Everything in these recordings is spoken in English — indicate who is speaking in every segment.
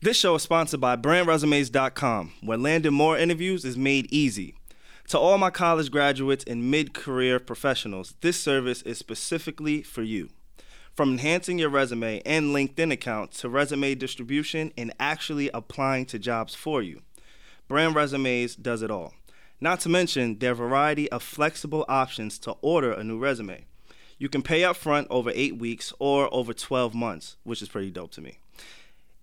Speaker 1: This show is sponsored by BrandResumes.com, where landing more interviews is made easy. To all my college graduates and mid career professionals, this service is specifically for you. From enhancing your resume and LinkedIn account to resume distribution and actually applying to jobs for you, Brand Resumes does it all. Not to mention their variety of flexible options to order a new resume. You can pay up front over eight weeks or over 12 months, which is pretty dope to me.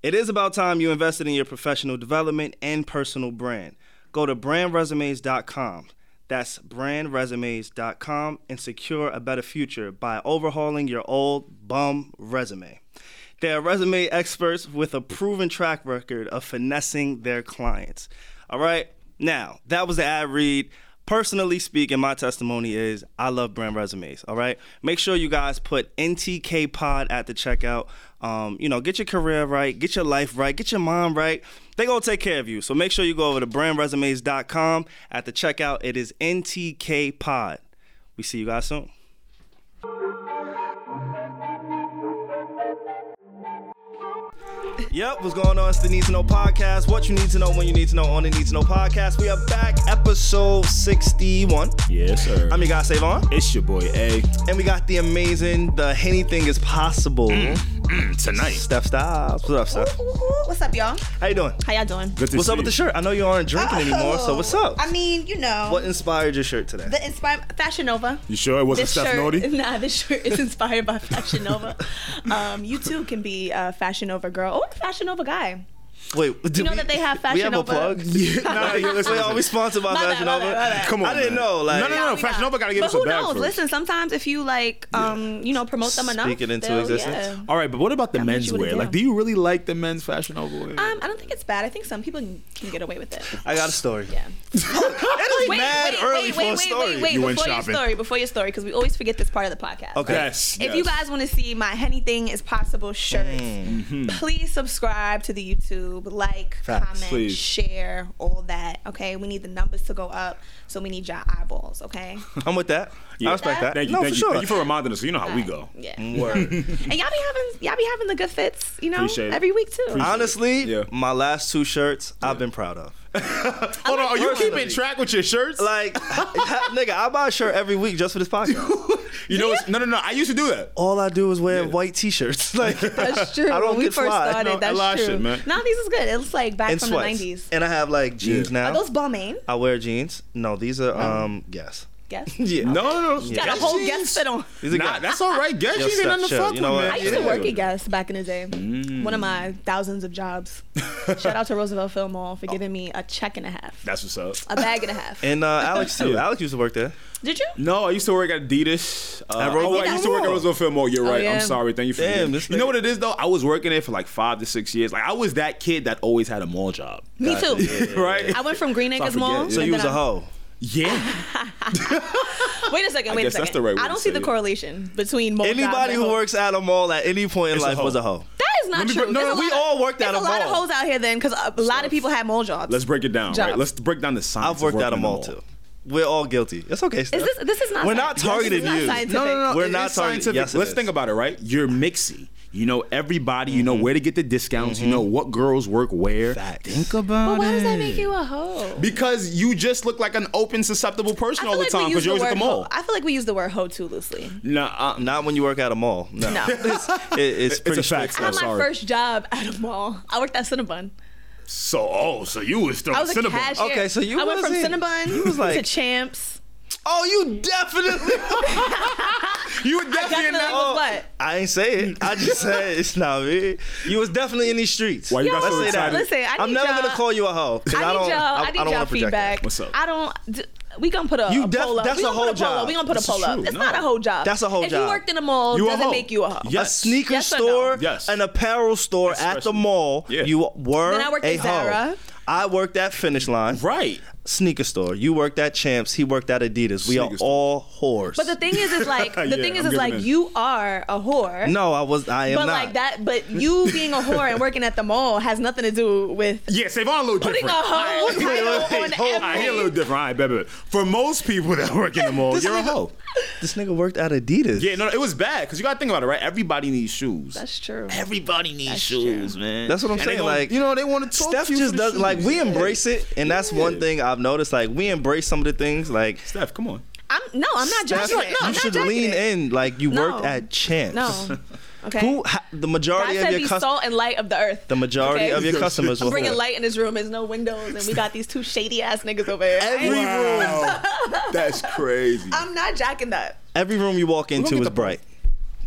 Speaker 1: It is about time you invested in your professional development and personal brand. Go to brandresumes.com. That's brandresumes.com and secure a better future by overhauling your old bum resume. They are resume experts with a proven track record of finessing their clients. All right, now that was the ad read. Personally speaking, my testimony is I love brand resumes. All right, make sure you guys put NTK Pod at the checkout. Um, you know, get your career right, get your life right, get your mom right. They gonna take care of you. So make sure you go over to brandresumes.com at the checkout. It is NTK Pod. We see you guys soon. Yep, what's going on? It's the Need to Know podcast. What you need to know when you need to know on the Need to Know podcast. We are back, episode 61.
Speaker 2: Yes, sir.
Speaker 1: I'm your guy, Savon.
Speaker 2: it's your boy A.
Speaker 1: And we got the amazing, the anything is possible,
Speaker 2: Tonight.
Speaker 1: Steph Styles. What's up, Steph?
Speaker 3: What's up, y'all?
Speaker 1: How you doing?
Speaker 3: How y'all doing?
Speaker 2: Good to
Speaker 1: What's
Speaker 2: see
Speaker 1: up with
Speaker 2: you.
Speaker 1: the shirt? I know you aren't
Speaker 3: Oh.
Speaker 1: drinking anymore, so what's up?
Speaker 3: I mean, you know,
Speaker 1: What inspired your shirt today?
Speaker 3: the inspired Fashion Nova.
Speaker 2: You sure it wasn't
Speaker 3: This
Speaker 2: Steph
Speaker 3: shirt,
Speaker 2: Naughty?
Speaker 3: nah, this shirt is inspired by Fashion Nova. um, you too can be a Fashion Nova girl or a Fashion Nova guy.
Speaker 1: Wait, do
Speaker 3: know that they have
Speaker 1: We
Speaker 3: Fashion
Speaker 1: have
Speaker 3: Nova?
Speaker 1: a plug.
Speaker 2: Yeah, nah, yeah, listen,
Speaker 1: Wait, are "Oh, we sponsored by
Speaker 3: My bad,
Speaker 1: Fashion
Speaker 3: my
Speaker 1: Nova?
Speaker 3: bad, my bad.
Speaker 2: Come on,
Speaker 1: I didn't
Speaker 2: man.
Speaker 1: know. Like,
Speaker 2: No, no, no.
Speaker 3: Yeah, we
Speaker 2: Fashion
Speaker 3: not.
Speaker 2: Nova gotta give
Speaker 3: but
Speaker 2: us a
Speaker 3: who
Speaker 2: bag
Speaker 3: knows?
Speaker 2: first.
Speaker 3: Listen, sometimes if you like, um, you know, promote them enough,
Speaker 1: Speak it into
Speaker 3: they'll-
Speaker 1: existence.
Speaker 3: yeah.
Speaker 2: All right, but what about the
Speaker 3: That means
Speaker 2: men's
Speaker 3: you wouldn't
Speaker 2: wear?
Speaker 3: do.
Speaker 2: Like, do you really like the men's Fashion Nova wear?
Speaker 3: Um, I don't think it's bad. I think some people can can get away with it.
Speaker 1: I got a story.
Speaker 3: Yeah.
Speaker 1: That is
Speaker 3: Wait,
Speaker 1: mad
Speaker 3: wait,
Speaker 1: early
Speaker 3: wait,
Speaker 1: for
Speaker 3: wait,
Speaker 1: a
Speaker 3: wait,
Speaker 1: story.
Speaker 3: wait, wait,
Speaker 2: You went
Speaker 3: before your
Speaker 2: shopping.
Speaker 3: story, before your story, because we always forget this part of the podcast.
Speaker 1: Okay.
Speaker 2: yes.
Speaker 3: If you guys want to see my anything is possible shirts,
Speaker 2: Mm-hmm.
Speaker 3: please subscribe to the YouTube, like,
Speaker 1: Facts.
Speaker 3: comment,
Speaker 2: Please.
Speaker 3: share, all that. Okay, we need the numbers to go up, so we need your eyeballs. Okay,
Speaker 1: I'm with that. I
Speaker 2: Yeah.
Speaker 1: respect that.
Speaker 2: Thank you,
Speaker 1: no,
Speaker 2: thank
Speaker 1: for
Speaker 2: you.
Speaker 1: sure.
Speaker 2: Thank you for reminding us. You know how we go.
Speaker 3: yeah.
Speaker 1: Word.
Speaker 3: And y'all be having y'all be having the good fits, you know,
Speaker 2: Appreciate it.
Speaker 3: every week too.
Speaker 1: Honestly,
Speaker 2: Yeah.
Speaker 1: my last two shirts, I've been proud of.
Speaker 2: Hold on, are you
Speaker 1: personally.
Speaker 2: keeping track with your shirts?
Speaker 1: Like, nigga, I buy a shirt every week just for this podcast.
Speaker 2: you know, what's- no, no, no. I used to do that.
Speaker 1: All I do is wear white t-shirts. Like,
Speaker 3: that's true.
Speaker 1: I don't
Speaker 3: when we
Speaker 1: get
Speaker 3: first
Speaker 1: fly.
Speaker 3: started,
Speaker 2: No,
Speaker 3: that's
Speaker 2: Elijah,
Speaker 3: true.
Speaker 2: man.
Speaker 3: No, these is good. It looks like back
Speaker 1: and
Speaker 3: from
Speaker 1: sweats.
Speaker 3: the '90s.
Speaker 1: And I have like jeans now.
Speaker 3: Are those Balmain?
Speaker 1: I wear jeans. No, these are um, yes.
Speaker 3: Guess.
Speaker 1: Yeah.
Speaker 2: No, no, no.
Speaker 3: Got
Speaker 2: Guess
Speaker 3: a whole
Speaker 2: jeans?
Speaker 3: guest fit on.
Speaker 1: These are
Speaker 2: Nah,
Speaker 1: good.
Speaker 2: that's all right. Guess
Speaker 1: Yo,
Speaker 2: jeans ain't
Speaker 1: Steph,
Speaker 2: nothing to
Speaker 1: chill.
Speaker 2: fuck
Speaker 1: You
Speaker 2: with,
Speaker 1: know what?
Speaker 2: man.
Speaker 3: I used to
Speaker 2: Yeah. Mm.
Speaker 3: work at Guess back in the day. One of my thousands of jobs. Shout out to Roosevelt Film Mall for giving me a check and a half,
Speaker 2: That's what's up.
Speaker 3: a bag and a half.
Speaker 1: And uh, Alex too.
Speaker 2: Yeah.
Speaker 1: Alex used to work there.
Speaker 3: Did you?
Speaker 2: No, I used to work at Adidas. Uh,
Speaker 1: At Roosevelt
Speaker 2: oh, I used to work at
Speaker 1: Fillmore.
Speaker 2: Roosevelt Fillmore. You're
Speaker 3: Oh,
Speaker 2: right.
Speaker 3: yeah.
Speaker 2: I'm sorry. Thank you for
Speaker 1: Damn,
Speaker 2: me.
Speaker 1: this
Speaker 2: You know
Speaker 1: nigga-
Speaker 2: what it is though? I was working there for like five to six years. Like I was that kid that always had a mall job.
Speaker 3: Me too.
Speaker 2: right?
Speaker 3: I went from Green Acres
Speaker 2: forget,
Speaker 3: Mall.
Speaker 2: yeah.
Speaker 1: So
Speaker 3: and
Speaker 1: you was
Speaker 3: then
Speaker 1: a
Speaker 3: I-
Speaker 1: hoe.
Speaker 2: yeah.
Speaker 3: Wait a second. Wait
Speaker 2: guess
Speaker 3: a second.
Speaker 2: that's the right way
Speaker 3: I
Speaker 2: to
Speaker 3: don't see
Speaker 2: say
Speaker 3: the
Speaker 2: it.
Speaker 3: correlation between mall jobs
Speaker 1: Anybody who
Speaker 3: and hoes.
Speaker 1: works at a mall at any point in
Speaker 2: It's a
Speaker 1: life was
Speaker 2: hoe.
Speaker 1: a hoe.
Speaker 3: That is not
Speaker 2: Let me
Speaker 3: true.
Speaker 2: br- no,
Speaker 3: There's a
Speaker 2: we
Speaker 3: lot
Speaker 1: all worked
Speaker 3: there's
Speaker 1: at a
Speaker 3: lot of
Speaker 1: mall.
Speaker 3: hoes out here then, because a lot of people had mall jobs.
Speaker 2: Let's break it down. Right?
Speaker 3: Job.
Speaker 2: Let's break down the science.
Speaker 1: I've
Speaker 2: of
Speaker 1: worked at a
Speaker 2: working
Speaker 1: mall too. We're all guilty. It's okay. Steph.
Speaker 3: this- this is not
Speaker 1: We're
Speaker 3: sci-
Speaker 1: not
Speaker 3: this is
Speaker 1: targeting
Speaker 3: not
Speaker 1: you.
Speaker 3: scientific.
Speaker 2: No, no, no.
Speaker 1: We're
Speaker 2: it
Speaker 1: not
Speaker 2: is
Speaker 1: targeting-
Speaker 2: scientific.
Speaker 1: yes, it
Speaker 2: Let's
Speaker 1: is. Mm-hmm.
Speaker 2: think about it, right? You're mixy. You know everybody. You know where to get the discounts. You know what girls work where.
Speaker 1: Facts.
Speaker 2: Think about
Speaker 3: But why
Speaker 2: it.
Speaker 3: does that make you a hoe?
Speaker 2: Because you just look like an open, susceptible
Speaker 3: I
Speaker 2: person
Speaker 3: feel
Speaker 2: all the
Speaker 3: like we
Speaker 2: time
Speaker 3: use
Speaker 2: because you're always at the
Speaker 3: word
Speaker 2: mall.
Speaker 3: Hoe. I feel like we use the word hoe too loosely.
Speaker 2: Nah, uh,
Speaker 1: Not when you work at a mall. No,
Speaker 3: No.
Speaker 1: it's, it- it's pretty
Speaker 2: a fact,
Speaker 3: I
Speaker 1: strict.
Speaker 2: though.
Speaker 3: had my
Speaker 2: sorry.
Speaker 3: first job at a mall. I worked at Cinnabon.
Speaker 2: so oh, so you was still
Speaker 3: I was a cashier.
Speaker 1: Okay, so you
Speaker 3: I went from
Speaker 1: wasn't-
Speaker 3: Cinnabon
Speaker 1: you was like-
Speaker 3: to Champs.
Speaker 1: Oh, you definitely.
Speaker 2: You were definitely
Speaker 3: Definitely
Speaker 2: not.
Speaker 3: was what?
Speaker 1: I ain't say it. I just said it's not me. You was definitely in these streets.
Speaker 2: Why you got
Speaker 3: Yo,
Speaker 1: Let's
Speaker 2: so
Speaker 1: say that.
Speaker 2: excited?
Speaker 3: Listen, I
Speaker 1: I'm
Speaker 3: need
Speaker 1: never
Speaker 3: y'all-
Speaker 1: gonna call you a hoe. 'cause
Speaker 3: I,
Speaker 1: I don't.
Speaker 3: need y'all. I,
Speaker 1: I,
Speaker 3: need
Speaker 1: I don't
Speaker 3: y'all
Speaker 1: wanna project that.
Speaker 3: feedback.
Speaker 2: What's up?
Speaker 3: I don't. D- we gonna put a,
Speaker 1: You
Speaker 3: a
Speaker 1: def-
Speaker 3: poll up.
Speaker 1: that's
Speaker 3: we
Speaker 1: a
Speaker 3: gonna
Speaker 1: whole
Speaker 3: put a poll
Speaker 1: job.
Speaker 3: up. We gonna put
Speaker 2: This
Speaker 3: a
Speaker 2: is
Speaker 3: poll up.
Speaker 2: true.
Speaker 3: It's
Speaker 2: No.
Speaker 3: not a whole job.
Speaker 1: That's a whole
Speaker 3: if
Speaker 1: job.
Speaker 3: you worked in a mall,
Speaker 2: You a
Speaker 3: does it
Speaker 2: hoe.
Speaker 3: make you a hoe?
Speaker 1: A
Speaker 2: Yes.
Speaker 1: sneaker
Speaker 3: Yes or no?
Speaker 1: store,
Speaker 2: Yes.
Speaker 1: an apparel store at the
Speaker 2: Especially.
Speaker 1: mall.
Speaker 2: Yeah.
Speaker 1: You were
Speaker 3: Then I worked
Speaker 1: a
Speaker 3: at
Speaker 1: hoe.
Speaker 3: Zara.
Speaker 1: I worked at Finish Line.
Speaker 2: Right.
Speaker 1: sneaker store. You worked at Champs. He worked at Adidas. We are
Speaker 2: Sneaker store.
Speaker 1: all whores.
Speaker 3: But the thing is, is like the
Speaker 2: Yeah,
Speaker 3: thing is,
Speaker 2: I'm
Speaker 3: is
Speaker 2: giving
Speaker 3: like
Speaker 2: in.
Speaker 3: you are a whore.
Speaker 1: no, I was. I am
Speaker 3: but
Speaker 1: not.
Speaker 3: like that, but you being a whore and working at the mall has nothing to do with.
Speaker 2: Yeah, Savon a little
Speaker 3: Putting
Speaker 2: different.
Speaker 3: a hoe
Speaker 2: Alright,
Speaker 3: title on
Speaker 2: hold on.
Speaker 3: every-
Speaker 2: He a little different. All right, bet, bet, bet. For most people that work in the mall, Oh, you're a hoe.
Speaker 1: This nigga worked at Adidas.
Speaker 2: Yeah, no, no, it was bad because you gotta think about it, right? Everybody needs shoes.
Speaker 3: That's true.
Speaker 2: Everybody needs
Speaker 3: That's
Speaker 2: shoes, man.
Speaker 1: That's what I'm
Speaker 2: And they
Speaker 1: saying,
Speaker 2: gonna-
Speaker 1: like,
Speaker 2: you know, they want to talk
Speaker 1: Steph
Speaker 2: to you
Speaker 1: just
Speaker 2: for the
Speaker 1: does like
Speaker 2: shoes.
Speaker 1: we embrace it, and that's one
Speaker 2: Yeah.
Speaker 1: thing I've noticed. Like we embrace some of the things. Like
Speaker 2: Steph, come on.
Speaker 3: I'm no, I'm not
Speaker 1: Steph,
Speaker 3: judging. it.
Speaker 1: you
Speaker 3: I'm not
Speaker 1: should
Speaker 3: judging
Speaker 1: lean
Speaker 3: it.
Speaker 1: in. Like you worked
Speaker 3: No.
Speaker 1: at Champs.
Speaker 3: No. Okay.
Speaker 1: Who? Ha, the
Speaker 3: God
Speaker 1: majority
Speaker 3: said
Speaker 1: of your
Speaker 3: be
Speaker 1: customers.
Speaker 3: salt and light of the earth.
Speaker 1: The majority
Speaker 3: Okay?
Speaker 1: of your customers
Speaker 3: I'm
Speaker 1: will
Speaker 3: bringing light in this room. There's no windows, and we got these two shady ass niggas over here. I ain't-
Speaker 2: Wow, that's crazy.
Speaker 3: I'm not jacking that.
Speaker 1: Every room you walk into
Speaker 2: get
Speaker 1: is
Speaker 2: the-
Speaker 1: bright.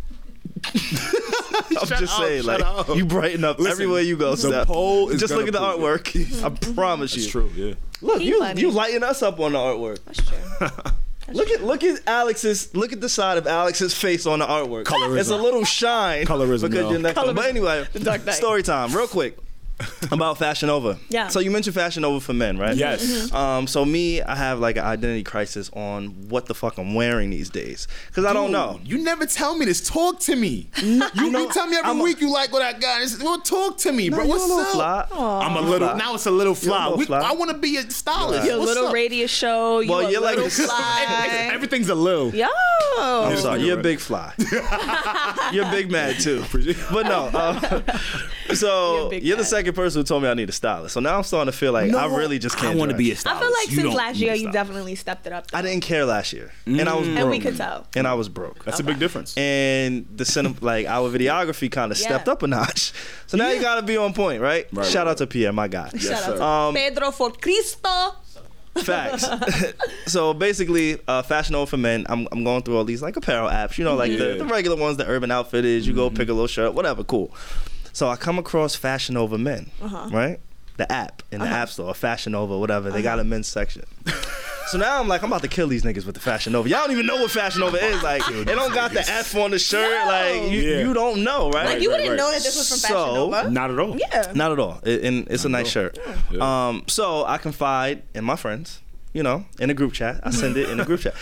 Speaker 1: I'm
Speaker 2: Shut
Speaker 1: just
Speaker 2: up,
Speaker 1: saying,
Speaker 2: shut
Speaker 1: like
Speaker 2: up.
Speaker 1: you brighten up
Speaker 2: Listen,
Speaker 1: everywhere you go.
Speaker 2: the
Speaker 1: Steph.
Speaker 2: poll is
Speaker 1: just look at the
Speaker 2: gonna prove
Speaker 1: artwork. I promise you.
Speaker 2: It's true, yeah.
Speaker 1: Look,
Speaker 3: He
Speaker 1: you
Speaker 3: funny.
Speaker 1: you lighten us up on the artwork.
Speaker 3: That's true.
Speaker 1: Look at look at Alex's look at the side of Alex's face on the artwork.
Speaker 2: Colorism.
Speaker 1: It's a little shine.
Speaker 2: Colorism,
Speaker 1: Because
Speaker 2: no.
Speaker 1: you're next.
Speaker 3: Colorism.
Speaker 1: But anyway,
Speaker 3: The Dark Knight.
Speaker 1: story time, real quick, about Fashion Over.
Speaker 3: Yeah. Mm-hmm.
Speaker 1: So you mentioned Fashion Over for men, right?
Speaker 2: Yes. Mhm.
Speaker 1: Um. So me, I have like an identity crisis on what the fuck I'm wearing these days because I
Speaker 2: Oh,
Speaker 1: don't know.
Speaker 2: You never tell me this. Talk to me. You,
Speaker 1: know,
Speaker 2: you tell me every
Speaker 1: I'm a-
Speaker 2: week you like what I got. It's- Well, talk to me, bro.
Speaker 1: you
Speaker 2: What's
Speaker 1: a little
Speaker 2: up? Oh,
Speaker 1: fly.
Speaker 2: I'm a little. Now it's a little fly.
Speaker 1: little
Speaker 2: We-
Speaker 1: fly.
Speaker 2: I want to be a stylist.
Speaker 3: Your
Speaker 2: What's
Speaker 3: little
Speaker 2: up?
Speaker 3: radius show. You
Speaker 1: Well,
Speaker 3: a
Speaker 1: you're like
Speaker 3: little
Speaker 1: this-
Speaker 3: fly.
Speaker 2: Everything's a little.
Speaker 3: Yo.
Speaker 1: I'm sorry.
Speaker 2: nigga
Speaker 1: You're a
Speaker 2: right.
Speaker 1: big fly. you're big mad too.
Speaker 2: Appreciate-
Speaker 1: But no. Um,
Speaker 3: You're a
Speaker 1: so you're,
Speaker 3: big
Speaker 1: the
Speaker 3: mad.
Speaker 1: second person who told me I need a stylist. So now I'm starting to feel like I really just can't.
Speaker 2: I want
Speaker 1: dress.
Speaker 2: to be a
Speaker 3: I
Speaker 2: stylist.
Speaker 3: feel like
Speaker 2: You
Speaker 3: since
Speaker 2: don't
Speaker 3: last
Speaker 2: need
Speaker 3: year,
Speaker 2: a
Speaker 3: you
Speaker 2: stylist.
Speaker 3: definitely stepped it up.
Speaker 1: I didn't care last year, and I was broke.
Speaker 3: Mm. And we could tell.
Speaker 1: And I was broke.
Speaker 2: That's a big difference.
Speaker 1: and the cinem- like our videography kind of
Speaker 3: Yeah.
Speaker 1: stepped up a notch. So now you gotta be on point, right?
Speaker 2: Right,
Speaker 1: Shout
Speaker 2: right,
Speaker 1: out to Pierre, my guy.
Speaker 3: Shout out
Speaker 2: sir.
Speaker 3: to
Speaker 1: Um,
Speaker 3: Pedro for Cristo.
Speaker 1: Facts. so basically, uh, Fashion Over for Men, I'm, I'm going through all these like apparel apps, you know, like the,
Speaker 2: Yeah.
Speaker 3: Mm-hmm.
Speaker 1: the regular ones, the Urban Outfitters, you go pick a little shirt, whatever, cool. So I come across Fashion Over Men,
Speaker 2: Uh-huh.
Speaker 1: right? The app in the app store, Fashion Over, whatever. They
Speaker 2: Uh-huh.
Speaker 1: got a men's section. So now I'm like, I'm about to kill these niggas with the Fashion Over. Y'all don't even know what Fashion Over is. Like, it don't got the F on the shirt.
Speaker 3: No.
Speaker 1: Like, you,
Speaker 2: Yeah.
Speaker 1: you don't know, right?
Speaker 3: Like you
Speaker 2: right,
Speaker 3: wouldn't
Speaker 2: right.
Speaker 3: know that this was from Fashion
Speaker 1: So-
Speaker 3: Nova.
Speaker 2: Not at all.
Speaker 3: Yeah.
Speaker 1: Not at all. It, and it's a nice shirt.
Speaker 2: Yeah.
Speaker 1: Um, so I confide in my friends, you know, in a group chat. I send it in a group chat.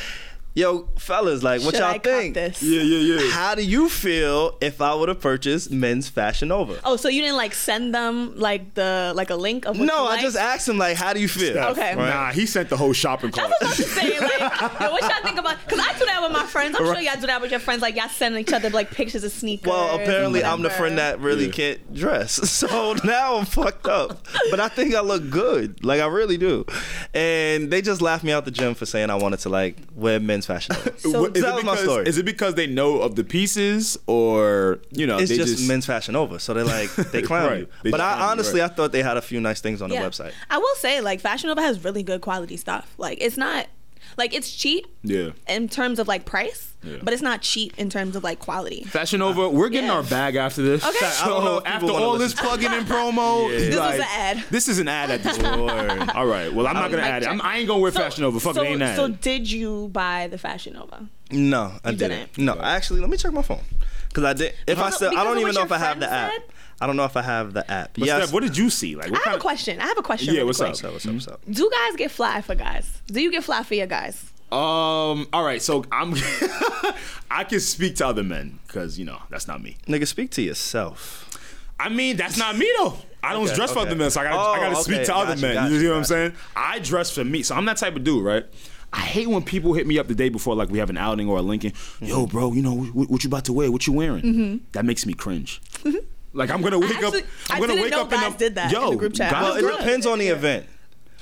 Speaker 1: Yo, fellas, like, what
Speaker 3: Should
Speaker 1: y'all
Speaker 3: I cop
Speaker 1: think?
Speaker 3: this?
Speaker 2: Yeah, yeah, yeah.
Speaker 1: How do you feel if I would have purchased men's fashion over?
Speaker 3: Oh, so you didn't like send them like the like a link of what
Speaker 1: no,
Speaker 3: you
Speaker 1: I
Speaker 3: like?
Speaker 1: just asked him, like, how do you feel?
Speaker 3: Okay.
Speaker 1: Right?
Speaker 2: Nah, he sent the whole shopping
Speaker 3: I
Speaker 2: cart.
Speaker 3: was about to say, like, yo, what y'all think about? Because I do that with my friends. I'm sure
Speaker 1: Right.
Speaker 3: y'all do that with your friends. Like, y'all sending each other like pictures of sneakers.
Speaker 1: Well, apparently I'm the
Speaker 3: whatever.
Speaker 1: friend that really
Speaker 2: Yeah.
Speaker 1: can't dress. So now I'm fucked up. But I think I look good. Like I really do. And they just laughed me out the gym for saying I wanted to like wear men's fashion. over.
Speaker 3: So-
Speaker 2: Wh- is
Speaker 1: That
Speaker 2: it
Speaker 1: was
Speaker 2: because,
Speaker 1: my story.
Speaker 2: Is it because they know of the pieces, or you know,
Speaker 1: it's
Speaker 2: they
Speaker 1: just,
Speaker 2: just,
Speaker 1: men's fashion over. So they like they clown
Speaker 2: Right.
Speaker 1: you.
Speaker 2: They
Speaker 1: but
Speaker 2: just
Speaker 1: I
Speaker 2: clown you,
Speaker 1: honestly
Speaker 2: right.
Speaker 1: I thought they had a few nice things on the website.
Speaker 3: I will say, like, Fashion Nova has really good quality stuff. Like, it's not like it's cheap
Speaker 2: Yeah.
Speaker 3: in terms of like price,
Speaker 2: Yeah.
Speaker 3: but it's not cheap in terms of like quality.
Speaker 2: Fashion over. We're getting
Speaker 3: yeah.
Speaker 2: our bag after this.
Speaker 3: Okay. I
Speaker 1: don't know
Speaker 2: So
Speaker 1: if people
Speaker 2: after
Speaker 1: wanna
Speaker 2: all this
Speaker 1: listen.
Speaker 2: plug-in and promo,
Speaker 1: This
Speaker 3: was
Speaker 2: like,
Speaker 3: an ad.
Speaker 2: This is an ad at this point. all right. Well, I'm not gonna
Speaker 3: Mic
Speaker 2: add it.
Speaker 3: check.
Speaker 2: I'm, I ain't gonna wear
Speaker 3: So-
Speaker 2: fashion over. Fuck
Speaker 3: so,
Speaker 2: it, ain't an ad.
Speaker 3: So, did you buy the Fashion Nova?
Speaker 1: No, I
Speaker 3: You
Speaker 1: didn't.
Speaker 3: didn't.
Speaker 1: No, actually let me check my phone. Cause I did if I
Speaker 3: Because of-
Speaker 1: still I
Speaker 3: because
Speaker 1: don't
Speaker 3: of
Speaker 1: even
Speaker 3: what
Speaker 1: know
Speaker 3: your
Speaker 1: if I have
Speaker 3: friend
Speaker 1: the app.
Speaker 3: said?
Speaker 1: I don't know if I have the app.
Speaker 2: But
Speaker 1: yes.
Speaker 2: Steph, what did you see? Like, what
Speaker 3: I have
Speaker 2: kind
Speaker 3: a question. I have a question.
Speaker 2: Yeah,
Speaker 3: really
Speaker 2: what's
Speaker 3: quick.
Speaker 2: up?
Speaker 1: what's up, what's up, what's up?
Speaker 3: Do guys get fly for guys? Do you get fly for your guys?
Speaker 2: of? Um. All right. So I'm. I can speak to other men because you know that's not me.
Speaker 1: Nigga, speak to yourself.
Speaker 2: I mean, that's not me though. I don't
Speaker 1: Okay,
Speaker 2: dress for
Speaker 1: okay.
Speaker 2: other men, so I gotta,
Speaker 1: Oh,
Speaker 2: I gotta
Speaker 1: okay.
Speaker 2: speak to
Speaker 1: Got
Speaker 2: other
Speaker 1: you,
Speaker 2: men.
Speaker 1: got
Speaker 2: you
Speaker 1: you,
Speaker 2: see what I'm
Speaker 1: got
Speaker 2: saying? I dress for me, so I'm that type of dude, right? I hate when people hit me up the day before, like we have an outing or a Lincoln.
Speaker 3: Mm-hmm.
Speaker 2: Yo, bro, you know what, what you about to wear? What you wearing? That makes me cringe. like I'm gonna wake
Speaker 3: actually-
Speaker 2: up. I'm
Speaker 3: Mm-hmm. I
Speaker 2: gonna
Speaker 3: didn't
Speaker 2: wake
Speaker 3: know
Speaker 2: up in
Speaker 3: guys
Speaker 2: the-
Speaker 3: did that
Speaker 2: Yo,
Speaker 3: in the group chat.
Speaker 2: guys
Speaker 1: Well,
Speaker 3: Well,
Speaker 1: it
Speaker 2: do that.
Speaker 1: depends on the event.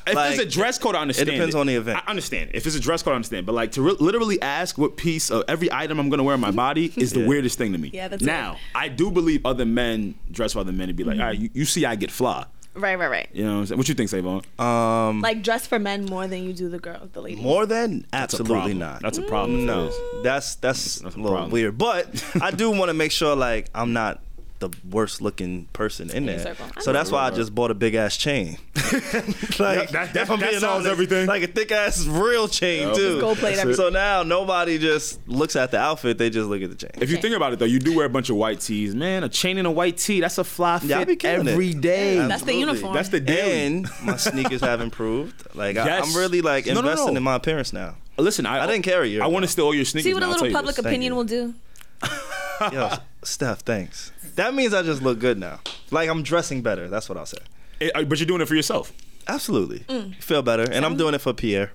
Speaker 2: If
Speaker 1: Like,
Speaker 2: there's a dress code, I understand.
Speaker 1: depends
Speaker 2: it.
Speaker 1: on the event.
Speaker 2: I understand. If it's a dress code, I understand. But like to re- literally ask what piece of every item I'm gonna wear on my body is the weirdest thing to me.
Speaker 3: Yeah, that's Mm-hmm.
Speaker 2: Now
Speaker 3: weird.
Speaker 2: I do believe other men dress for other men and be like, all right, you, you see, I get fly.
Speaker 3: Right, right, right.
Speaker 2: You know what I'm saying? What you think, Savon?
Speaker 1: Uh,
Speaker 3: Like dress for men more than you do the girls, the ladies.
Speaker 1: Um, More than
Speaker 2: That's a
Speaker 1: absolutely
Speaker 2: problem.
Speaker 1: not.
Speaker 2: That's a problem. if it
Speaker 1: no,
Speaker 2: is.
Speaker 1: that's that's,
Speaker 2: That's
Speaker 1: a
Speaker 2: a
Speaker 1: little
Speaker 2: problem.
Speaker 1: weird. But I do want to make sure like I'm not the worst looking person in,
Speaker 3: the
Speaker 1: there.
Speaker 3: circle. I
Speaker 1: So
Speaker 3: know.
Speaker 1: that's why I just bought a big ass chain. like
Speaker 2: that-
Speaker 1: if I'm
Speaker 2: that
Speaker 1: being
Speaker 2: solves
Speaker 1: honest,
Speaker 2: everything.
Speaker 1: Like a thick ass real chain
Speaker 2: Yep.
Speaker 1: too.
Speaker 2: Just
Speaker 3: gold plate
Speaker 1: So-
Speaker 3: everything.
Speaker 1: So now nobody just looks at the outfit; they just look at the chain.
Speaker 2: If you think about it though, you do wear a bunch of white tees, man. A chain and a white tee, that's a fly
Speaker 1: Yeah, I be
Speaker 2: fit
Speaker 1: killing it.
Speaker 2: every day.
Speaker 1: Yeah,
Speaker 3: That's the
Speaker 1: Absolutely.
Speaker 3: uniform.
Speaker 2: That's the daily.
Speaker 1: and my sneakers have improved. Like I,
Speaker 2: Yes.
Speaker 1: I'm really like
Speaker 2: No, no,
Speaker 1: investing
Speaker 2: no.
Speaker 1: in my appearance now.
Speaker 2: Listen, I,
Speaker 1: I didn't carry your-
Speaker 2: I want to steal all your sneakers.
Speaker 3: See what a
Speaker 2: now, I'll
Speaker 3: little
Speaker 2: tell you this.
Speaker 3: public opinion
Speaker 1: you.
Speaker 3: will do.
Speaker 1: Yo, Steph, thanks. That means I just look good now. Like I'm dressing better. That's what I'll say.
Speaker 2: Eh, uh, But you're doing it for yourself.
Speaker 1: Absolutely,
Speaker 3: Mm.
Speaker 1: feel better, and I'm doing it for Pierre.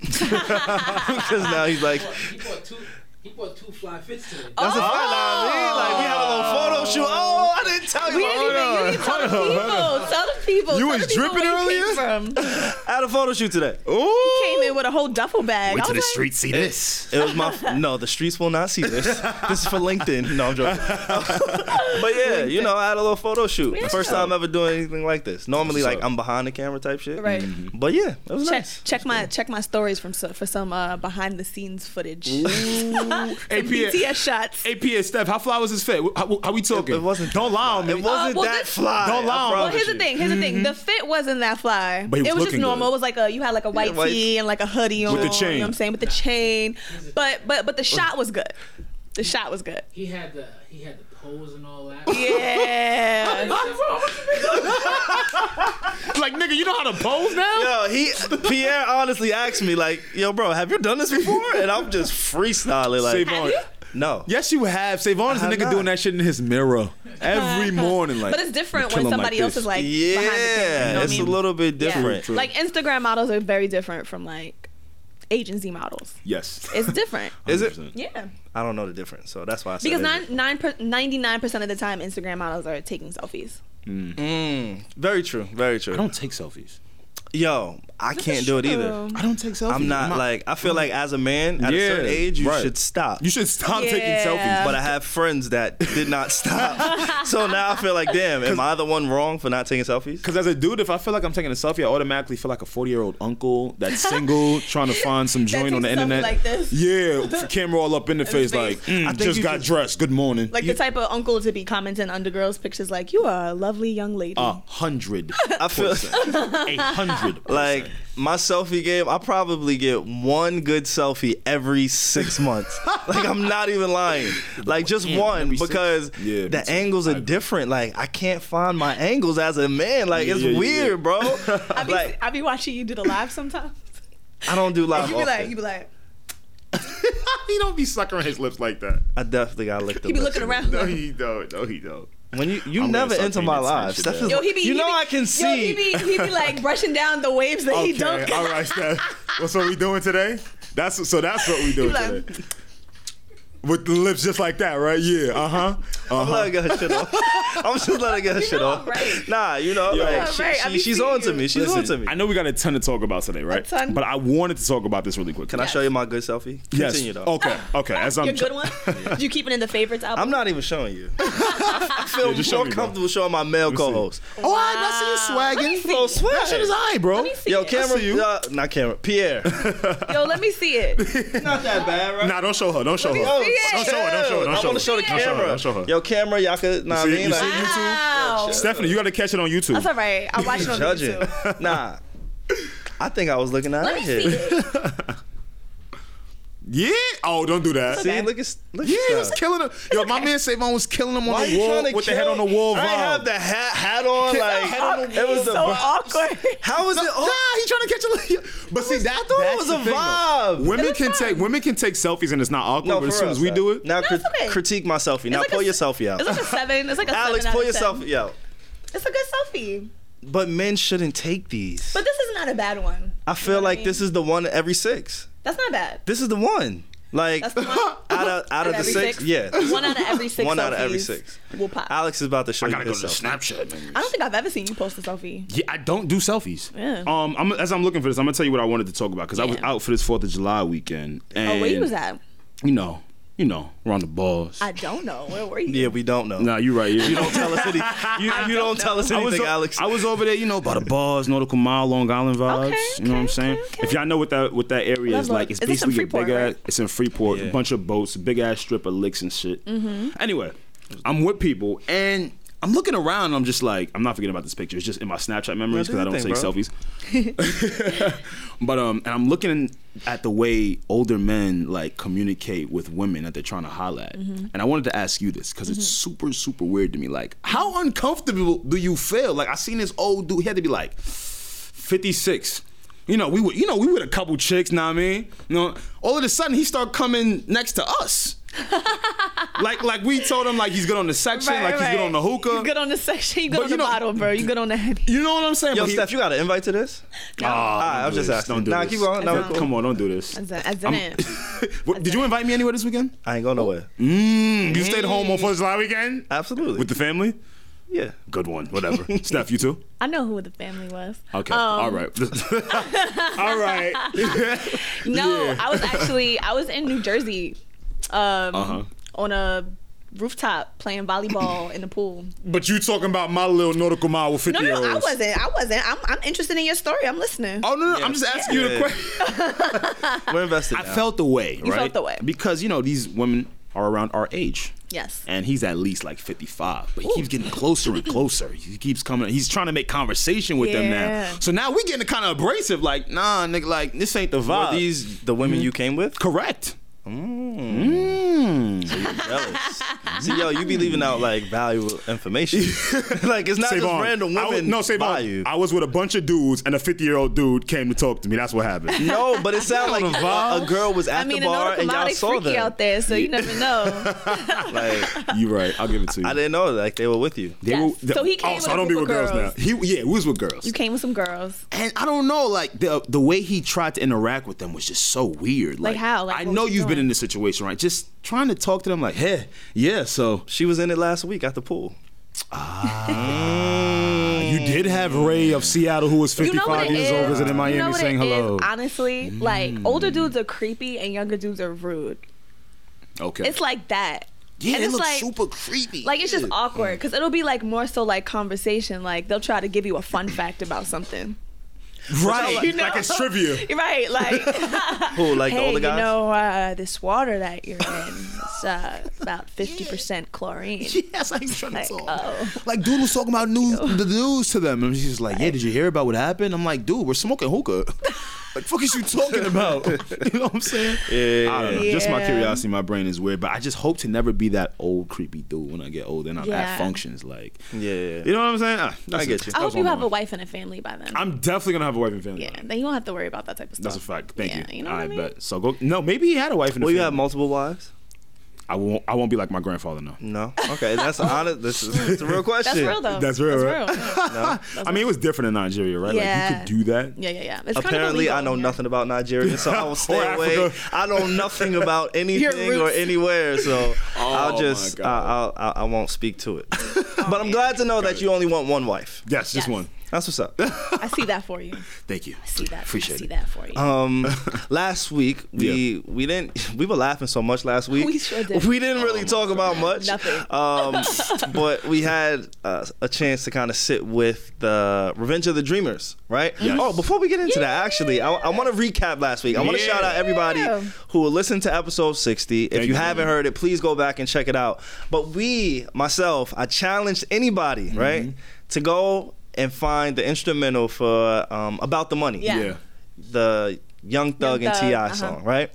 Speaker 1: Because now he's like, that's
Speaker 4: He bought two. He bought two fly fits today.
Speaker 1: a fine line. Like we had a little photo shoot. Oh, I didn't tell you.
Speaker 3: We didn't even. You didn't tell the people. Tell the people.
Speaker 2: You
Speaker 3: Tell
Speaker 2: was
Speaker 3: the people
Speaker 2: dripping
Speaker 3: where you Came, from.
Speaker 1: I had a photo shoot today.
Speaker 2: Ooh.
Speaker 3: came in with a whole duffel bag. I was like,
Speaker 2: see this.
Speaker 1: It was my no. The streets will not see this. This is for LinkedIn. No, I'm joking. but yeah, you know, I had a little photo shoot.
Speaker 3: Yeah.
Speaker 1: First time ever doing anything like this. Normally,
Speaker 2: That's
Speaker 1: like
Speaker 2: what's up.
Speaker 1: I'm behind the camera type shit. Mm-hmm.
Speaker 3: Right.
Speaker 1: But yeah, it was
Speaker 3: Check,
Speaker 1: nice.
Speaker 3: check my check my stories from so- for some uh, behind the scenes footage.
Speaker 2: Hey, Pierre.
Speaker 3: BTS shots.
Speaker 2: Hey, Pierre, Steph, how fly was his fit? How, how we talking?
Speaker 1: It- it wasn't
Speaker 2: Don't lie on me.
Speaker 1: It wasn't
Speaker 3: well,
Speaker 1: that
Speaker 3: this-
Speaker 1: fly.
Speaker 2: Uh, Don't lie.
Speaker 1: I
Speaker 2: Well,
Speaker 3: Well,
Speaker 1: promise
Speaker 3: here's the
Speaker 1: you.
Speaker 3: thing. Here's the thing. The fit wasn't that fly.
Speaker 2: But he
Speaker 3: it
Speaker 2: was
Speaker 3: was just
Speaker 2: looking
Speaker 3: normal.
Speaker 2: good.
Speaker 3: It was like a you had like a white
Speaker 1: white-
Speaker 3: tee and like a hoodie on.
Speaker 2: the
Speaker 3: You know
Speaker 2: chain.
Speaker 3: what I'm saying with the chain, but but but the shot was good. The shot was good.
Speaker 4: He had the he had the pose and all that.
Speaker 3: Yeah.
Speaker 2: like, nigga, you know how to pose now?
Speaker 1: Yo, he Pierre honestly asked me like, "Yo, bro, have you done this before?" And I'm just freestyling like,
Speaker 2: Savon.
Speaker 1: "No."
Speaker 2: Yes, you have. Savon is a
Speaker 1: I have
Speaker 2: nigga
Speaker 1: not.
Speaker 2: doing that shit in his mirror every morning. Like,
Speaker 3: but it's different
Speaker 2: kill
Speaker 3: when
Speaker 2: him like
Speaker 3: somebody else
Speaker 2: this.
Speaker 3: is like
Speaker 1: Yeah,
Speaker 3: behind the camera. You know what I
Speaker 1: it's
Speaker 3: mean?
Speaker 1: a little bit different.
Speaker 2: True.
Speaker 3: Like Instagram models are very different from like agency models.
Speaker 2: yes.
Speaker 3: It's different.
Speaker 1: Is it?
Speaker 2: 100%.
Speaker 3: yeah.
Speaker 1: I don't know the difference, so that's why I said
Speaker 3: Because
Speaker 1: it.
Speaker 3: nine, nine per, 99% of the time, Instagram models are taking selfies.
Speaker 1: Mm, very true, very true.
Speaker 2: I don't take selfies.
Speaker 1: Yo, I can't do it either.
Speaker 2: I don't take selfies.
Speaker 1: I'm not like I feel like as a man at a
Speaker 2: Yeah,
Speaker 1: certain age you
Speaker 2: right.
Speaker 1: should stop.
Speaker 2: You should stop taking
Speaker 3: Yeah.
Speaker 2: selfies.
Speaker 1: but I have friends that did not stop. so now I feel like, damn, am I the one wrong for not taking selfies?
Speaker 2: Because as a dude, if I feel like I'm taking a selfie, I automatically feel like a 40 year old uncle that's single, trying to find some joint on the
Speaker 3: takes selfie
Speaker 2: internet.
Speaker 3: like this.
Speaker 2: Yeah, f- camera all up in the face,
Speaker 3: face.
Speaker 2: like, mm,
Speaker 1: I think
Speaker 2: just
Speaker 1: you
Speaker 2: got
Speaker 1: just-
Speaker 2: dressed. Good morning.
Speaker 3: Like the type of uncle to be commenting under girls' pictures, like, you are a lovely young lady.
Speaker 1: Oh.
Speaker 2: a hundred.
Speaker 1: I feel
Speaker 2: a hundred.
Speaker 1: like my selfie game, I probably get one good selfie every six months. like I'm not even lying. Like just
Speaker 2: Damn,
Speaker 1: one
Speaker 2: every six-
Speaker 1: because
Speaker 2: Yeah, me
Speaker 1: the
Speaker 2: too.
Speaker 1: angles
Speaker 2: I
Speaker 1: are
Speaker 2: agree.
Speaker 1: different. Like I can't find my angles as a man. Like it's
Speaker 2: Yeah, yeah, yeah.
Speaker 1: weird, bro.
Speaker 3: I, be,
Speaker 1: like
Speaker 3: I be watching you do the live sometimes.
Speaker 1: I don't do live.
Speaker 3: you be like,
Speaker 1: often.
Speaker 3: you be like,
Speaker 2: he don't be suckering his lips like that.
Speaker 1: I definitely gotta lick the.
Speaker 3: you be
Speaker 1: lips.
Speaker 3: looking around. like,
Speaker 2: he don't. No, he don't.
Speaker 1: When you you
Speaker 2: I'm gonna
Speaker 1: never
Speaker 2: start
Speaker 1: enter
Speaker 2: paying
Speaker 1: my
Speaker 2: attention
Speaker 1: life.
Speaker 2: to
Speaker 1: Steph
Speaker 2: that.
Speaker 1: is,
Speaker 3: yo, he be,
Speaker 1: you
Speaker 3: he
Speaker 1: know
Speaker 3: be,
Speaker 1: I can
Speaker 3: Yo,
Speaker 1: see.
Speaker 3: he be, he be like brushing down the waves that he dunked.
Speaker 2: all right, Steph. What's what we doing today? That's so. That's what we doing
Speaker 3: like-
Speaker 2: today. With the lips just like that, right? Yeah. Uh huh. Uh
Speaker 1: I'm
Speaker 2: huh.
Speaker 1: letting her get her shit off. I'm just letting her get her shit
Speaker 3: know
Speaker 1: off.
Speaker 3: I'm right.
Speaker 1: Nah, you know, like,
Speaker 3: I'm
Speaker 1: she,
Speaker 3: right. I
Speaker 1: she-
Speaker 3: be
Speaker 1: she's
Speaker 3: seeing
Speaker 1: on to
Speaker 3: you.
Speaker 1: me. She's on to me.
Speaker 2: I know we got a ton to talk about today, right?
Speaker 3: ton.
Speaker 2: But I wanted to talk about this really quick.
Speaker 1: Can I show you my good selfie?
Speaker 2: Yes.
Speaker 1: Continue
Speaker 3: Oh,
Speaker 1: though.
Speaker 2: Okay. Okay. As I'm
Speaker 3: Your good one? Did you keep it in the favorites album?
Speaker 1: I'm not even showing you. I feel
Speaker 2: Yeah, just show
Speaker 1: more
Speaker 2: me, bro.
Speaker 1: comfortable showing my male
Speaker 2: see.
Speaker 1: co-host.
Speaker 2: Oh, I, I see you
Speaker 3: Let me
Speaker 2: swagging.
Speaker 3: see.
Speaker 2: Swag. That shit is high, bro.
Speaker 3: Let me see
Speaker 1: Yo,
Speaker 3: it.
Speaker 1: camera,
Speaker 2: see you.
Speaker 1: uh, not camera, Pierre.
Speaker 3: Yo, let me see it.
Speaker 1: not that bad, right?
Speaker 2: Nah, don't show her. Don't show
Speaker 1: Yo,
Speaker 2: her. Don't show her, don't show her,
Speaker 1: I
Speaker 2: don't show
Speaker 1: want
Speaker 2: her.
Speaker 1: to show the
Speaker 2: Don't show her,
Speaker 1: camera.
Speaker 2: don't show her.
Speaker 1: Yo, camera, y'all could. Nah,
Speaker 2: see-
Speaker 1: I mean,
Speaker 2: you
Speaker 1: like,
Speaker 2: see you
Speaker 3: Wow.
Speaker 2: Stephanie, you gotta catch it on YouTube.
Speaker 3: That's all right. I watched it on
Speaker 1: judging.
Speaker 3: YouTube.
Speaker 1: Nah, I think I was looking at her
Speaker 3: Let me
Speaker 1: here.
Speaker 3: see it.
Speaker 2: Yeah. Oh, don't do that.
Speaker 1: See,
Speaker 3: Okay.
Speaker 1: look at look
Speaker 2: Yeah, he
Speaker 1: at
Speaker 2: was
Speaker 1: stuff.
Speaker 2: killing him. Yo, my man Savon was killing him on
Speaker 1: Why
Speaker 2: the
Speaker 1: you
Speaker 2: wall
Speaker 1: trying to
Speaker 2: with the
Speaker 1: kill
Speaker 2: head on the wall.
Speaker 1: I didn't
Speaker 2: vibe.
Speaker 1: have the hat hat on. Like
Speaker 2: head on the
Speaker 1: it was
Speaker 2: wall.
Speaker 1: the
Speaker 3: so
Speaker 1: vibe.
Speaker 3: awkward.
Speaker 1: How was it?
Speaker 2: Nah,
Speaker 1: Oh,
Speaker 2: he trying to catch a. li- But see, that
Speaker 1: thought it
Speaker 2: that's
Speaker 1: was
Speaker 2: the
Speaker 1: a
Speaker 2: thing, though.
Speaker 1: vibe.
Speaker 2: Women can take women can take selfies and it's not awkward.
Speaker 1: no, for
Speaker 2: but as soon
Speaker 1: real,
Speaker 2: as we
Speaker 1: son.
Speaker 2: do it,
Speaker 1: now crit-
Speaker 3: it's okay.
Speaker 1: critique my selfie. Now
Speaker 3: like
Speaker 1: pull
Speaker 3: a-
Speaker 1: your selfie out.
Speaker 3: It's like a seven. It's like a
Speaker 1: Alex,
Speaker 3: seven
Speaker 1: pull
Speaker 3: out of 10.
Speaker 1: yourself. Yo,
Speaker 3: It's a good selfie.
Speaker 1: but men shouldn't take these.
Speaker 3: But this is not a bad one.
Speaker 1: I
Speaker 3: You
Speaker 1: feel
Speaker 3: know what
Speaker 1: like
Speaker 3: I
Speaker 1: this
Speaker 3: mean?
Speaker 1: is the one every six.
Speaker 3: That's not bad.
Speaker 1: This is the one. Like
Speaker 3: That's the one.
Speaker 1: out of out of the
Speaker 3: every
Speaker 1: six, yeah.
Speaker 3: One out of every six.
Speaker 1: One out of every
Speaker 3: selfies
Speaker 1: six.
Speaker 3: Will pop. I
Speaker 1: Alex is about to show you his selfie.
Speaker 2: Snapchat. Man.
Speaker 3: don't think I've ever seen you post a selfie.
Speaker 2: Yeah, I don't do selfies.
Speaker 3: Yeah.
Speaker 2: Um, I'm, as I'm looking for this, I'm gonna tell you what I wanted to talk about because I was
Speaker 3: Yeah.
Speaker 2: out for this Fourth of July weekend. And,
Speaker 3: Oh, where you was at?
Speaker 2: You know, you know, around the balls.
Speaker 3: I don't know. Where were you?
Speaker 1: Yeah, we don't know.
Speaker 2: nah, you right. Yeah. You
Speaker 1: You don't tell us any. You, you don't tell us
Speaker 2: I was,
Speaker 1: anything,
Speaker 2: o-
Speaker 1: Alex.
Speaker 2: I was over there, you know, by the bars, Nautical Mile, Long Island vibes.
Speaker 3: Okay,
Speaker 2: you know what I'm
Speaker 3: okay,
Speaker 2: saying?
Speaker 3: okay,
Speaker 2: If y'all know what that what that area
Speaker 3: Love
Speaker 2: is
Speaker 3: Long-
Speaker 2: like, it's
Speaker 3: is this in
Speaker 2: basically a
Speaker 3: Freeport,
Speaker 2: big
Speaker 3: right?
Speaker 2: ass. It's in Freeport,
Speaker 1: Yeah.
Speaker 2: a bunch of boats, a big ass strip of licks and shit. Anyway, I'm with people and I'm looking around and I'm just like, I'm not forgetting about this picture. It's just in my Snapchat memories
Speaker 1: do
Speaker 2: because I
Speaker 1: your
Speaker 2: don't
Speaker 1: thing,
Speaker 2: take
Speaker 1: bro.
Speaker 2: selfies. but um, and I'm looking at the way older men like communicate with women that they're trying to holla at. And I wanted to ask you this because it's super super weird to me. Like, how uncomfortable do you feel? Like, I seen this old dude. He had to be like 56. You know, we would, you know, we with a couple chicks. Know what I mean? You know, all of a sudden he start coming next to us. like, like we told him like he's good on the section,
Speaker 3: Right,
Speaker 2: like he's good
Speaker 3: right.
Speaker 2: on the hookah.
Speaker 3: You good on the section. You good
Speaker 2: But
Speaker 3: on
Speaker 2: you
Speaker 3: the
Speaker 2: know-
Speaker 3: bottle, bro. You good on the heavy.
Speaker 2: You know what I'm saying?
Speaker 1: Yo,
Speaker 2: But he-
Speaker 1: Steph, you got an invite to this?
Speaker 3: No.
Speaker 2: Ah,
Speaker 1: Alright,
Speaker 2: don't
Speaker 1: I was
Speaker 2: do
Speaker 1: just
Speaker 2: this.
Speaker 1: asking.
Speaker 2: Don't do
Speaker 1: Nah,
Speaker 2: this.
Speaker 1: keep going.
Speaker 3: Nah,
Speaker 2: Don't-
Speaker 3: cool.
Speaker 2: Come on, don't do this.
Speaker 3: As in- as in
Speaker 2: I'm-
Speaker 3: it.
Speaker 2: What- Did you invite me anywhere this weekend?
Speaker 1: I ain't going nowhere.
Speaker 2: Mm, you stayed home on Fourth of July weekend
Speaker 1: Absolutely.
Speaker 2: with the family.
Speaker 1: yeah.
Speaker 2: Good one. Whatever. Steph, you too.
Speaker 3: I know who the family was.
Speaker 2: Okay.
Speaker 3: Um,
Speaker 2: All right. All right.
Speaker 3: No,
Speaker 2: Yeah.
Speaker 3: I was actually I was in New Jersey, um,
Speaker 2: Uh-huh.
Speaker 3: on a rooftop playing volleyball in the pool.
Speaker 2: But you talking about my little nautical mile with
Speaker 3: No,
Speaker 2: 50
Speaker 3: no,
Speaker 2: year
Speaker 3: no, I
Speaker 2: olds?
Speaker 3: wasn't. I wasn't. I'm, I'm interested in your story. I'm listening.
Speaker 2: Oh no, no. I'm just asking you the
Speaker 1: Yeah.
Speaker 2: question.
Speaker 1: We're invested.
Speaker 2: I
Speaker 1: now.
Speaker 2: felt the way.
Speaker 3: You
Speaker 2: right?
Speaker 3: felt the way.
Speaker 2: because you know these women are around our age.
Speaker 3: Yes.
Speaker 2: and he's at least like 55 but he keeps getting closer and closer he keeps coming he's trying to make conversation with them
Speaker 3: Yeah.
Speaker 2: now so now we getting kind of abrasive like nah nigga like this ain't the vibe Mm-hmm.
Speaker 1: Were these the women you came with?
Speaker 2: correct
Speaker 1: Jealous. See, yo, you be leaving out like valuable information. like it's not just
Speaker 2: Savon,
Speaker 1: random
Speaker 2: I was-
Speaker 1: women.
Speaker 2: no, Savon,
Speaker 1: value.
Speaker 2: I was with a bunch of dudes, and a fifty-year-old dude came to talk to me. That's what happened.
Speaker 1: No, but it sounded like a, a girl was at
Speaker 3: I mean,
Speaker 1: the bar
Speaker 3: another
Speaker 1: and y'all
Speaker 3: commodity
Speaker 1: saw
Speaker 3: freaky
Speaker 1: them.
Speaker 3: out there, so you never know.
Speaker 1: Like
Speaker 2: you right. I'll give it to you.
Speaker 1: I didn't know like they were with you.
Speaker 2: They
Speaker 3: Yes. So he came
Speaker 2: oh,
Speaker 3: with
Speaker 2: so
Speaker 3: a
Speaker 2: I don't be
Speaker 3: group
Speaker 2: with
Speaker 3: of
Speaker 2: girls,
Speaker 3: girls.
Speaker 2: now. He, yeah, we was with girls.
Speaker 3: you came with some girls.
Speaker 2: and I don't know, like the the way he tried to interact with them was just so weird.
Speaker 3: Like how? Like
Speaker 2: I
Speaker 3: what
Speaker 2: know
Speaker 3: was he
Speaker 2: you've been
Speaker 3: doing?
Speaker 2: in this situation, right? Just trying to talk to them, like, hey, yeah. So
Speaker 1: She was in it last week at the pool.
Speaker 2: you did have Ray of Seattle, who was
Speaker 3: You know what it is?
Speaker 2: visiting
Speaker 3: you know what it is? Honestly, like older dudes are creepy and younger dudes are rude.
Speaker 2: Okay,
Speaker 3: It's like that.
Speaker 2: yeah,
Speaker 3: and
Speaker 2: it
Speaker 3: it's
Speaker 2: looks
Speaker 3: like-
Speaker 2: super creepy.
Speaker 3: Like it's just awkward because it'll be like more so like conversation. Like they'll try to give you a fun fact about something.
Speaker 2: right,
Speaker 3: you know?
Speaker 2: like it's trivia.
Speaker 3: Right, like
Speaker 1: Who like the
Speaker 3: hey,
Speaker 1: older
Speaker 3: you
Speaker 1: guys?
Speaker 3: know, uh, this water that you're in is uh, about 50% chlorine.
Speaker 2: Yeah, that's how he's trying to
Speaker 3: Like,
Speaker 2: talk.
Speaker 3: oh.
Speaker 2: Like, dude was talking about news, the news to them, and she's just like, "Yeah, did you hear about what happened?" I'm like, "Dude, we're smoking hookah. like, fuck is you talking about? you know what I'm saying?"
Speaker 1: Yeah.
Speaker 2: I don't know. Just my
Speaker 3: Yeah.
Speaker 2: curiosity, my brain is weird, but I just hope to never be that old creepy dude when I get older and I'm at
Speaker 3: Yeah.
Speaker 2: functions. Like,
Speaker 1: Yeah.
Speaker 2: you know what I'm saying? Ah, that's
Speaker 1: get you.
Speaker 2: it. That's
Speaker 3: I hope
Speaker 2: all
Speaker 3: you
Speaker 2: I'm
Speaker 3: have a
Speaker 2: on.
Speaker 3: wife and a family by then.
Speaker 2: I'm definitely gonna have a wife and family.
Speaker 3: yeah, then you won't have to worry about that type of stuff.
Speaker 2: That's a fact. Thank
Speaker 3: Yeah,
Speaker 2: you.
Speaker 3: you know
Speaker 2: I
Speaker 3: what I mean?
Speaker 2: bet. So go. No, maybe he had a wife and
Speaker 1: Will
Speaker 2: a
Speaker 1: you
Speaker 2: family.
Speaker 1: have multiple wives?
Speaker 2: I won't. I won't be like my grandfather. No.
Speaker 1: No. Okay, that's honest. This is it's a real question.
Speaker 3: That's real though.
Speaker 2: That's real, right?
Speaker 3: That's real.
Speaker 2: I mean, it was different in Nigeria, right?
Speaker 3: Yeah.
Speaker 2: Like you could do that.
Speaker 3: yeah, yeah, yeah. It's
Speaker 1: Apparently,
Speaker 3: kind
Speaker 1: I
Speaker 3: of
Speaker 1: know nothing about Nigeria, so I will
Speaker 2: Or
Speaker 1: stay
Speaker 2: Africa.
Speaker 1: away. I know nothing about anything or
Speaker 3: roots.
Speaker 1: anywhere, so I'll
Speaker 2: Oh my
Speaker 1: just I, I'll,
Speaker 2: God.
Speaker 1: I, I won't speak to it. but I'm glad to know that you only want one wife.
Speaker 2: Yes, just
Speaker 3: Yes.
Speaker 2: one.
Speaker 1: That's what's up.
Speaker 3: I see that for you.
Speaker 2: Thank you.
Speaker 3: I see that.
Speaker 2: Appreciate
Speaker 3: I see
Speaker 2: it.
Speaker 3: that for you.
Speaker 1: Um, last week we we didn't we were laughing so much last week.
Speaker 3: We sure did.
Speaker 1: We didn't
Speaker 2: Oh
Speaker 1: really talk about much.
Speaker 3: Nothing.
Speaker 1: Um, but we had uh, a chance to kind of sit with the Revenge of the Dreamers, right?
Speaker 2: Yes.
Speaker 1: Oh, before we get into that, actually, I, I want to recap last week. I want to
Speaker 2: Yeah.
Speaker 1: shout out everybody
Speaker 3: Yeah.
Speaker 1: who will listen to episode sixty. If
Speaker 2: Thank
Speaker 1: you
Speaker 2: you.
Speaker 1: haven't heard it, please go back and check it out. But we, myself, I challenged anybody, right,
Speaker 2: Mm-hmm.
Speaker 1: to go and find the instrumental for um, about the money
Speaker 3: Yeah.
Speaker 1: the Young Thug
Speaker 3: Young
Speaker 1: and
Speaker 3: Thug,
Speaker 1: Ti
Speaker 3: uh-huh.
Speaker 1: song, right?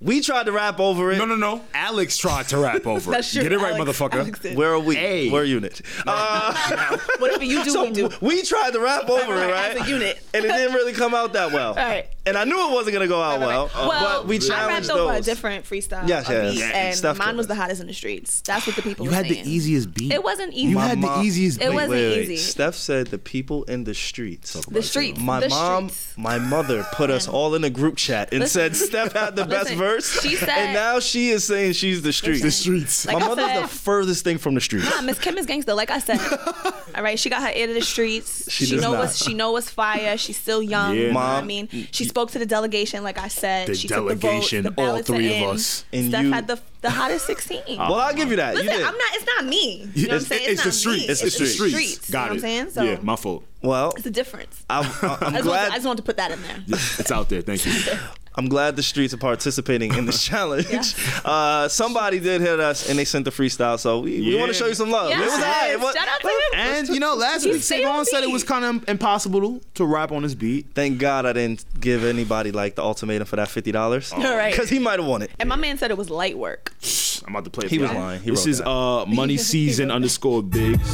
Speaker 1: We tried to rap over it.
Speaker 2: No, no, no. Alex tried to rap over.
Speaker 3: That's true.
Speaker 2: Get it right,
Speaker 3: Alex-
Speaker 2: motherfucker.
Speaker 3: Alex did.
Speaker 1: We're a week.
Speaker 2: Hey.
Speaker 1: We're a unit. Uh,
Speaker 3: Whatever you do,
Speaker 1: so
Speaker 3: we do.
Speaker 1: w- we tried to rap over
Speaker 3: right,
Speaker 1: it,
Speaker 3: right,
Speaker 1: right?
Speaker 3: as a unit.
Speaker 1: and it didn't really come out that well.
Speaker 3: Right.
Speaker 1: And I knew it wasn't gonna go out well, uh,
Speaker 3: well,
Speaker 1: but we
Speaker 3: I
Speaker 1: challenged
Speaker 3: rapped over a
Speaker 1: those.
Speaker 3: different freestyle.
Speaker 1: Yes,
Speaker 3: of
Speaker 1: yes.
Speaker 3: these,
Speaker 1: Yeah,
Speaker 3: And
Speaker 1: Steph
Speaker 3: mine
Speaker 1: killed
Speaker 3: was the
Speaker 1: it.
Speaker 3: hottest in the streets. That's what the people
Speaker 2: You
Speaker 3: were
Speaker 2: had the
Speaker 3: saying.
Speaker 2: easiest beat.
Speaker 3: It wasn't easy.
Speaker 2: You
Speaker 1: My
Speaker 2: had the
Speaker 1: mom-
Speaker 2: easiest.
Speaker 3: It
Speaker 2: beat.
Speaker 3: wasn't easy.
Speaker 1: Steph said the people in the streets.
Speaker 3: the streets.
Speaker 1: My
Speaker 3: the
Speaker 1: mom,
Speaker 3: Streets.
Speaker 1: my mother put us all in a group chat and
Speaker 3: Listen.
Speaker 1: said Steph had the best
Speaker 3: Listen,
Speaker 1: verse.
Speaker 3: she said-
Speaker 1: and now she is saying she's the streets.
Speaker 2: The streets.
Speaker 3: Like
Speaker 1: my
Speaker 3: I
Speaker 1: mother's
Speaker 3: said-
Speaker 1: the furthest thing from the streets.
Speaker 3: Nah, Miss Kim is gangster, like I said. All right, she got her ear to the streets.
Speaker 1: She
Speaker 3: She,
Speaker 1: does
Speaker 3: know
Speaker 1: not.
Speaker 3: what's she know what's fire. She's still young.
Speaker 2: Yeah.
Speaker 3: You know what I
Speaker 1: Mom,
Speaker 3: mean? She spoke to the delegation, like I said.
Speaker 2: The
Speaker 3: she
Speaker 2: delegation,
Speaker 3: took the votes, the
Speaker 2: all
Speaker 3: ballots are
Speaker 2: three of
Speaker 3: in.
Speaker 2: us.
Speaker 1: And
Speaker 3: Steph
Speaker 1: you-
Speaker 3: had the The hottest 16.
Speaker 2: Well, I'll give you that.
Speaker 3: Listen,
Speaker 2: you did.
Speaker 3: I'm not. It's not me. You know what I'm
Speaker 2: It's-
Speaker 3: saying?
Speaker 2: it's
Speaker 3: not
Speaker 2: the streets.
Speaker 3: me.
Speaker 2: It's the streets.
Speaker 3: streets.
Speaker 2: Got it.
Speaker 3: you know What I'm saying so.
Speaker 2: Yeah, my fault.
Speaker 1: Well,
Speaker 3: it's a difference.
Speaker 1: I,
Speaker 3: I
Speaker 1: am
Speaker 3: just, wanted,
Speaker 1: glad.
Speaker 3: to- I just wanted to put that in there.
Speaker 2: Yeah, It's out there. Thank you.
Speaker 1: I'm glad the streets are participating in this challenge.
Speaker 3: Yeah.
Speaker 1: Uh, somebody did hit us and they sent the freestyle, so we, we
Speaker 2: Yeah.
Speaker 1: want to show you some love. It was
Speaker 3: Yes.
Speaker 1: alright. It was-
Speaker 3: Shout out to him.
Speaker 2: And you know, last
Speaker 3: He
Speaker 2: week
Speaker 3: stayed
Speaker 2: Savon
Speaker 3: on
Speaker 2: said it
Speaker 3: beat.
Speaker 2: was kind of impossible to rap on his beat.
Speaker 1: Thank God I didn't give anybody like the ultimatum for that fifty dollars.
Speaker 3: All right.
Speaker 1: Because he might have won it.
Speaker 3: And my man said it was light work.
Speaker 2: I'm about to play. it
Speaker 1: He
Speaker 2: for
Speaker 1: was
Speaker 2: y'all.
Speaker 1: lying. He
Speaker 2: this
Speaker 1: wrote
Speaker 2: is
Speaker 1: that.
Speaker 2: uh money season underscore bigs.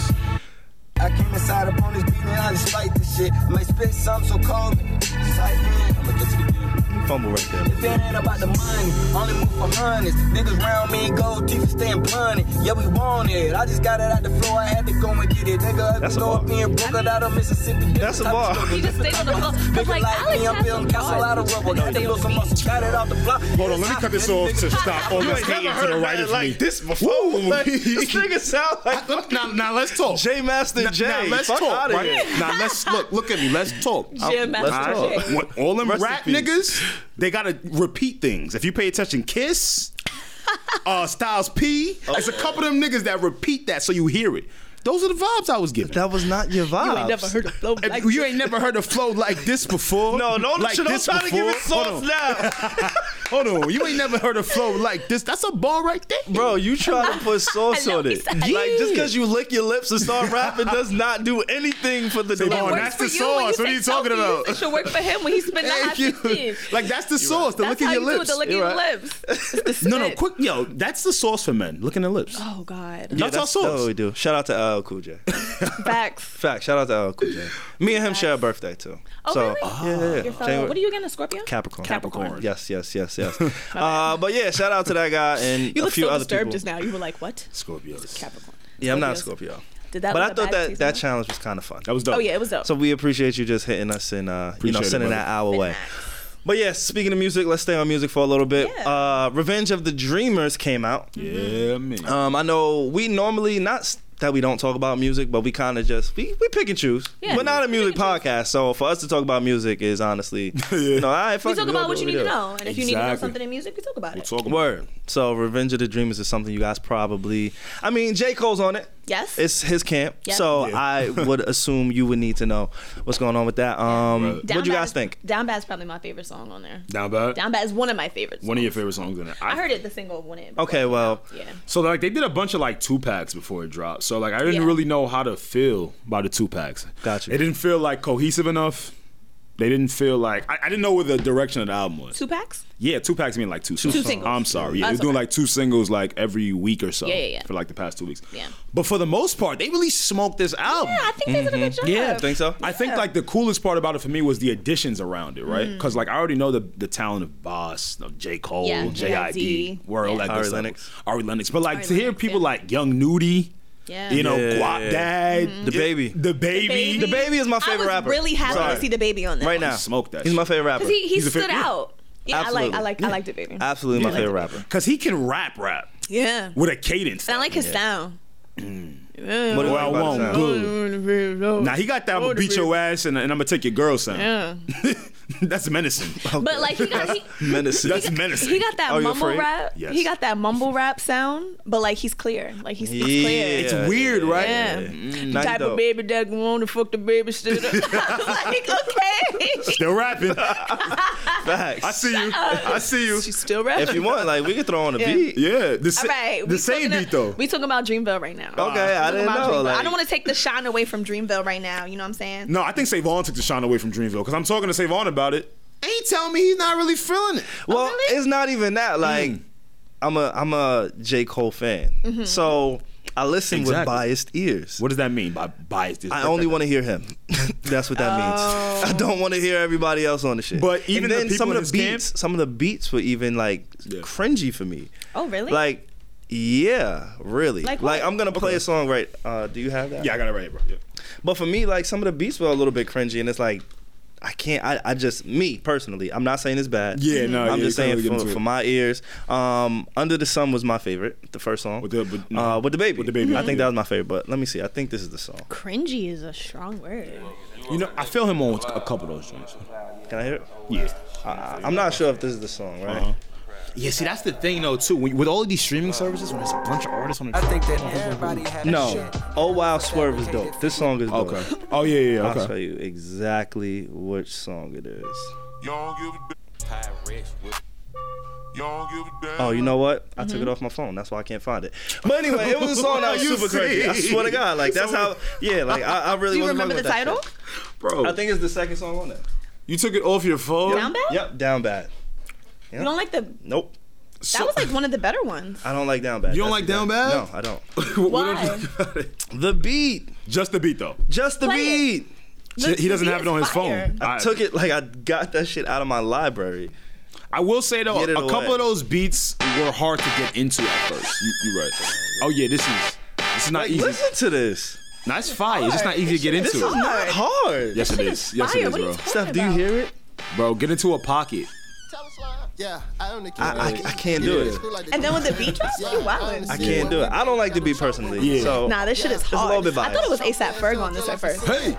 Speaker 5: I came inside upon this beat, man. I just like this shit. My spit some so cold. Siphon. I'ma get to the game.
Speaker 1: Fumble right there.
Speaker 5: If it ain't about the money, only move for hundreds. Niggas round me and gold teeth and staying blunted. Yeah, we want it. I just got it out the floor. I had to go and get it. Nigga,
Speaker 1: That's
Speaker 5: That's
Speaker 1: a
Speaker 5: go
Speaker 1: bar.
Speaker 5: up in Brooklyn, out of Mississippi.
Speaker 1: That's a bar.
Speaker 3: He just stayed on the floor. But
Speaker 5: Nigga
Speaker 3: like,
Speaker 5: like,
Speaker 3: Alex
Speaker 5: me, I'm
Speaker 3: has some
Speaker 5: building castle out
Speaker 3: bars.
Speaker 5: of rubber.
Speaker 3: He
Speaker 5: Got
Speaker 3: just
Speaker 5: to
Speaker 3: stayed
Speaker 5: build
Speaker 3: on
Speaker 5: some
Speaker 3: the beat.
Speaker 5: muscle. Got it off the block.
Speaker 6: Hold on, let me cut this off to stop all this hating to the right of me.
Speaker 1: like this before. Like, this nigga sound like
Speaker 2: now, now let's talk.
Speaker 1: J Master J.
Speaker 2: Now let's
Speaker 1: Fuck
Speaker 2: talk.
Speaker 1: outta
Speaker 2: Right?
Speaker 1: here.
Speaker 2: Now let's look. Look at me. Let's talk.
Speaker 3: Jam
Speaker 1: let's
Speaker 3: Master
Speaker 1: talk.
Speaker 3: Jay.
Speaker 2: When all them
Speaker 1: Rest in
Speaker 2: rap
Speaker 1: peace.
Speaker 2: niggas, they gotta repeat things. If you pay attention, Kiss, uh, Styles P,
Speaker 1: Oh.
Speaker 2: it's a couple of them niggas that repeat that so you hear it. Those are the vibes I was giving.
Speaker 1: That was not your vibe.
Speaker 3: You ain't never heard of flow
Speaker 2: If
Speaker 3: like
Speaker 2: you ain't never heard a flow like this before.
Speaker 1: no, no,
Speaker 2: like
Speaker 1: like don't
Speaker 2: this
Speaker 1: try to give it
Speaker 2: before.
Speaker 1: sauce now.
Speaker 2: Hold on, hold on. You ain't never heard a flow like this. That's a ball right there.
Speaker 1: Bro, you try to put sauce
Speaker 3: I know
Speaker 1: on it.
Speaker 3: he said-
Speaker 1: Like just because you lick your lips and start rapping does not do anything for the
Speaker 2: Savon,
Speaker 1: demand.
Speaker 2: that's
Speaker 3: for
Speaker 2: the
Speaker 3: you when
Speaker 2: sauce. What
Speaker 3: say
Speaker 2: are you talking
Speaker 3: selfie.
Speaker 2: about?
Speaker 3: It should work for him when he spit the high
Speaker 2: Thank you.
Speaker 3: 16.
Speaker 2: Like that's the sauce. The lick
Speaker 3: That's
Speaker 2: in
Speaker 3: how
Speaker 2: your
Speaker 3: you do it,
Speaker 2: lips.
Speaker 3: the lick in
Speaker 1: You're
Speaker 3: your
Speaker 1: right.
Speaker 3: lips. It's the
Speaker 2: no, no,
Speaker 3: spit.
Speaker 2: quick, yo, that's the sauce for men. Licking the lips.
Speaker 3: Oh, God.
Speaker 2: that's, our sauce.
Speaker 1: what we do. Shout out to LL Cool J.
Speaker 3: Facts.
Speaker 1: Fact. Shout out to LL Cool J. Me and him share a birthday too.
Speaker 3: Oh,
Speaker 1: so,
Speaker 3: really?
Speaker 1: Yeah, yeah, yeah.
Speaker 3: Your fellow,
Speaker 1: January-
Speaker 3: what are you again, a Scorpio?
Speaker 1: Capricorn.
Speaker 3: Capricorn.
Speaker 1: Yes, yes, yes, yes. uh, but yeah, shout out to that guy and
Speaker 3: You
Speaker 1: a
Speaker 3: look
Speaker 1: few
Speaker 3: so
Speaker 1: other
Speaker 3: disturbed
Speaker 1: people.
Speaker 3: just now. You were like, what?
Speaker 2: Scorpios.
Speaker 3: Capricorn.
Speaker 1: yeah, I'm not a
Speaker 3: Scorpios.
Speaker 1: Scorpio.
Speaker 3: Did that
Speaker 1: But I
Speaker 3: look a
Speaker 1: thought
Speaker 3: bad
Speaker 1: that
Speaker 3: taste
Speaker 1: that
Speaker 3: in your
Speaker 1: challenge was kind of fun.
Speaker 2: That was
Speaker 3: mouth?
Speaker 2: dope.
Speaker 3: Oh, yeah, it was dope.
Speaker 1: So we appreciate you just hitting us and uh, you know
Speaker 2: Appreciate it,
Speaker 1: sending
Speaker 2: brother.
Speaker 1: that our way.
Speaker 3: Facts.
Speaker 1: But yeah, speaking of music, let's stay on music for a little bit.
Speaker 3: Yeah.
Speaker 1: Uh, Revenge of the Dreamers came out.
Speaker 2: Yeah, man.
Speaker 1: Um, I know we normally not s- that we don't talk about music, but we kind of just we, we pick and choose.
Speaker 3: Yeah.
Speaker 1: We're not a
Speaker 3: We pick
Speaker 1: music
Speaker 3: and
Speaker 1: podcast, so for us to talk about music is honestly no. I
Speaker 3: we talk about what you need to know. And if you need to know
Speaker 2: Exactly.
Speaker 3: something in music, we talk about it.
Speaker 1: Word. So Revenge of the Dreamers is something you guys probably. I mean, J Cole's on it.
Speaker 3: Yes.
Speaker 1: It's his camp,
Speaker 3: Yes.
Speaker 1: so
Speaker 2: Yeah.
Speaker 1: I would assume you would need to know what's going on with that. Um,
Speaker 2: Right.
Speaker 1: what do you
Speaker 3: Bad
Speaker 1: guys
Speaker 3: is-
Speaker 1: think?
Speaker 3: Down Bad is probably my favorite song on there.
Speaker 2: Down bad.
Speaker 3: Down Bad is one of my favorites.
Speaker 2: One of your favorite songs in it.
Speaker 3: I heard it, the single when it.
Speaker 1: Okay, well,
Speaker 3: Yeah.
Speaker 2: So like they did a bunch of like two packs before it dropped. So like I didn't
Speaker 3: Yeah.
Speaker 2: really know how to feel about the two packs.
Speaker 1: Gotcha.
Speaker 2: It didn't feel like cohesive enough. They didn't feel like I, I didn't know where the direction of the album was.
Speaker 3: Two packs?
Speaker 2: Yeah, two packs mean like two,
Speaker 3: songs. singles.
Speaker 2: I'm sorry. Yeah,
Speaker 3: That's
Speaker 2: they're doing
Speaker 3: okay.
Speaker 2: like two singles like every week or so.
Speaker 3: Yeah, yeah, yeah.
Speaker 2: For like the past two weeks.
Speaker 3: Yeah.
Speaker 2: But for the most part, they really smoked this album.
Speaker 3: Yeah, I think they did a good job.
Speaker 1: Yeah, think so.
Speaker 2: I think like the coolest part about it for me was the additions around it, right?
Speaker 3: Mm.
Speaker 2: Because like I already know the the talent of Boss, of J Cole,
Speaker 3: Yeah,
Speaker 2: J.I.D.,
Speaker 3: J.I.D.,
Speaker 2: Word, all
Speaker 3: yeah.
Speaker 2: that
Speaker 1: Ari
Speaker 2: good stuff.
Speaker 1: Lennox.
Speaker 2: Ari Lennox. But like
Speaker 3: Ari
Speaker 2: to hear
Speaker 3: Lennox,
Speaker 2: people
Speaker 3: yeah.
Speaker 2: like Young Nudie,
Speaker 3: Yeah. Mm-hmm.
Speaker 2: you know,
Speaker 1: Yeah.
Speaker 2: Guap Dad,
Speaker 1: The
Speaker 2: yeah,
Speaker 1: Baby.
Speaker 2: the baby,
Speaker 1: The Baby is my favorite
Speaker 3: I was
Speaker 1: rapper.
Speaker 3: really happy
Speaker 1: Sorry.
Speaker 3: to see the baby on there.
Speaker 1: Right now,
Speaker 2: Smoke that
Speaker 1: He's my
Speaker 2: shit.
Speaker 1: favorite rapper.
Speaker 3: Because he, he
Speaker 2: He's a fa-
Speaker 3: stood
Speaker 2: yeah.
Speaker 3: out. Yeah, I
Speaker 1: Absolutely.
Speaker 3: like I like I like the baby.
Speaker 1: Absolutely my favorite rapper.
Speaker 2: Because he can rap, rap
Speaker 3: yeah.
Speaker 2: with a cadence.
Speaker 3: And I like his sound.
Speaker 1: What do you
Speaker 2: Well, I
Speaker 1: think about
Speaker 2: won't.
Speaker 1: the sound?
Speaker 2: Good. Now he got that. I'm gonna beat your ass and, and I'm gonna take your girl, son. That's menacing.
Speaker 3: But like he got he,
Speaker 1: Menacing.
Speaker 2: That's menacing.
Speaker 3: he got that
Speaker 1: Are you
Speaker 3: mumble
Speaker 1: Oh, afraid?
Speaker 3: rap.
Speaker 2: Yes.
Speaker 3: He got that mumble rap sound, but like he's clear. Like he speaks clear.
Speaker 2: It's weird, right?
Speaker 3: Yeah.
Speaker 1: Nah, he
Speaker 3: Type
Speaker 1: dope.
Speaker 3: of baby that want to fuck the baby still. like okay.
Speaker 2: Still rapping.
Speaker 1: Facts.
Speaker 2: I see you. I see you.
Speaker 3: She's still rapping.
Speaker 1: if you want, like we could throw on a
Speaker 3: Yeah.
Speaker 1: beat.
Speaker 2: Yeah. The, sa-
Speaker 3: All right.
Speaker 2: the
Speaker 3: we
Speaker 2: same
Speaker 3: talking
Speaker 2: beat
Speaker 3: a-
Speaker 2: though.
Speaker 3: We talking about Dreamville right now.
Speaker 1: Okay, I
Speaker 3: Talking
Speaker 1: didn't
Speaker 3: about
Speaker 1: know.
Speaker 3: Dreamville.
Speaker 1: Like,
Speaker 3: I don't want to take the shine away from Dreamville right now. You know what I'm saying?
Speaker 2: no, I think Savon took the shine away from Dreamville because I'm talking to Savon about it. And he telling me he's not really feeling it.
Speaker 1: Well,
Speaker 3: Oh, really?
Speaker 1: it's not even
Speaker 2: Hmm.
Speaker 1: that. Like I'm a I'm a J Cole fan,
Speaker 3: Mm-hmm.
Speaker 1: so I listen with
Speaker 2: Exactly.
Speaker 1: biased ears.
Speaker 2: What does that mean by biased?
Speaker 1: I only want to hear him. That's what that
Speaker 3: Oh.
Speaker 1: means. I don't want to hear everybody else on the shit.
Speaker 2: But
Speaker 1: And
Speaker 2: even the people
Speaker 1: some
Speaker 2: in
Speaker 1: of the
Speaker 2: his camp-
Speaker 1: beats, some of the beats were even like
Speaker 2: Yeah.
Speaker 1: cringy for me.
Speaker 3: Oh really?
Speaker 1: Like, yeah, really.
Speaker 3: Like
Speaker 1: like
Speaker 3: what?
Speaker 1: I'm gonna play a song right. Uh, do you have that?
Speaker 2: Yeah, I got it right, here, bro. Yeah.
Speaker 1: But for me, like some of the beats were a little bit cringy, and it's like I can't. I, I just me personally. I'm not saying it's bad.
Speaker 2: Yeah, no,
Speaker 1: I'm
Speaker 2: yeah,
Speaker 1: just
Speaker 2: you can't
Speaker 1: saying
Speaker 2: really get
Speaker 1: for,
Speaker 2: into
Speaker 1: for
Speaker 2: it.
Speaker 1: my ears. Um, Under the Sun was my favorite, the first song
Speaker 2: With the- with-
Speaker 1: uh, with the baby.
Speaker 2: with the baby.
Speaker 1: I think
Speaker 3: Mm-hmm.
Speaker 2: Mhm.
Speaker 1: that was my favorite. But let me see. I think this is the song.
Speaker 3: Cringy is a strong word.
Speaker 2: You know, I feel him on a couple of those joints.
Speaker 1: Can I hear it?
Speaker 2: Yeah.
Speaker 3: Uh-huh.
Speaker 1: I, I'm not sure if this is the song, right?
Speaker 2: Yeah, see, that's the thing though too. When- With all of these streaming services, when there's a bunch of artists on the
Speaker 5: I think that everybody had
Speaker 1: No.
Speaker 5: Shit.
Speaker 1: Oh Wow Swerve is dope. This song is dope.
Speaker 2: Okay. Oh yeah, yeah, yeah,
Speaker 1: I'll tell
Speaker 2: okay.
Speaker 1: you exactly which song it is. Oh, you know what? I
Speaker 3: Mm-hmm.
Speaker 1: took it off my phone. That's why I can't find it. But anyway, it was a song that was
Speaker 2: You
Speaker 1: super crazy. I
Speaker 2: see?
Speaker 1: swear to God, like that's how. Yeah, like I, I really.
Speaker 3: Do you
Speaker 1: wasn't
Speaker 3: remember
Speaker 1: fucking
Speaker 3: the
Speaker 1: with that
Speaker 3: title?
Speaker 1: shit.
Speaker 2: Bro,
Speaker 1: I think it's the second song on there.
Speaker 2: you took it off your phone.
Speaker 3: Down bad?
Speaker 1: Yep, Down Bad.
Speaker 3: You don't like the.
Speaker 1: Nope,
Speaker 2: So-
Speaker 3: That was like one of the better ones.
Speaker 1: I don't like Down Bad.
Speaker 2: You don't
Speaker 1: That's
Speaker 2: like Down
Speaker 1: the-
Speaker 2: Bad?
Speaker 1: No, I don't.
Speaker 2: What
Speaker 3: Why?
Speaker 2: if you got it?
Speaker 1: The beat,
Speaker 2: Just the beat though.
Speaker 1: just the
Speaker 3: Play
Speaker 1: beat.
Speaker 3: The
Speaker 2: he doesn't
Speaker 3: beat
Speaker 2: have it
Speaker 3: is
Speaker 2: on his
Speaker 3: fire.
Speaker 2: phone.
Speaker 1: I took it like I got that shit out of my library.
Speaker 2: I will say though,
Speaker 1: Get
Speaker 2: a
Speaker 1: it away.
Speaker 2: couple of those beats were hard to get into at first. You, you're right. Oh yeah, this is this is not
Speaker 1: Like,
Speaker 2: easy.
Speaker 1: listen to this.
Speaker 2: Nah, it's fire. It's just not easy to get
Speaker 1: This
Speaker 2: into.
Speaker 1: is not hard.
Speaker 2: yes, it
Speaker 3: Shit
Speaker 2: is. Yes, it
Speaker 3: fire.
Speaker 2: is,
Speaker 3: What are you
Speaker 2: bro.
Speaker 3: talking
Speaker 1: Steph, do you
Speaker 3: about?
Speaker 1: hear it?
Speaker 2: Bro, get into a pocket.
Speaker 7: Yeah, I only
Speaker 1: I, I, I can't do it.
Speaker 3: And then with the beat drops, you wildin'.
Speaker 1: I can't do it. I don't like the beat personally.
Speaker 2: Yeah.
Speaker 1: So
Speaker 3: Nah, this shit is
Speaker 1: a
Speaker 3: hard.
Speaker 1: little bit
Speaker 3: I thought it was
Speaker 1: biased.
Speaker 3: ASAP Ferg on this at first.
Speaker 2: Hey.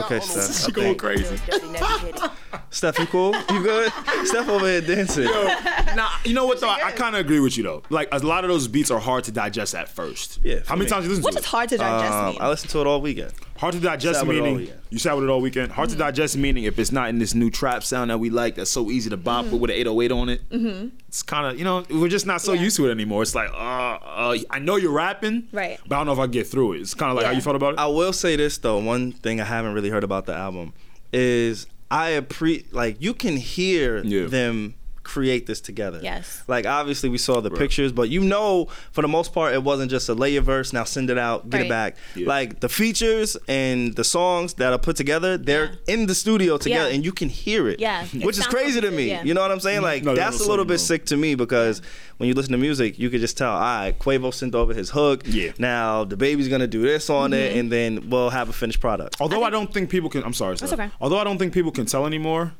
Speaker 1: okay, Steph. I think.
Speaker 2: crazy.
Speaker 1: Steph, you cool? You good? Steph over here dancing.
Speaker 2: Nah, you know what though? I, kind of agree with you though. Like a lot of those beats are hard to digest at first.
Speaker 1: Yeah, for
Speaker 2: How many
Speaker 1: me.
Speaker 2: times you listen
Speaker 3: Which
Speaker 2: to
Speaker 3: is
Speaker 2: it?
Speaker 3: hard to digest.
Speaker 2: Uh,
Speaker 1: Um, I
Speaker 3: mean.
Speaker 1: listened to it all weekend.
Speaker 2: Hard to digest
Speaker 1: Sat with it all
Speaker 2: meaning
Speaker 1: weekend.
Speaker 2: you sat with it all weekend. Hard
Speaker 3: Mm-hmm.
Speaker 2: to digest meaning if it's not in this new trap sound that we like that's so easy to bop
Speaker 3: Mm-hmm.
Speaker 2: with with an 808 on it. It's kind of you know we're just not so
Speaker 3: Yeah.
Speaker 2: used to it anymore. It's like uh, uh I know you're rapping,
Speaker 3: Right.
Speaker 2: But I don't know if I get through it. It's kind of like how
Speaker 3: Yeah.
Speaker 2: you felt about it.
Speaker 1: I will say this though. One thing I haven't really heard about the album is I appreciate like you can hear
Speaker 2: Yeah.
Speaker 1: them create this together.
Speaker 3: Yes.
Speaker 1: Like obviously we saw the pictures, but you know for the most part it wasn't just a layer verse. Now send it out, get it
Speaker 3: Right.
Speaker 1: back.
Speaker 2: Yeah.
Speaker 1: Like the features and the songs that are put together, they're
Speaker 3: Yeah.
Speaker 1: in the studio together,
Speaker 3: Yeah.
Speaker 1: and you can hear it.
Speaker 3: Yeah. It
Speaker 1: Which is
Speaker 3: sounds
Speaker 1: crazy to
Speaker 3: good,
Speaker 1: me.
Speaker 3: yeah.
Speaker 1: You know what I'm saying? Like
Speaker 2: Mm-hmm. No,
Speaker 1: that's
Speaker 2: no,
Speaker 1: a little
Speaker 2: so
Speaker 1: bit
Speaker 2: no.
Speaker 1: sick to me because when you listen to music, you could just tell. All right, Quavo sent over his hook.
Speaker 2: Yeah.
Speaker 1: Now the baby's gonna do this on
Speaker 3: Mm-hmm.
Speaker 1: it, and then we'll have a finished product.
Speaker 3: Oh,
Speaker 2: Although I, don't think people can. I'm sorry. That's
Speaker 3: okay.
Speaker 2: Although I don't think people can tell anymore.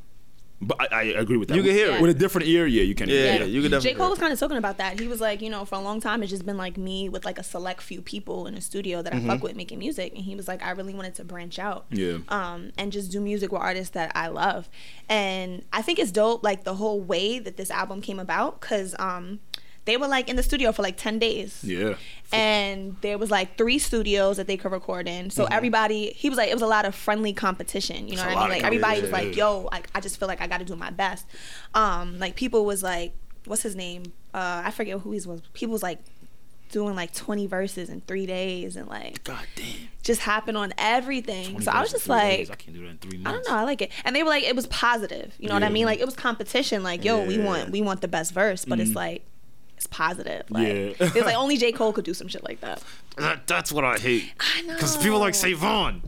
Speaker 2: But I, I agree with that.
Speaker 1: You can hear
Speaker 3: it.
Speaker 2: with a different ear. Yeah, you can.
Speaker 1: Yeah,
Speaker 2: hear
Speaker 1: yeah,
Speaker 2: it.
Speaker 1: you could definitely.
Speaker 3: J. Cole was kind of talking about that. He was like, you know, for a long time, it's just been like me with like a select few people in the studio that I
Speaker 1: Mm-hmm.
Speaker 3: fuck with making music. And he was like, I really wanted to branch out.
Speaker 2: Yeah.
Speaker 3: Um, and just do music with artists that I love. And I think it's dope, like the whole way that this album came about, because um, they were like in the studio for like 10 days.
Speaker 2: Yeah.
Speaker 3: and there was like three studios that they could record in. So everybody, he was like, it was a lot of friendly competition. You know
Speaker 2: Mm-hmm. a
Speaker 3: what I
Speaker 2: lot of
Speaker 3: mean? Like everybody was
Speaker 2: competition,
Speaker 3: like,
Speaker 2: yeah.
Speaker 3: yo, like I just feel like I got to do my best. Um, like people was like, what's his name? Uh, I forget who he was. People was like doing like 20 verses in three days and like
Speaker 2: God damn.
Speaker 3: just hopping on everything. So I was just like,
Speaker 2: I can do that in three
Speaker 3: I
Speaker 2: months.
Speaker 3: don't know. I like it. And they were like, it was positive. You know what I mean? Like it was competition. Like, yo, we want we want the best verse, but it's like it's positive. Like
Speaker 2: Yeah.
Speaker 3: it's like only J. Cole could do some shit like that.
Speaker 8: That, that's what I hate.
Speaker 3: I know.
Speaker 8: Because people like say Vaughn.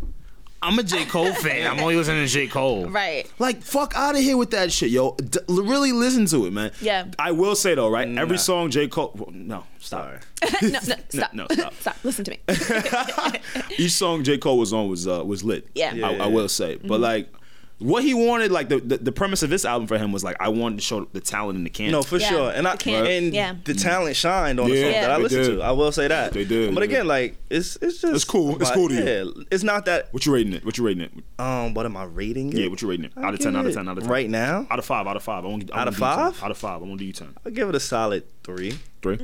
Speaker 8: I'm a J. Cole fan. I'm only listening to J. Cole.
Speaker 3: Right.
Speaker 2: Like fuck out of here with that shit, yo. D- really listen to it, man.
Speaker 3: Yeah.
Speaker 2: I will say though, right? Every song J Cole. well, no, stop.
Speaker 1: Sorry.
Speaker 3: no, no, stop.
Speaker 2: no,
Speaker 3: No,
Speaker 2: stop.
Speaker 3: stop. Listen to me.
Speaker 2: Each song J Cole was on was uh, was lit.
Speaker 3: Yeah. Mm-hmm. Yeah,
Speaker 2: I,
Speaker 1: yeah,
Speaker 2: I will say, but like. What he wanted, like the, the the premise of this album for him was like I wanted to show the talent in the can.
Speaker 1: No, for
Speaker 3: Yeah,
Speaker 1: sure, and I
Speaker 3: you can't-
Speaker 1: and
Speaker 3: yeah.
Speaker 1: the talent shined on the
Speaker 2: Yeah,
Speaker 1: song that I
Speaker 2: they
Speaker 1: listened
Speaker 2: did.
Speaker 1: to. I will say that
Speaker 2: They did,
Speaker 1: But
Speaker 2: yeah.
Speaker 1: again, like it's it's just
Speaker 2: It's cool. It's cool to you.
Speaker 1: Yeah, it's not that.
Speaker 2: What you rating it? What you rating it?
Speaker 1: Um, what am I rating? It?
Speaker 2: Yeah, what you rating it?
Speaker 1: I'll
Speaker 2: Out of ten,
Speaker 1: give
Speaker 2: out of
Speaker 1: it-
Speaker 2: ten, out of ten.
Speaker 1: Right now,
Speaker 2: Out of five, out of five. I won't, I
Speaker 1: Out
Speaker 2: won't
Speaker 1: of
Speaker 2: do you ten.
Speaker 1: five?
Speaker 2: Out of five. I won't do you ten.
Speaker 1: I'll give it a solid three,
Speaker 2: Three.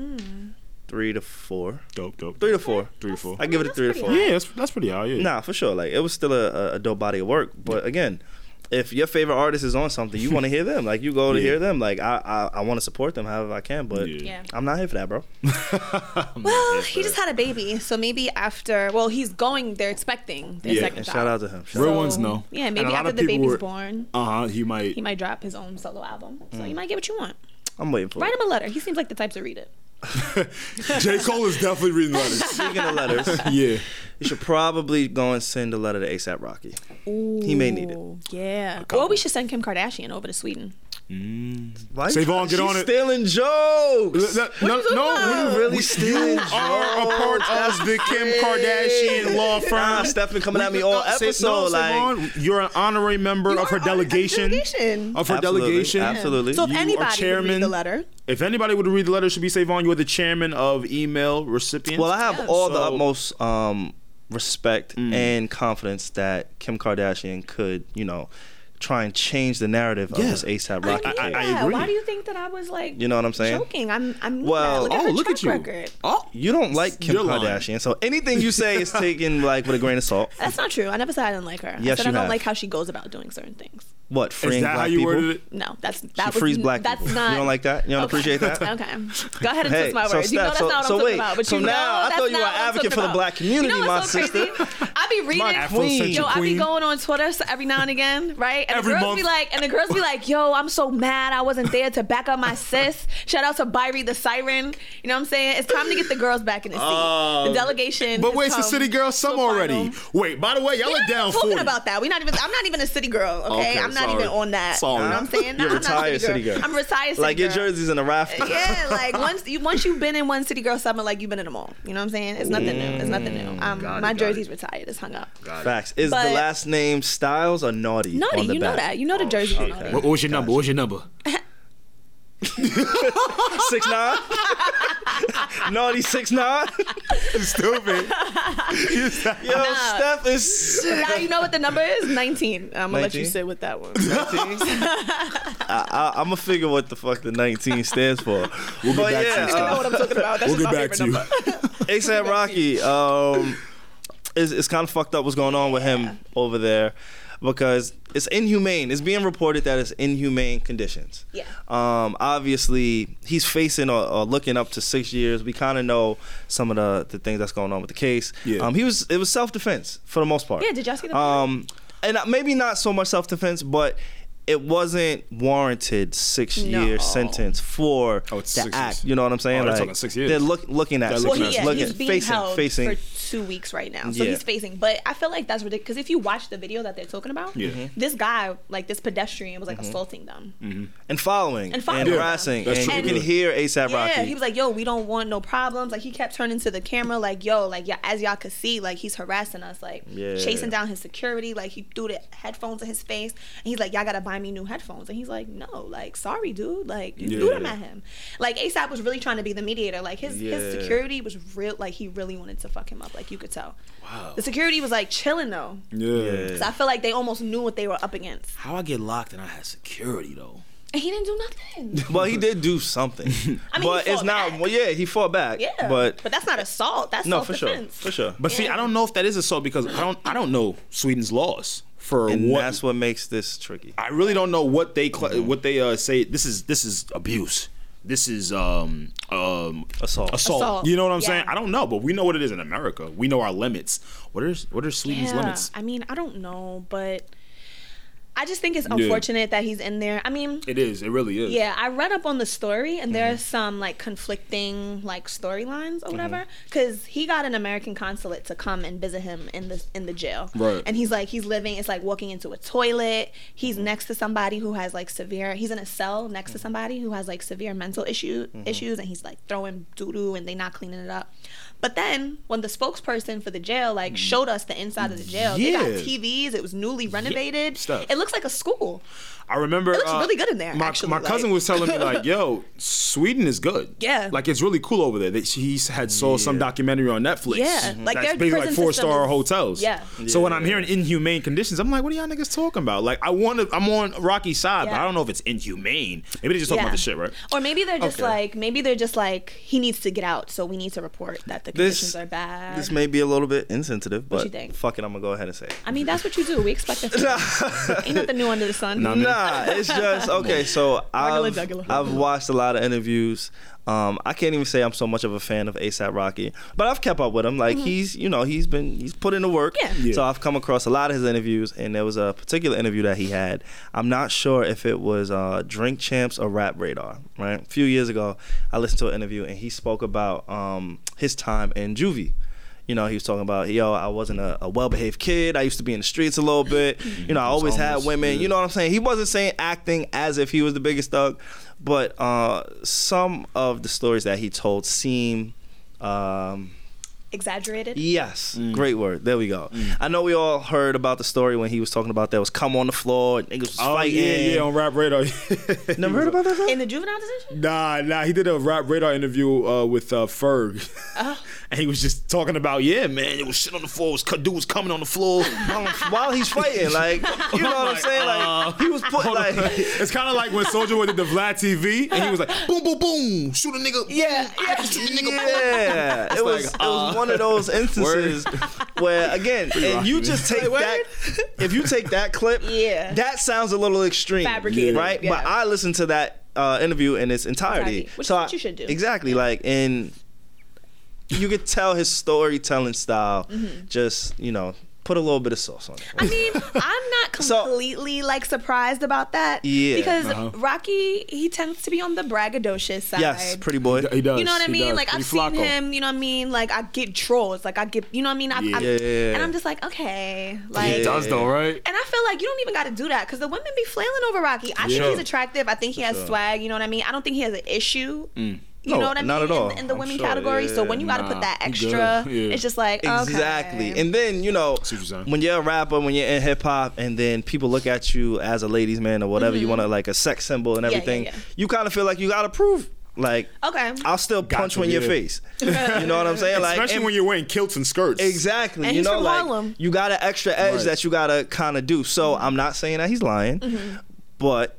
Speaker 1: three to four,
Speaker 2: Dope, dope.
Speaker 1: three to four.
Speaker 2: Three to four.
Speaker 1: I give it a three to four.
Speaker 2: Yeah, that's, that's pretty high. Yeah.
Speaker 1: Nah, for sure. Like it was still a, a- a dope body of work. But again, if your favorite artist is on something, you want to hear them. Like you go to
Speaker 2: Yeah.
Speaker 1: hear them. Like I I, I want to support them however I can. But
Speaker 2: Yeah.
Speaker 3: Yeah.
Speaker 1: I'm not here for that, bro.
Speaker 2: Um,
Speaker 3: well, he just had a baby, so maybe after. Well, he's going. They're expecting their
Speaker 2: Yeah,
Speaker 1: And
Speaker 3: second
Speaker 1: shout
Speaker 3: child.
Speaker 1: out to him. Shout
Speaker 2: Real
Speaker 1: out.
Speaker 2: ones know.
Speaker 3: Yeah, maybe after the baby's born,
Speaker 2: Uh huh. He might.
Speaker 3: he might drop his own solo album. So you might get what you want.
Speaker 1: I'm waiting for.
Speaker 3: Write
Speaker 1: it.
Speaker 3: him a letter. He seems like the type to read it.
Speaker 2: J Cole is definitely reading letters.
Speaker 1: Speaking of letters,
Speaker 2: yeah.
Speaker 1: you should probably go and send a letter to ASAP Rocky. He may need it.
Speaker 3: Ooh, Yeah. Or we should send Kim Kardashian over to Sweden.
Speaker 1: Why
Speaker 2: Say,
Speaker 1: you-
Speaker 2: Vaughn, get
Speaker 1: she's
Speaker 2: on it.
Speaker 1: stealing jokes.
Speaker 2: No, no, no,
Speaker 1: You
Speaker 2: we-
Speaker 1: really
Speaker 2: we-
Speaker 1: stealing
Speaker 2: you are a part of the Kim Kardashian law firm.
Speaker 1: Oh, Nah, Stephen coming at me all
Speaker 2: No, say- no,
Speaker 1: episode, like-
Speaker 2: Savon, you're an honorary member of her delegation. Of her
Speaker 1: Absolutely,
Speaker 2: delegation.
Speaker 1: absolutely.
Speaker 3: So if
Speaker 2: You are
Speaker 3: anybody would
Speaker 2: chairman.
Speaker 3: read the letter,
Speaker 2: If anybody would read the letter, it should be Savon. You're the chairman of email recipients.
Speaker 1: Well, I have
Speaker 3: Yeah.
Speaker 1: all the
Speaker 2: So-
Speaker 1: utmost um, respect and confidence that Kim Kardashian could, you know, try and change the narrative of
Speaker 9: Yeah.
Speaker 1: this ASAP
Speaker 3: I,
Speaker 1: Rocky
Speaker 3: knew
Speaker 1: kid.
Speaker 3: that.
Speaker 9: I agree.
Speaker 3: Why do you think that I was like?
Speaker 1: You know what I'm saying?
Speaker 3: Joking. I'm. I'm.
Speaker 1: Well,
Speaker 3: Well. Look at
Speaker 9: Oh,
Speaker 3: her
Speaker 9: look
Speaker 3: track
Speaker 9: at you.
Speaker 3: Record.
Speaker 9: Oh,
Speaker 1: You don't like Kim
Speaker 9: You're lying.
Speaker 1: Kardashian, so anything you say is taken like with a grain of salt.
Speaker 3: That's not true. I never said I didn't like her.
Speaker 1: Yes,
Speaker 3: I said
Speaker 1: you
Speaker 3: I don't
Speaker 1: have.
Speaker 3: like how she goes about doing certain things.
Speaker 1: What freeing
Speaker 9: is that
Speaker 1: black
Speaker 9: how you
Speaker 1: people?
Speaker 9: worded it?
Speaker 3: No, that's that
Speaker 1: She
Speaker 3: was
Speaker 1: frees black
Speaker 3: that's
Speaker 1: people.
Speaker 3: not.
Speaker 1: You don't like that? You don't
Speaker 3: Okay.
Speaker 1: appreciate that?
Speaker 3: okay, go ahead and
Speaker 1: Hey,
Speaker 3: twist my
Speaker 1: so
Speaker 3: words. you know
Speaker 1: Steph,
Speaker 3: that's
Speaker 1: so-
Speaker 3: not what
Speaker 1: so wait,
Speaker 3: I'm talking about. But
Speaker 1: so
Speaker 3: you
Speaker 1: now
Speaker 3: know
Speaker 1: I
Speaker 3: that's
Speaker 1: thought you
Speaker 3: not
Speaker 1: were
Speaker 3: what I'm
Speaker 1: advocate
Speaker 3: talking
Speaker 1: for the
Speaker 3: about.
Speaker 1: black community,
Speaker 3: you know
Speaker 1: my
Speaker 3: what's so
Speaker 1: sister.
Speaker 3: Crazy? I be reading.
Speaker 1: queen.
Speaker 2: Afrocentric
Speaker 1: Yo,
Speaker 3: Yo, I be
Speaker 2: queen.
Speaker 3: going on Twitter s- every now and again, right? And
Speaker 2: Every
Speaker 3: the girls
Speaker 2: month.
Speaker 3: be like, and the girls be like, "Yo, I'm so mad I wasn't there to back up my sis." Shout out to Byrie the Siren. You know what I'm saying? It's time to get the girls back in the seat.
Speaker 1: Oh.
Speaker 3: the delegation.
Speaker 9: But
Speaker 3: has
Speaker 9: wait, it's the
Speaker 3: come
Speaker 9: city girl
Speaker 3: to
Speaker 9: some
Speaker 3: a
Speaker 9: already.
Speaker 3: final.
Speaker 9: Wait, by the way, y'all
Speaker 3: We're
Speaker 9: are
Speaker 3: not
Speaker 9: down
Speaker 3: even talking
Speaker 9: 40.
Speaker 3: about that. We're not even. I'm not even a city girl. Okay,
Speaker 9: Okay,
Speaker 3: I'm not
Speaker 9: sorry.
Speaker 3: even on that.
Speaker 9: Sorry.
Speaker 3: You know what I'm saying?
Speaker 1: You're
Speaker 3: Nah, I'm not a
Speaker 1: retired city girl.
Speaker 3: I'm retired city
Speaker 1: like your
Speaker 3: girl.
Speaker 1: jersey's in a raft.
Speaker 3: Yeah, like once you once you've been in one city girl summer, like you've been in them all. You know what I'm saying? It's nothing new. It's nothing new.
Speaker 1: Mm.
Speaker 3: Um,
Speaker 9: Got it,
Speaker 3: my
Speaker 9: got
Speaker 3: jersey's
Speaker 9: it.
Speaker 3: retired. It's hung up.
Speaker 1: Facts. Is the
Speaker 3: But-
Speaker 1: last name Styles or Naughty?
Speaker 3: Naughty,
Speaker 1: on the
Speaker 3: you know
Speaker 1: back?
Speaker 3: that. You know the jersey.
Speaker 9: shit.
Speaker 3: naughty.
Speaker 10: What, what's your number? What's your number?
Speaker 1: Six nine. Naughty six nine.
Speaker 9: Stupid.
Speaker 1: Yo, Steph is sick.
Speaker 3: Now you know what the number is. Nineteen. I'm gonna let you
Speaker 1: 19?
Speaker 3: sit with that one.
Speaker 1: I, am gonna figure what the fuck the 19 stands for. uh, We'll
Speaker 9: get back to you,
Speaker 3: I know what I'm talking about. That's
Speaker 9: We'll
Speaker 3: just
Speaker 9: get
Speaker 3: my
Speaker 9: back
Speaker 3: favorite
Speaker 9: to you.
Speaker 3: number.
Speaker 1: ASAP Rocky, um, it's, it's kind of fucked up what's going on with him over there because it's inhumane. It's being reported that it's inhumane conditions.
Speaker 3: Yeah.
Speaker 1: Um, obviously, he's facing or, or looking up to six years. We kind of know some of the, the things that's going on with the case.
Speaker 9: Yeah.
Speaker 1: Um, he was it was self defense for the most part.
Speaker 3: Yeah, did y'all see the video?
Speaker 1: Um, and maybe not so much self defense, but. It wasn't warranted six year
Speaker 3: No.
Speaker 1: sentence for
Speaker 9: Oh, it's
Speaker 1: the
Speaker 9: six
Speaker 1: act.
Speaker 9: years.
Speaker 1: You know what I'm saying?
Speaker 9: Oh, they're talking six years.
Speaker 1: They're look, looking at
Speaker 9: They're
Speaker 1: six
Speaker 3: Well,
Speaker 9: looking
Speaker 3: he,
Speaker 1: years.
Speaker 9: Looking at
Speaker 1: Look
Speaker 3: yeah, he's
Speaker 1: at-
Speaker 3: being
Speaker 1: facing,
Speaker 3: held
Speaker 1: facing.
Speaker 3: for two weeks right now, so
Speaker 1: Yeah.
Speaker 3: he's facing. But I feel like that's ridiculous because if you watch the video that they're talking about,
Speaker 9: Yeah. Mhm.
Speaker 3: this guy, like this pedestrian, was like assaulting them.
Speaker 1: and following and,
Speaker 3: And following.
Speaker 1: harassing.
Speaker 9: That's
Speaker 1: and
Speaker 9: true.
Speaker 1: you
Speaker 9: And-
Speaker 1: can hear ASAP
Speaker 3: Yeah,
Speaker 1: Rocky.
Speaker 3: he was like, "Yo, we don't want no problems." Like he kept turning to the camera, like, "Yo, like yeah, as y'all could see, like he's harassing us, like
Speaker 1: Yeah.
Speaker 3: chasing down his security." Like he threw the headphones in his face, and he's like, "Y'all gotta buy me new headphones." And he's like, "No, like sorry, dude, like you threw
Speaker 9: Yeah.
Speaker 3: them at him." Like ASAP was really trying to be the mediator. Like his
Speaker 1: Yeah.
Speaker 3: his security was real. Like he really wanted to fuck him up. Like you could tell. Wow. The security was like chilling though,
Speaker 9: Yeah.
Speaker 3: so I feel like they almost knew what they were up against,
Speaker 10: How I get locked and I had security though.
Speaker 3: and he didn't do nothing.
Speaker 1: well, he did do something.
Speaker 3: I mean,
Speaker 1: but
Speaker 3: he
Speaker 1: it's
Speaker 3: fought
Speaker 1: not.
Speaker 3: back.
Speaker 1: Well, yeah, he fought back.
Speaker 3: Yeah,
Speaker 1: But,
Speaker 3: that's not assault. That's
Speaker 1: no,
Speaker 3: self
Speaker 1: for sure.
Speaker 3: defense.
Speaker 1: For sure.
Speaker 9: But see, I don't know if that is assault because I don't I don't know Sweden's laws for
Speaker 1: and
Speaker 9: what
Speaker 1: that's what makes this tricky.
Speaker 9: I really don't know what they cla what they uh, say. This is this is abuse. This is um um
Speaker 1: Assault.
Speaker 9: assault.
Speaker 3: Assault.
Speaker 9: You know what I'm
Speaker 3: Yeah.
Speaker 9: saying? I don't know, but we know what it is in America. We know our limits. What are what are Sweden's limits?
Speaker 3: I mean, I don't know, but I just think it's unfortunate that he's in there. I mean,
Speaker 9: It is. It really is.
Speaker 3: yeah, I read up on the story, and
Speaker 9: Mm-hmm.
Speaker 3: there are some like conflicting like storylines or whatever.
Speaker 9: Mm-hmm.
Speaker 3: Because he got an American consulate to come and visit him in the in the jail,
Speaker 9: Right. Mm-hmm.
Speaker 3: And he's like, he's living. It's like walking into a toilet. He's next to somebody who has like severe. He's in a cell next to somebody who has like severe mental issue
Speaker 9: Mm-hmm.
Speaker 3: issues, and he's like throwing doo doo, and they not cleaning it up. But then when the spokesperson for the jail like
Speaker 9: Mm-hmm.
Speaker 3: showed us the inside of the jail, they
Speaker 9: Yeah.
Speaker 3: got TVs. It was newly renovated.
Speaker 9: stuff.
Speaker 3: It looks like a school.
Speaker 9: I remember. It
Speaker 3: looks really good in there,
Speaker 9: My,
Speaker 3: actually,
Speaker 9: my
Speaker 3: like-
Speaker 9: cousin was telling me like, "Yo, Sweden is good.
Speaker 3: Yeah.
Speaker 9: like it's really cool over there." That she had saw some documentary on Netflix.
Speaker 3: Yeah, like,
Speaker 9: that's
Speaker 3: their
Speaker 9: basically like
Speaker 3: prison
Speaker 9: four
Speaker 3: system
Speaker 9: star
Speaker 3: is-
Speaker 9: hotels.
Speaker 3: Yeah.
Speaker 9: So when I'm hearing inhumane conditions, I'm like, "What are y'all niggas talking about?" Like, I want to. I'm on Rocky's side, but
Speaker 3: Yeah.
Speaker 9: I don't know if it's inhumane. Maybe they just talking
Speaker 3: Yeah.
Speaker 9: about the shit, right?
Speaker 3: Or maybe they're just
Speaker 1: Okay.
Speaker 3: like, maybe they're just like, he needs to get out, so we need to report that the
Speaker 1: This-
Speaker 3: conditions are bad.
Speaker 1: This may be a little bit insensitive, but
Speaker 3: you think?
Speaker 1: fuck it, I'm gonna go ahead and say it.
Speaker 3: I mean, that's what you do. We expect it. Ain't nothing new under the sun.
Speaker 1: Nah, it's just okay. So
Speaker 3: Regular
Speaker 1: I've,
Speaker 3: jugular.
Speaker 1: I've watched a lot of interviews. Um, I can't even say I'm so much of a fan of ASAP Rocky, but I've kept up with him. Like he's, you know, he's been he's put in the work.
Speaker 3: Mm-hmm. Yeah.
Speaker 1: So I've come across a lot of his interviews, and there was a particular interview that he had. I'm not sure if it was uh, Drink Champs or Rap Radar. Right, a few years ago, I listened to an interview, and he spoke about um, his time in juvie you know, he was talking about, yo, I wasn't a, a well behaved kid. I used to be in the streets a little bit. You know, I always had
Speaker 9: almost,
Speaker 1: women.
Speaker 9: yeah.
Speaker 1: You know what I'm saying? He wasn't saying acting as if he was the biggest thug, but uh, some of the stories that he told seem. Um,
Speaker 3: Exaggerated.
Speaker 1: Yes,
Speaker 9: Mm.
Speaker 1: great word. There we go. I know we all heard about the story when he was talking about that was come on the floor, and niggas was fighting.
Speaker 9: Oh, yeah, yeah, on Rap Radar.
Speaker 1: Never heard about that? song?
Speaker 3: In the juvenile decision? Uh-huh.
Speaker 9: Nah, nah, he did a Rap Radar interview uh, with uh, Ferg, and he was just talking about, yeah, man, it was shit on the floor. It was cut, dude was coming on the floor.
Speaker 1: while he's fighting. Like, you know what I'm saying?
Speaker 9: uh,
Speaker 1: Like, he was put like,
Speaker 2: It's kind of like when Soldier Boy did the Vlad TV, and he was like,
Speaker 9: boom, boom, boom, shoot a nigga.
Speaker 1: yeah, yeah, yeah. It was
Speaker 9: like, uh,
Speaker 1: it was one of those instances where again, and you
Speaker 9: rocky,
Speaker 1: just take that. If you take that clip,
Speaker 3: Yeah.
Speaker 1: that sounds a little extreme,
Speaker 3: Fabricated,
Speaker 1: right? But
Speaker 3: yeah.
Speaker 1: I listened to that. Uh, interview in its entirety.
Speaker 3: Exactly, which is
Speaker 1: so
Speaker 3: what
Speaker 1: I-
Speaker 3: you should do.
Speaker 1: Exactly, like and you could tell his storytelling style. Just you know, put a little bit of sauce on it.
Speaker 3: Mm-hmm. I mean, I'm not
Speaker 1: So-
Speaker 3: completely like surprised about that.
Speaker 1: Yeah. uh-huh.
Speaker 3: Because Rocky, he tends to be on the braggadocious side.
Speaker 1: Yes, pretty boy.
Speaker 9: He does.
Speaker 3: You know what I
Speaker 9: he
Speaker 3: mean?
Speaker 9: does.
Speaker 3: Like
Speaker 9: He
Speaker 3: I've seen
Speaker 9: Flacco.
Speaker 3: him. You know what I mean? Like I get trolls. Like I get. You know what I mean? I,
Speaker 9: Yeah.
Speaker 3: I,
Speaker 1: Yeah, yeah, yeah.
Speaker 3: And I'm just like, okay, like.
Speaker 1: He
Speaker 10: does though, right?
Speaker 3: And I feel like you don't even got to do that because the women be flailing over Rocky. I think
Speaker 9: Sure.
Speaker 3: he's attractive. I think he has swag. You know what I mean? I don't think he has an issue. You
Speaker 1: Mm. No,
Speaker 3: know what I mean?
Speaker 1: not at
Speaker 3: In-
Speaker 1: all.
Speaker 3: In, the
Speaker 1: I'm
Speaker 3: women
Speaker 1: sure,
Speaker 3: category. So
Speaker 1: yeah.
Speaker 3: when you got to put that
Speaker 9: Nah, you good.
Speaker 3: extra,
Speaker 9: Yeah.
Speaker 3: it's just like okay.
Speaker 1: Exactly. And then, you know,
Speaker 2: See what you're saying.
Speaker 1: when you're a rapper, when you're in hip hop, and then people look at you as a ladies' man or whatever, you want to like a sex symbol and
Speaker 3: Mm-hmm. Yeah, yeah,
Speaker 1: everything,
Speaker 3: yeah.
Speaker 1: you kind of feel like you got to prove. Like,
Speaker 3: okay.
Speaker 1: I'll still punch
Speaker 2: to
Speaker 1: you in your
Speaker 2: live.
Speaker 1: face. you know what I'm saying? Like,
Speaker 2: especially
Speaker 1: and-
Speaker 2: when you're wearing kilts and skirts.
Speaker 1: Exactly.
Speaker 3: And
Speaker 1: you
Speaker 3: he's
Speaker 1: know,
Speaker 3: from
Speaker 1: like
Speaker 3: Harlem. Mm-hmm.
Speaker 1: you got an extra edge
Speaker 9: Right.
Speaker 1: that you gotta kind of do. So I'm not saying that he's lying, but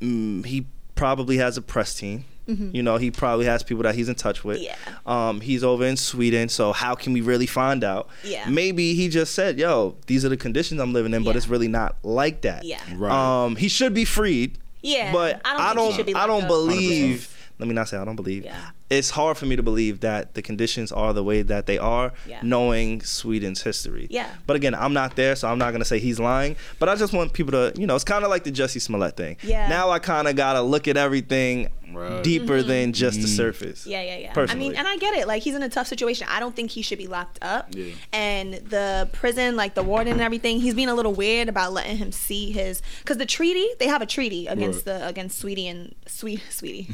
Speaker 1: mm, he probably has a press team. You know, he probably has people that he's in touch with.
Speaker 3: Mm-hmm. Yeah.
Speaker 1: Um, he's over in Sweden, so how can we really find out?
Speaker 3: Yeah.
Speaker 1: Maybe he just said, "Yo, these are the conditions I'm living in, but
Speaker 3: Yeah.
Speaker 1: it's really not like that."
Speaker 3: Yeah.
Speaker 9: Right.
Speaker 1: Um, he should be freed.
Speaker 3: Yeah,
Speaker 1: But I
Speaker 3: I don't think he
Speaker 1: don't.
Speaker 3: should be
Speaker 1: I
Speaker 3: locked
Speaker 1: don't
Speaker 3: up.
Speaker 1: believe. Let me not say I don't believe.
Speaker 3: Yeah.
Speaker 1: It's hard for me to believe that the conditions are the way that they are,
Speaker 3: Yeah.
Speaker 1: knowing Sweden's history.
Speaker 3: Yeah.
Speaker 1: But again, I'm not there, so I'm not gonna say he's lying. But I just want people to, you know, it's kind of like the Jesse Smollett thing.
Speaker 3: Yeah. Mm-hmm.
Speaker 1: Now I kind of gotta look at everything
Speaker 2: Uh,
Speaker 9: Right.
Speaker 1: deeper than just the surface.
Speaker 3: Yeah, yeah, yeah.
Speaker 1: Personally.
Speaker 3: I mean, and I get it. Like he's in a tough situation. I don't think he should be locked up.
Speaker 9: Yeah.
Speaker 3: And the prison, like the warden and everything, he's being a little weird about letting him see his because the treaty they have a treaty against the against Sweetie and Sweet Sweetie.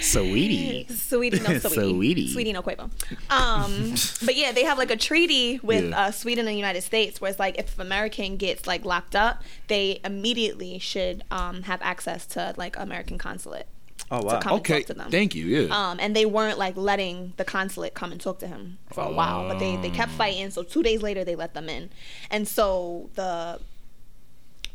Speaker 10: Sweetie.
Speaker 3: Sweetie, no, Sweetie.
Speaker 10: Sweetie.
Speaker 3: Sweetie, no, Quavo. Um, but yeah, they have like a treaty with
Speaker 9: Yeah.
Speaker 3: uh, Sweden and the United States where it's like if an American gets like locked up, they immediately should um, have access to like American consulate
Speaker 1: oh
Speaker 3: to
Speaker 1: wow.
Speaker 3: come
Speaker 9: Okay,
Speaker 3: and talk to them.
Speaker 9: thank you. Yeah.
Speaker 3: Um, and they weren't like letting the consulate come and talk to him for a while, but they, they kept
Speaker 2: Mm.
Speaker 3: fighting. So two days later, they let them in, and so the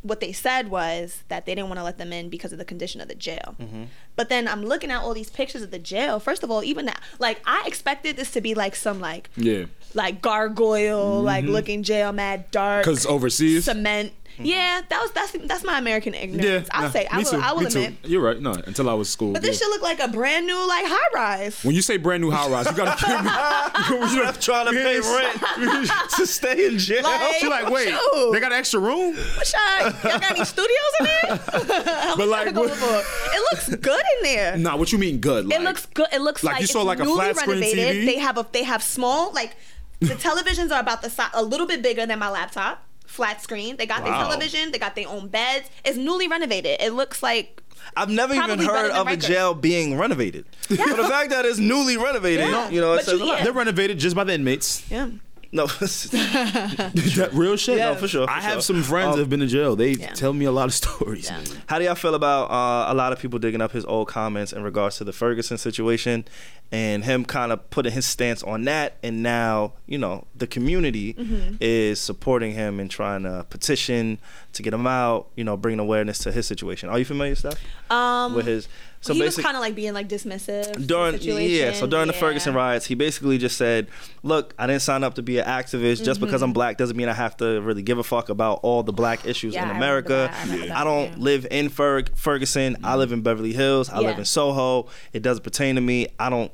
Speaker 3: what they said was that they didn't want to let them in because of the condition of the jail.
Speaker 2: Mm-hmm.
Speaker 3: But then I'm looking at all these pictures of the jail. First of all, even that, like I expected this to be like some like
Speaker 9: yeah.
Speaker 3: like gargoyle like looking jail, mad dark
Speaker 2: Because Mm-hmm. overseas. Mm-hmm.
Speaker 3: cement. Yeah, that was that's that's my American
Speaker 2: yeah.
Speaker 3: ignorance. I'll
Speaker 2: nah,
Speaker 3: say I
Speaker 2: me
Speaker 3: will
Speaker 2: too,
Speaker 3: I will
Speaker 2: me
Speaker 3: admit.
Speaker 2: Too. You're right. No, until I was school.
Speaker 3: But this
Speaker 2: yeah.
Speaker 3: should look like a brand new like high rise.
Speaker 2: when you say brand new high rise, you gotta
Speaker 1: I'm not trying to pay rent to stay in jail.
Speaker 3: Like-
Speaker 2: She like, wait,
Speaker 3: Shoot.
Speaker 2: they got an extra room?
Speaker 3: What's y'all, y'all got any studios in there? How
Speaker 2: But
Speaker 3: much
Speaker 2: like,
Speaker 3: y'all going
Speaker 2: what-
Speaker 3: for? it looks good in there.
Speaker 2: Nah, what you mean good?
Speaker 3: it looks good. It looks
Speaker 2: like
Speaker 3: like,
Speaker 2: you saw,
Speaker 3: it's
Speaker 2: like, a
Speaker 3: newly
Speaker 2: flat screen
Speaker 3: renovated.
Speaker 2: TV?
Speaker 3: They have a they have small like the televisions are about the size a little bit bigger than my laptop. Flat screen. They got
Speaker 1: Wow.
Speaker 3: their television. They got their own beds. It's newly renovated. It looks like
Speaker 1: I've never even
Speaker 3: Probably better
Speaker 1: heard
Speaker 3: than
Speaker 1: of a
Speaker 3: records.
Speaker 1: jail being renovated. But the fact that it's newly renovated,
Speaker 3: Yeah.
Speaker 1: you know, it
Speaker 3: But
Speaker 1: says
Speaker 3: you-
Speaker 1: a lot.
Speaker 3: yeah.
Speaker 2: They're renovated just by the inmates.
Speaker 3: yeah.
Speaker 1: No,
Speaker 2: That real shit.
Speaker 1: no, for sure. for
Speaker 9: I
Speaker 1: sure.
Speaker 9: have some friends
Speaker 1: Um,
Speaker 9: that have been in jail. They
Speaker 3: Yeah.
Speaker 9: tell me a lot of stories. man.
Speaker 1: How do y'all feel about uh, a lot of people digging up his old comments in regards to the Ferguson situation and him kind of putting his stance on that? And now, you know, the community
Speaker 3: Mm-hmm.
Speaker 1: is supporting him and trying to petition to get him out, you know, bringing awareness to his situation. Are you familiar, Steph?
Speaker 3: Um,
Speaker 1: With his. So
Speaker 3: he was
Speaker 1: basically,
Speaker 3: kind of like being like dismissive. to the
Speaker 1: during yeah
Speaker 3: situation.
Speaker 1: so during the
Speaker 3: Yeah.
Speaker 1: ferguson riots he basically just said look i didn't sign up to be an activist just because
Speaker 3: Mm-hmm.
Speaker 1: i'm black doesn't mean i have to really give a fuck about all the black issues
Speaker 3: Yeah,
Speaker 1: in
Speaker 3: I
Speaker 1: america
Speaker 3: remember that. I remember that,
Speaker 1: don't
Speaker 3: yeah.
Speaker 1: live in Fer- ferguson i live in beverly hills i live
Speaker 3: Yeah.
Speaker 1: in soho it doesn't pertain to me i don't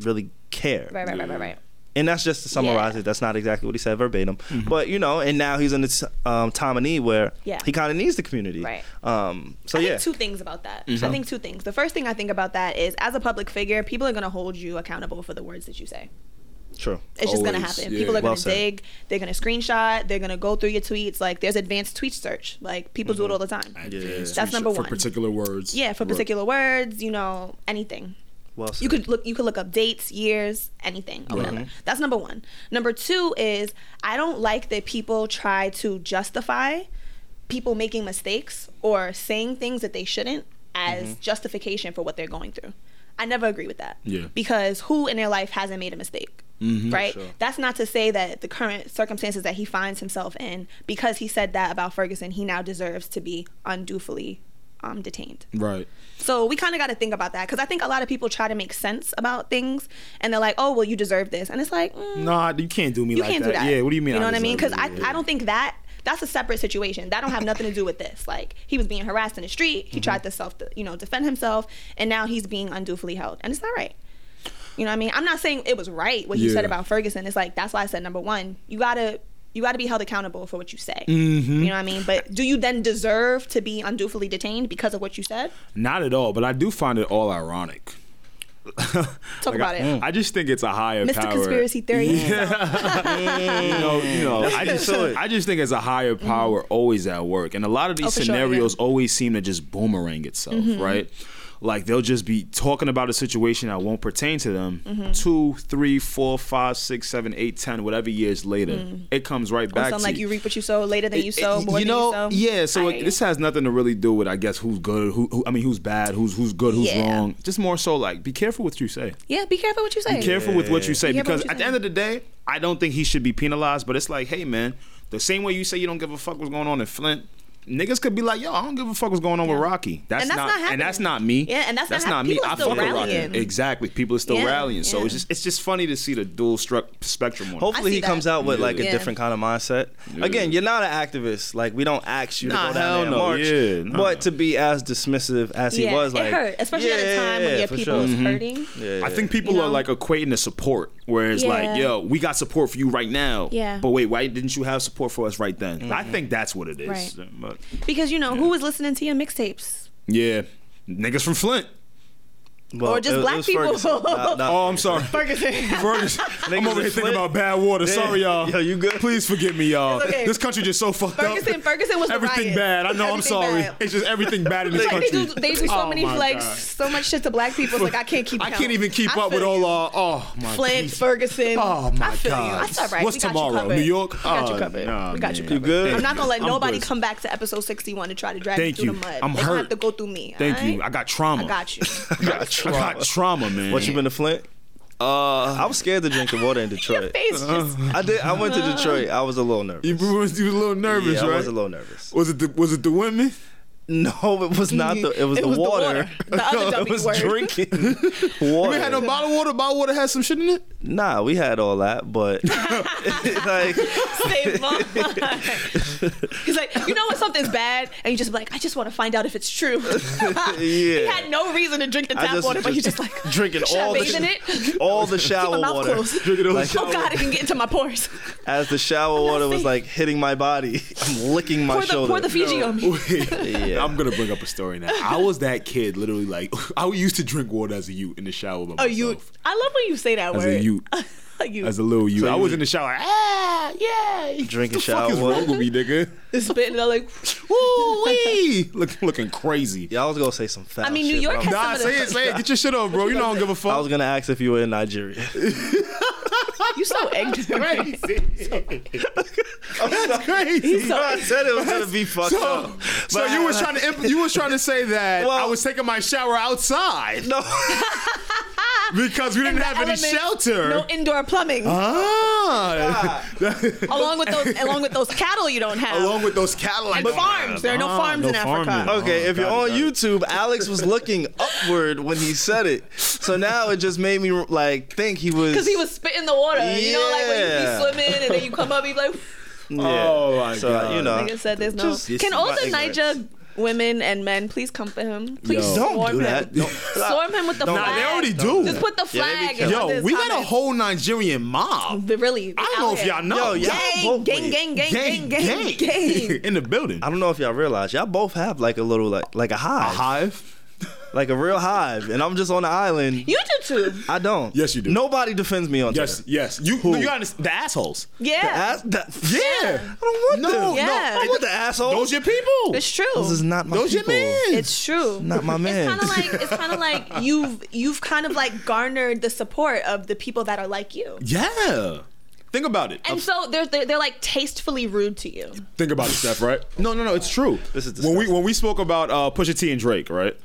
Speaker 1: really care
Speaker 3: Right, right, right, right, right.
Speaker 1: and that's just to summarize
Speaker 3: Yeah.
Speaker 1: it. That's not exactly what he said verbatim, but you know. And now he's in this um, time of need where
Speaker 3: Yeah.
Speaker 1: he kind of needs the community.
Speaker 3: Right.
Speaker 1: Um. So
Speaker 3: I
Speaker 1: yeah. Mm-hmm.
Speaker 3: think two things about that. I think two things. The first thing I think about that is, as a public figure, people are going to hold you accountable for the words that you say.
Speaker 1: true.
Speaker 3: It's just going to
Speaker 2: Always,
Speaker 3: happen.
Speaker 2: yeah.
Speaker 3: People are
Speaker 1: Well
Speaker 3: going to
Speaker 1: said.
Speaker 3: dig. They're going to screenshot. They're going to go through your tweets. Like there's advanced tweet search. Like people
Speaker 1: Mm-hmm.
Speaker 3: do it all the time. That's number
Speaker 2: For
Speaker 3: one.
Speaker 2: particular words.
Speaker 3: Yeah, for particular words, you know, anything.
Speaker 1: Well said.
Speaker 3: You could look. You could look up dates, years, anything. Or whatever. That's number one. Number two is I don't like that people try to justify people making mistakes or saying things that they shouldn't as justification for what they're going through. I never agree with that.
Speaker 9: Yeah.
Speaker 3: Because who in their life hasn't made a mistake? right? That's not to say that the current circumstances that he finds himself in, because he said that about Ferguson, he now deserves to be unduly um, detained.
Speaker 9: Right.
Speaker 3: So we kind of got to think about that because I think a lot of people try to make sense about things and they're like, oh, well, you deserve this. And it's like, mm,
Speaker 2: Nah, you can't do me
Speaker 3: you
Speaker 2: like
Speaker 3: can't
Speaker 2: that.
Speaker 3: do that.
Speaker 2: Yeah, what do you mean?
Speaker 3: You know what I mean? Because
Speaker 2: deserve
Speaker 3: I,
Speaker 2: it? Yeah.
Speaker 3: I don't think that that's a separate situation. That don't have nothing to do with this. Like he was being harassed in the street.
Speaker 2: Mm-hmm.
Speaker 3: He tried to self, you know, defend himself, and now he's being unduly held, and it's not right. You know what I mean? I'm not saying it was right what he said
Speaker 9: Yeah.
Speaker 3: about Ferguson. It's like that's why I said number one, you gotta. You got to be held accountable for what you say.
Speaker 2: Mm-hmm.
Speaker 3: You know what I mean? But do you then deserve to be unduly detained because of what you said?
Speaker 2: Not at all, but I do find it all ironic.
Speaker 3: Talk about it.
Speaker 2: I just think it's a higher
Speaker 3: Mr.
Speaker 2: power.
Speaker 3: Conspiracy Theory.
Speaker 2: you know, you know, I just,
Speaker 1: good.
Speaker 2: I just think it's a higher power always at work, and a lot of these
Speaker 3: Mm-hmm. Oh, for sure,
Speaker 2: scenarios
Speaker 3: yeah. Mm-hmm.
Speaker 2: always seem to just boomerang itself, right? Like they'll just be talking about a situation that won't pertain to them.
Speaker 3: Mm-hmm.
Speaker 2: Two, three, four, five, six, seven, eight, ten, whatever years later, it comes right back.
Speaker 3: Mm. Something
Speaker 2: to
Speaker 3: like you reap what you sow later than you
Speaker 2: It-
Speaker 3: sow,
Speaker 2: it-
Speaker 3: more
Speaker 2: you know,
Speaker 3: than you sow.
Speaker 2: yeah. So
Speaker 3: I
Speaker 2: it,
Speaker 3: hear
Speaker 2: this has nothing to really do with, I guess, who's good, who, who I mean, who's bad, who's who's good, who's
Speaker 3: Yeah.
Speaker 2: wrong. Just more so, like, be careful what you say.
Speaker 3: you. yeah, be careful what you say.
Speaker 2: Be careful with what you say
Speaker 3: Yeah, but
Speaker 2: because
Speaker 3: what you
Speaker 2: at the end of the day, I don't think he should be penalized. But it's like, hey man, the same way you say you don't give a fuck what's going on in Flint, niggas could be like, yo, I don't give a fuck what's going on with Rocky. That's,
Speaker 3: And that's
Speaker 2: not,
Speaker 3: not happening.
Speaker 2: and that's not me.
Speaker 3: Yeah, and that's not hap-
Speaker 2: me.
Speaker 3: people are
Speaker 2: I
Speaker 3: still
Speaker 2: fuck with Rocky.
Speaker 3: rallying.
Speaker 2: Exactly. People are still
Speaker 3: Yeah,
Speaker 2: rallying. So
Speaker 3: yeah.
Speaker 2: it's just it's just funny to see the dual struck spectrum on. it.
Speaker 1: Hopefully
Speaker 3: see
Speaker 1: he
Speaker 3: that.
Speaker 1: comes out with like a
Speaker 3: Yeah.
Speaker 1: different kind of mindset. Again, you're not an activist. Like we don't ask you
Speaker 2: Nah,
Speaker 1: to go down there
Speaker 2: hell
Speaker 1: and
Speaker 2: no.
Speaker 1: march,
Speaker 2: Yeah, nah.
Speaker 1: but to be as dismissive as he
Speaker 3: yeah,
Speaker 1: was, like
Speaker 3: it hurt, especially at a time
Speaker 1: yeah,
Speaker 3: when your
Speaker 1: for
Speaker 3: people
Speaker 1: sure.
Speaker 3: is hurting.
Speaker 1: Yeah, yeah.
Speaker 2: I think people
Speaker 3: You
Speaker 2: are
Speaker 3: know?
Speaker 2: like equating the support, where it's like,
Speaker 3: Yeah.
Speaker 2: yo, we got support for you right now.
Speaker 3: Yeah. Mm-hmm.
Speaker 2: But wait, why didn't you have support for us right then? I think that's what it is.
Speaker 3: Right.
Speaker 2: But-
Speaker 3: Because you know who was listening to your mixtapes?
Speaker 2: yeah. Niggas from Flint.
Speaker 1: Well,
Speaker 3: Mm. or just
Speaker 1: it- it
Speaker 3: black
Speaker 1: was
Speaker 3: people.
Speaker 1: Ferguson. Nah, nah.
Speaker 2: Oh, I'm sorry.
Speaker 3: Ferguson.
Speaker 2: Ferguson. I'm over
Speaker 1: in
Speaker 2: here thinking
Speaker 1: Flint.
Speaker 2: about bad water. Sorry, y'all.
Speaker 1: Yo, you good?
Speaker 2: Please forgive me, y'all.
Speaker 3: It's okay.
Speaker 2: This country just so fucked
Speaker 3: Ferguson-
Speaker 2: up.
Speaker 3: Ferguson was the
Speaker 2: everything
Speaker 3: riot.
Speaker 2: bad. I know. I'm
Speaker 3: Everything
Speaker 2: sorry.
Speaker 3: bad.
Speaker 2: It's just everything bad in this
Speaker 3: Like, they
Speaker 2: country.
Speaker 3: do, they do so
Speaker 2: Oh
Speaker 3: many
Speaker 2: my
Speaker 3: like
Speaker 2: God.
Speaker 3: so much shit to black people. It's like I can't keep.
Speaker 2: I
Speaker 3: count.
Speaker 2: can't even keep
Speaker 3: I
Speaker 2: up with
Speaker 3: feel
Speaker 2: all
Speaker 3: you.
Speaker 2: our. Oh my.
Speaker 3: Flint,
Speaker 2: Jesus.
Speaker 3: Ferguson.
Speaker 2: Oh my
Speaker 3: I feel
Speaker 2: God.
Speaker 3: You. That's all right.
Speaker 2: What's
Speaker 3: we got
Speaker 2: tomorrow?
Speaker 3: You covered.
Speaker 2: New York?
Speaker 3: We got
Speaker 2: Oh,
Speaker 3: you covered.
Speaker 2: nah,
Speaker 3: we got you
Speaker 2: man.
Speaker 1: You
Speaker 3: covered.
Speaker 1: good?
Speaker 3: I'm not gonna let
Speaker 2: I'm
Speaker 3: nobody
Speaker 2: good.
Speaker 3: come back to episode 61 and try to drag
Speaker 2: Thank
Speaker 3: me through
Speaker 2: you.
Speaker 3: the mud.
Speaker 2: I'm
Speaker 3: They gonna
Speaker 2: hurt.
Speaker 3: have to go through me.
Speaker 2: Thank
Speaker 3: alright?
Speaker 2: you. I got trauma.
Speaker 3: I got you.
Speaker 2: I got trauma. I got trauma, man.
Speaker 1: What you been to Flint? Uh, I was scared to drink the water in
Speaker 3: Your
Speaker 1: Detroit.
Speaker 3: face
Speaker 2: Uh-huh.
Speaker 3: just.
Speaker 1: I did. I went to Detroit. I was a little nervous.
Speaker 2: You was, you was a little nervous,
Speaker 1: yeah,
Speaker 2: right?
Speaker 1: I was a little nervous.
Speaker 2: Was it the was it the women?
Speaker 1: No, it was not the. It was,
Speaker 3: It
Speaker 1: the,
Speaker 3: was the
Speaker 1: water.
Speaker 3: water. The other
Speaker 1: no,
Speaker 3: dummy
Speaker 1: it was
Speaker 3: word.
Speaker 1: drinking
Speaker 2: We
Speaker 1: water.
Speaker 2: had no bottled water. Bottled water had some shit in it.
Speaker 1: nah, we had all that, but like
Speaker 3: Save mine. He's like, you know when something's bad, and you just be like, I just want to find out if it's true. He had no reason to drink the
Speaker 1: I
Speaker 3: tap
Speaker 1: just-
Speaker 3: water, but he's
Speaker 1: just
Speaker 3: just like,
Speaker 1: drinking
Speaker 3: should
Speaker 1: all
Speaker 3: I
Speaker 1: the
Speaker 3: bathe in it?
Speaker 1: all the
Speaker 3: my
Speaker 1: shower
Speaker 3: mouth
Speaker 1: water.
Speaker 3: closed.
Speaker 1: Drinking all the
Speaker 3: oh God, it can get into my pores.
Speaker 1: As the shower
Speaker 3: not
Speaker 1: water was
Speaker 3: safe.
Speaker 1: like hitting my body, I'm licking my
Speaker 3: Pour the,
Speaker 1: shoulder.
Speaker 3: pour the Fiji on me.
Speaker 1: Yeah.
Speaker 2: I'm gonna bring up a story now. I was that kid, literally like I used to drink water as a youth in the shower by
Speaker 3: Oh,
Speaker 2: myself.
Speaker 3: you. I love when you say that
Speaker 2: As
Speaker 3: word.
Speaker 2: a youth,
Speaker 3: A youth.
Speaker 2: as a little youth,
Speaker 1: So
Speaker 2: I
Speaker 1: you-
Speaker 2: was in the shower. Like, ah, yay!
Speaker 1: Drinking
Speaker 2: the
Speaker 1: shower
Speaker 2: Fuck is
Speaker 1: water.
Speaker 2: wrong with me, nigga?
Speaker 3: Spitting out like.
Speaker 2: Woo wee! Look, looking crazy.
Speaker 1: yeah, I was gonna say some foul
Speaker 3: I mean, New
Speaker 1: shit,
Speaker 3: York
Speaker 1: but I'm-
Speaker 3: has
Speaker 2: Nah,
Speaker 3: some of
Speaker 2: say it,
Speaker 3: the.
Speaker 2: say it. Get your shit on, bro. You know I don't give a
Speaker 1: I
Speaker 2: fuck.
Speaker 1: was gonna ask if you were in Nigeria.
Speaker 3: You so ignorant.
Speaker 2: That's crazy.
Speaker 3: He's so-
Speaker 1: I said it was gonna be fucked up.
Speaker 2: So, so
Speaker 1: But-
Speaker 2: you was trying to imp- you was trying to say that
Speaker 1: Well-
Speaker 2: I was taking my shower outside
Speaker 1: no.
Speaker 2: because we didn't have any
Speaker 3: Elements,
Speaker 2: shelter.
Speaker 3: No indoor plumbing.
Speaker 2: Uh, ah,
Speaker 3: along with those, along with those cattle you don't have.
Speaker 2: along with those cattle. I
Speaker 3: and
Speaker 2: don't
Speaker 3: farms.
Speaker 2: have.
Speaker 3: There are no
Speaker 2: Ah,
Speaker 3: farms in
Speaker 2: farming.
Speaker 3: Africa.
Speaker 1: Okay,
Speaker 2: Oh,
Speaker 1: if you're
Speaker 2: got
Speaker 1: on
Speaker 2: it, got it.
Speaker 1: YouTube, Alex was looking upward when he said it. So now it just made me like think he was.
Speaker 3: Because he was spitting the water. You know, like
Speaker 1: Yeah.
Speaker 3: when you be swimming and then you come up, you be like,
Speaker 1: Yeah.
Speaker 2: Oh, my
Speaker 1: so,
Speaker 2: God.
Speaker 1: You know,
Speaker 3: like I said, there's no.
Speaker 1: Just-
Speaker 3: Can
Speaker 1: my
Speaker 3: older
Speaker 1: ignorance.
Speaker 3: Niger women and men please come for him? Please
Speaker 2: Yo.
Speaker 1: don't
Speaker 3: swarm
Speaker 1: do that.
Speaker 3: him.
Speaker 1: Don't-
Speaker 3: Oh. Swarm him with the
Speaker 1: Nah,
Speaker 3: flag.
Speaker 2: they already do.
Speaker 3: Just put the
Speaker 1: Yeah, they be
Speaker 3: flag.
Speaker 1: killing.
Speaker 3: in
Speaker 2: Yo,
Speaker 3: his
Speaker 2: we got a
Speaker 3: comments.
Speaker 2: whole Nigerian mob.
Speaker 3: They really.
Speaker 2: I don't know if y'all know.
Speaker 1: Yo, y'all
Speaker 3: Gang,
Speaker 1: both
Speaker 3: gang,
Speaker 1: with-
Speaker 3: gang, gang, gang, gang, gang.
Speaker 2: in the building.
Speaker 1: I don't know if y'all realize y'all both have like a little like like a hive,
Speaker 2: hive.
Speaker 1: like a real hive, and I'm just on the island.
Speaker 3: You do too.
Speaker 1: I don't.
Speaker 2: Yes, you do.
Speaker 1: Nobody defends me on
Speaker 2: Yes,
Speaker 1: Twitter.
Speaker 2: yes. You,
Speaker 1: Who?
Speaker 2: you understand the assholes.
Speaker 1: The
Speaker 3: Yeah,
Speaker 1: ass, that,
Speaker 2: Yeah,
Speaker 1: I don't want
Speaker 2: No,
Speaker 1: them.
Speaker 2: no.
Speaker 3: Yeah.
Speaker 1: I want the asshole.
Speaker 2: those your people.
Speaker 3: it's true.
Speaker 1: Those is not my
Speaker 2: Those your
Speaker 1: people.
Speaker 2: men.
Speaker 3: It's true.
Speaker 1: Not my
Speaker 3: It's
Speaker 1: man.
Speaker 3: kind of like it's kind of like you've you've kind of like garnered the support of the people that are like you,
Speaker 2: Yeah. Think about it.
Speaker 3: and so they're they're, they're like tastefully rude to you.
Speaker 2: Think about it, Steph. Right? No, no, no. It's true.
Speaker 1: This is
Speaker 2: when we when we spoke about uh, Pusha T and Drake, right?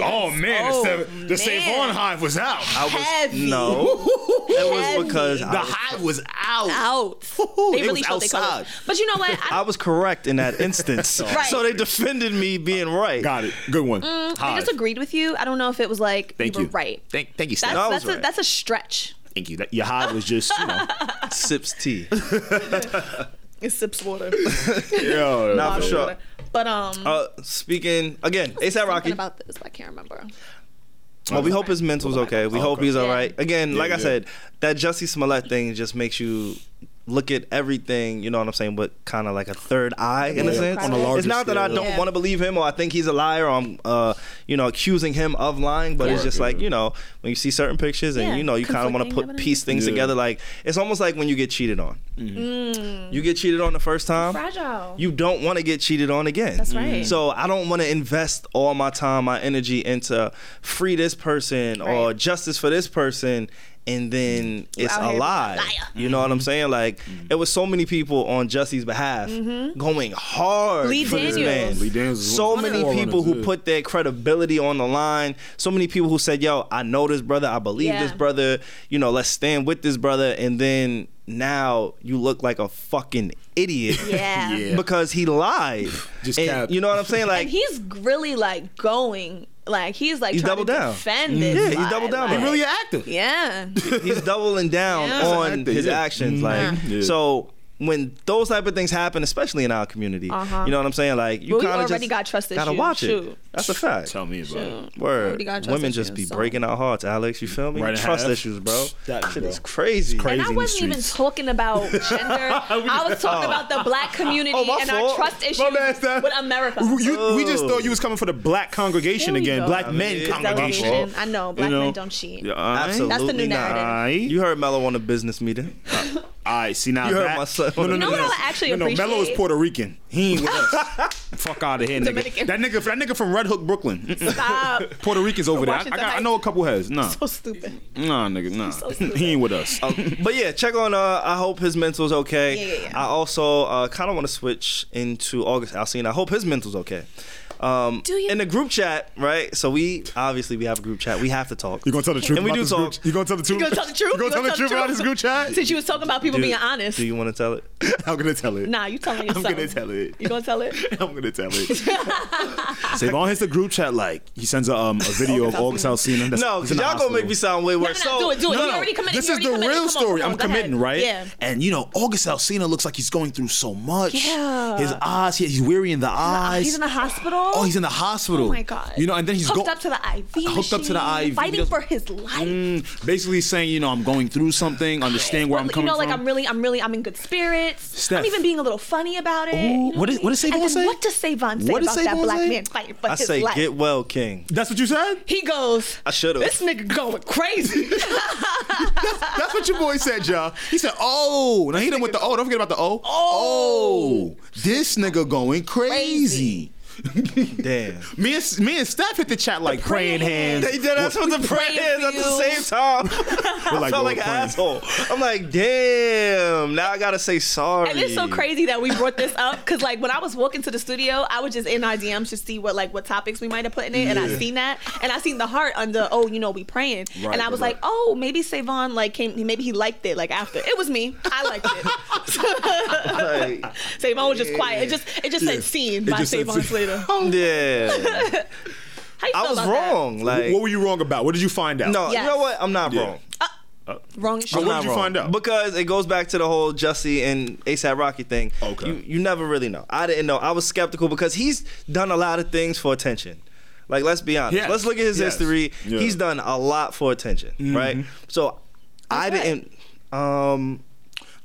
Speaker 2: Oh man,
Speaker 3: Oh,
Speaker 2: the, the Save
Speaker 3: man.
Speaker 2: On Hive was out.
Speaker 3: I was, Heavy.
Speaker 1: No, it was
Speaker 3: Heavy.
Speaker 1: because
Speaker 2: the
Speaker 1: I,
Speaker 2: Hive was out.
Speaker 3: out.
Speaker 2: it
Speaker 3: They
Speaker 2: was
Speaker 3: really showed they colors.
Speaker 2: outside.
Speaker 3: But you know what?
Speaker 1: I
Speaker 3: I,
Speaker 1: was correct in that instance.
Speaker 3: Right.
Speaker 1: So they defended me being right.
Speaker 2: Got it. Good one.
Speaker 3: I
Speaker 2: Hive.
Speaker 3: Mm, just agreed with you. I don't know if it was like
Speaker 2: Thank
Speaker 3: you were
Speaker 2: you.
Speaker 3: right.
Speaker 2: Thank, thank you,
Speaker 3: That's
Speaker 2: Steph.
Speaker 1: No, I was
Speaker 3: that's a,
Speaker 1: right.
Speaker 3: that's a stretch.
Speaker 2: Thank you. That- Your Hive was just, you know.
Speaker 1: Sips tea.
Speaker 3: It sips water.
Speaker 2: yo,
Speaker 1: Not for sure.
Speaker 3: Water. But um,
Speaker 1: Uh, speaking again, ASAP
Speaker 3: something
Speaker 1: Rocky.
Speaker 3: about this, but I can't remember.
Speaker 1: Well, we hope his mental's okay. We hope he's all right. Again, like I
Speaker 2: yeah.
Speaker 1: said, that Jussie Smollett thing just makes you look at everything. You know what I'm saying? But kind of like a third eye in a sense.
Speaker 3: On a larger
Speaker 1: it's not that I
Speaker 2: scale.
Speaker 1: don't
Speaker 3: Yeah.
Speaker 1: want to believe him or I think he's a liar or I'm, uh, you know, accusing him of lying. But it's
Speaker 2: Yeah.
Speaker 1: just like
Speaker 2: Yeah.
Speaker 1: you know when you see certain pictures and
Speaker 3: Yeah,
Speaker 1: you know you kind of want to
Speaker 3: conflicting
Speaker 1: put
Speaker 3: evidence.
Speaker 1: piece things
Speaker 2: Yeah.
Speaker 1: together. Like it's almost like when you get cheated on.
Speaker 2: Mm-hmm.
Speaker 1: You get cheated on the first time
Speaker 3: Fragile.
Speaker 1: you don't want to get cheated on again.
Speaker 3: That's right. Mhm.
Speaker 1: So I don't want to invest all my time, my energy into free this person or
Speaker 3: Right.
Speaker 1: justice for this person. And then it's
Speaker 3: out here
Speaker 1: a
Speaker 3: being a
Speaker 1: lie.
Speaker 3: liar.
Speaker 1: You know what I'm saying? Like
Speaker 2: Mm-hmm.
Speaker 1: it was so many people on Jussie's behalf going hard
Speaker 3: Mm-hmm. Lee
Speaker 1: for this
Speaker 3: Daniels.
Speaker 1: man.
Speaker 3: Lee
Speaker 2: Daniels was
Speaker 1: so
Speaker 2: one of the
Speaker 1: many
Speaker 2: forerunners,
Speaker 1: people who
Speaker 2: yeah.
Speaker 1: put their credibility on the line. So many people who said, "Yo, I know this brother. I believe
Speaker 3: Yeah.
Speaker 1: this brother. You know, let's stand with this brother." And then now you look like a fucking idiot
Speaker 3: Yeah.
Speaker 2: Yeah.
Speaker 1: because he lied.
Speaker 2: Just
Speaker 1: And
Speaker 2: capped.
Speaker 1: You know what I'm saying? Like
Speaker 3: And he's really like going, like he's like
Speaker 1: He's
Speaker 3: trying
Speaker 1: doubled
Speaker 3: to
Speaker 1: down.
Speaker 2: Mm-hmm.
Speaker 3: defend this.
Speaker 1: Yeah, he's
Speaker 3: lie,
Speaker 1: doubled down.
Speaker 3: Like,
Speaker 1: He really
Speaker 2: an actor.
Speaker 3: Yeah.
Speaker 1: he's doubling down
Speaker 3: Yeah.
Speaker 1: on
Speaker 2: Actor,
Speaker 1: his
Speaker 2: yeah. Mm-hmm.
Speaker 1: actions. Like
Speaker 2: Yeah.
Speaker 1: so. When those type of things happen, especially in our community,
Speaker 3: Uh-huh.
Speaker 1: you know what I'm saying? Like you
Speaker 3: Well, we
Speaker 1: kind of
Speaker 3: already
Speaker 1: just
Speaker 3: got trust
Speaker 1: gotta
Speaker 3: issues,
Speaker 1: watch it.
Speaker 3: shoot.
Speaker 1: That's a fact.
Speaker 2: Tell me about it.
Speaker 1: Word.
Speaker 3: Already got trust
Speaker 1: Women just
Speaker 3: issues,
Speaker 1: be
Speaker 3: so.
Speaker 1: breaking our hearts, Alex. You feel me?
Speaker 2: Right in
Speaker 1: trust
Speaker 2: half.
Speaker 1: issues, bro.
Speaker 2: That,
Speaker 1: shit
Speaker 2: bro.
Speaker 1: is crazy.
Speaker 2: crazy.
Speaker 3: And I
Speaker 2: in the
Speaker 3: wasn't even
Speaker 2: streets.
Speaker 3: talking about gender. I was talking about the black community
Speaker 1: Oh, my
Speaker 3: and
Speaker 1: fault.
Speaker 3: our trust issues
Speaker 2: bad, Steph.
Speaker 3: with America.
Speaker 2: You, we just thought you was coming for the black congregation
Speaker 3: There we
Speaker 2: again,
Speaker 3: go.
Speaker 2: black
Speaker 3: I
Speaker 2: men
Speaker 1: mean,
Speaker 2: congregation.
Speaker 3: Delegation. I know black
Speaker 2: know?
Speaker 3: men don't cheat.
Speaker 1: Absolutely
Speaker 3: That's the new
Speaker 1: not.
Speaker 3: narrative.
Speaker 1: You heard Mello on a business meeting.
Speaker 2: I see now.
Speaker 1: You heard
Speaker 2: that-
Speaker 1: my son.
Speaker 2: No, no,
Speaker 1: You
Speaker 2: no,
Speaker 1: know
Speaker 2: no,
Speaker 3: what
Speaker 2: no.
Speaker 3: I actually
Speaker 2: no, no. Mello is
Speaker 3: appreciate?
Speaker 2: Puerto Rican. He ain't with us. Fuck out of here, nigga.
Speaker 3: Dominican.
Speaker 2: That nigga, that nigga from Red Hook, Brooklyn. Mm-mm.
Speaker 3: Stop.
Speaker 2: Puerto Ricans over there. I, I,
Speaker 3: Washington
Speaker 2: got, I
Speaker 3: Heights.
Speaker 2: know a couple heads. Nah,
Speaker 3: so Uh, stupid.
Speaker 2: nah, nigga, nah.
Speaker 3: so stupid.
Speaker 2: he ain't with us.
Speaker 1: but yeah, check on. Uh, I hope his mental's okay.
Speaker 3: Yeah, yeah, yeah.
Speaker 1: I also uh, kind of want to switch into August Alcine. I hope his mental's okay. Um,
Speaker 3: Do you-
Speaker 1: In the group chat, right? So we obviously we have a group chat. We have to talk.
Speaker 2: You gonna tell the truth?
Speaker 1: And we
Speaker 2: about
Speaker 1: do
Speaker 2: this
Speaker 1: talk.
Speaker 2: group- You gonna tell the truth?
Speaker 3: You gonna tell the truth?
Speaker 2: You gonna tell the truth about this group chat?
Speaker 3: Since you was talking about people
Speaker 1: Do-
Speaker 3: being honest.
Speaker 1: Do you want to tell it?
Speaker 2: I'm gonna tell it.
Speaker 3: Nah, you telling
Speaker 2: I'm
Speaker 3: yourself.
Speaker 2: gonna tell it.
Speaker 3: You gonna tell it?
Speaker 2: I'm gonna tell it. Savon hits the group chat like he sends a, um, a video of August Alsina. That's-
Speaker 1: No, because
Speaker 2: he's in the
Speaker 1: y'all gonna make
Speaker 2: hospital.
Speaker 1: me sound way
Speaker 3: No,
Speaker 1: worse.
Speaker 3: no,
Speaker 1: so
Speaker 3: do it, do it.
Speaker 2: No,
Speaker 3: he
Speaker 2: no.
Speaker 3: already committed.
Speaker 2: This
Speaker 3: he
Speaker 2: is
Speaker 3: already
Speaker 2: the
Speaker 3: committed.
Speaker 2: real
Speaker 3: Come on,
Speaker 2: story.
Speaker 3: come
Speaker 2: I'm
Speaker 3: on, go
Speaker 2: committing,
Speaker 3: ahead.
Speaker 2: right?
Speaker 3: Yeah.
Speaker 2: And you know, August Alsina looks like he's going through so much.
Speaker 3: Yeah.
Speaker 2: His eyes, he, he's weary in the eyes.
Speaker 3: He's in the hospital.
Speaker 2: oh, he's in the hospital.
Speaker 3: Oh my god.
Speaker 2: You know, and then he's
Speaker 3: hooked
Speaker 2: go-
Speaker 3: up to the IV.
Speaker 2: Hooked up to the
Speaker 3: machine,
Speaker 2: IV.
Speaker 3: Fighting
Speaker 2: Just-
Speaker 3: for his life.
Speaker 2: Mm, basically saying, you know, I'm going through something. Understand where I'm
Speaker 3: you
Speaker 2: coming
Speaker 3: know,
Speaker 2: from.
Speaker 3: like I'm really, I'm really, I'm in good spirits.
Speaker 2: Steph.
Speaker 3: I'm even being a little funny about it.
Speaker 2: Ooh,
Speaker 3: you know
Speaker 2: what is-
Speaker 3: I mean?
Speaker 2: what does Savon
Speaker 3: and
Speaker 2: say?
Speaker 3: then What does Savon say
Speaker 2: What does
Speaker 3: about that
Speaker 2: Savon
Speaker 3: black
Speaker 2: say?
Speaker 3: man fighting for
Speaker 1: I
Speaker 3: his
Speaker 1: say
Speaker 3: life?
Speaker 1: get well, King.
Speaker 2: That's what you said.
Speaker 3: he goes.
Speaker 1: I should've.
Speaker 3: This nigga going crazy.
Speaker 2: That's what your boy said, y'all. He said, "Oh, now he done with the oh. Don't forget about the oh. Oh, this nigga going crazy."
Speaker 1: Damn.
Speaker 2: Me and me and Steph hit the chat like praying
Speaker 3: praying
Speaker 2: hands.
Speaker 1: They did us with the
Speaker 3: praying
Speaker 1: prayers
Speaker 3: for
Speaker 1: at the
Speaker 3: you.
Speaker 1: same time. I
Speaker 2: We're like,
Speaker 1: felt
Speaker 2: we're
Speaker 1: like an
Speaker 2: praying.
Speaker 1: asshole. I'm like, damn. Now I gotta say sorry.
Speaker 3: And it's so crazy that we brought this up because, like, when I was walking to the studio, I was just in our DMs to see what, like, what topics we might have put in it, and I seen that, and I seen the heart under, oh, you know, we praying, and I was like, oh, maybe Savon like came, maybe he liked it, like after it was me, I liked it.
Speaker 1: Like,
Speaker 3: Savon was just quiet. It just, it just said scene by
Speaker 2: just said
Speaker 3: Savon
Speaker 2: scene.
Speaker 3: Slater. How
Speaker 1: yeah.
Speaker 3: you
Speaker 1: I
Speaker 3: feel
Speaker 1: was
Speaker 3: about that?
Speaker 1: wrong. Like,
Speaker 2: What were you wrong about? What did you find out?
Speaker 1: no,
Speaker 3: Yes.
Speaker 1: you know what? I'm not wrong.
Speaker 3: Wrong. as shit.
Speaker 2: what did you
Speaker 1: wrong.
Speaker 2: find out?
Speaker 1: Because it goes back to the whole Jussie and ASAP Rocky thing.
Speaker 2: Okay.
Speaker 1: You, you never really know. I didn't know. I was skeptical because he's done a lot of things for attention. Like, let's be honest.
Speaker 2: Yes.
Speaker 1: Let's look at his
Speaker 2: Yes.
Speaker 1: history.
Speaker 2: Yeah. Mm-hmm.
Speaker 1: He's done a lot for attention, right? So I
Speaker 3: Okay.
Speaker 1: didn't. Um,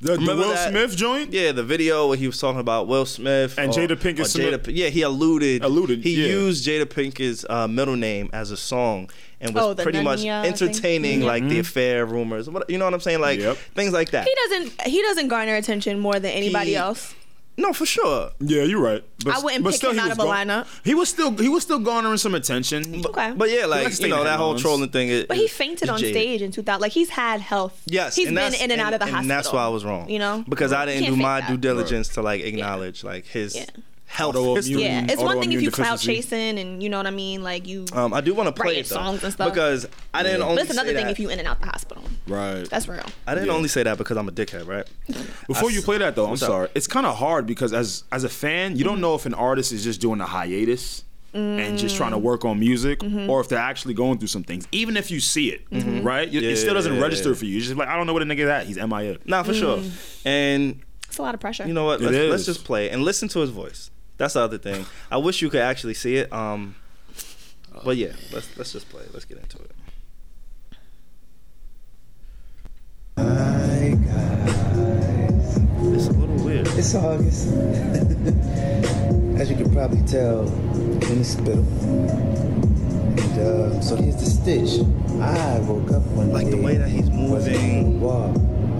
Speaker 2: the, the
Speaker 1: Remember
Speaker 2: Will
Speaker 1: that-
Speaker 2: Smith joint.
Speaker 1: Yeah, the video where he was talking about Will Smith
Speaker 2: And Jada Pinkett Smith.
Speaker 1: Jada, P- yeah, he alluded.
Speaker 2: Alluded,
Speaker 1: He
Speaker 2: yeah.
Speaker 1: used Jada Pinkett's uh, middle name as a song and was
Speaker 3: Oh, the
Speaker 1: pretty much
Speaker 3: Nanya thing?
Speaker 1: entertaining like the affair rumors. What, you know what I'm saying? Like
Speaker 2: Mm-hmm. Yep.
Speaker 1: things like that.
Speaker 3: He doesn't. He doesn't garner attention more than anybody
Speaker 1: He-
Speaker 3: else.
Speaker 1: no, for sure.
Speaker 2: Yeah, you're right. But,
Speaker 3: I wouldn't
Speaker 2: but
Speaker 3: pick
Speaker 2: still
Speaker 3: him
Speaker 2: he
Speaker 3: out
Speaker 2: was
Speaker 3: of a
Speaker 2: gar-
Speaker 3: lineup.
Speaker 2: He was still he was still garnering some attention. But
Speaker 3: Okay.
Speaker 1: But yeah,
Speaker 2: like
Speaker 1: like
Speaker 2: to
Speaker 1: you know
Speaker 2: stay
Speaker 1: that whole
Speaker 2: headlines.
Speaker 1: trolling thing. It,
Speaker 3: But he fainted on
Speaker 1: Jada.
Speaker 3: stage in 2000. Like he's had health.
Speaker 1: Yes,
Speaker 3: he's
Speaker 1: and
Speaker 3: been
Speaker 1: that's-
Speaker 3: in and out of the
Speaker 1: and
Speaker 3: hospital.
Speaker 1: that's why I was wrong.
Speaker 3: You know,
Speaker 1: because I
Speaker 3: You
Speaker 1: didn't
Speaker 3: can't
Speaker 1: do
Speaker 3: fake
Speaker 1: my
Speaker 3: that.
Speaker 1: due diligence to like acknowledge like his
Speaker 3: Yeah.
Speaker 1: health
Speaker 2: Autoimmune.
Speaker 1: history.
Speaker 3: Yeah, it's one thing if
Speaker 2: autoimmune
Speaker 3: you clout
Speaker 2: deficiency.
Speaker 3: chasing and you know what I mean, like you.
Speaker 1: Um, I do want to play
Speaker 3: Writing
Speaker 1: it though,
Speaker 3: songs and stuff.
Speaker 1: because I didn't only
Speaker 3: but it's another
Speaker 1: say
Speaker 3: thing
Speaker 1: that-
Speaker 3: if you in and out the hospital.
Speaker 2: Right.
Speaker 3: That's real.
Speaker 1: I didn't only say that because I'm a dickhead, right?
Speaker 2: Before you play that though, I'm
Speaker 1: up? Mm-hmm.
Speaker 2: sorry. It's kind of hard because as as a fan, you don't know if an artist is just doing a hiatus and just trying to
Speaker 1: Mm.
Speaker 2: work on music,
Speaker 1: Mm-hmm.
Speaker 2: or if they're actually going through some things. Even if you see it, right? You- It still doesn't
Speaker 1: Yeah.
Speaker 2: register for you. You're just like, I don't know what a nigga that. He's MIA.
Speaker 1: Nah, for sure.
Speaker 3: Mm.
Speaker 1: And
Speaker 3: It's a lot of pressure.
Speaker 1: you know what?
Speaker 2: It
Speaker 1: Let's, let's
Speaker 2: is.
Speaker 1: just play and listen to his voice. That's the other thing. I wish you could actually see it. Um, but yeah, let's let's just play. Let's get into it. It's a little weird.
Speaker 11: It's August. As you can probably tell, I'm in the spittle. And uh, so here's the stitch. I woke up one
Speaker 1: Like
Speaker 11: day.
Speaker 1: the way that he's
Speaker 11: wasn't
Speaker 1: moving.
Speaker 11: able to walk.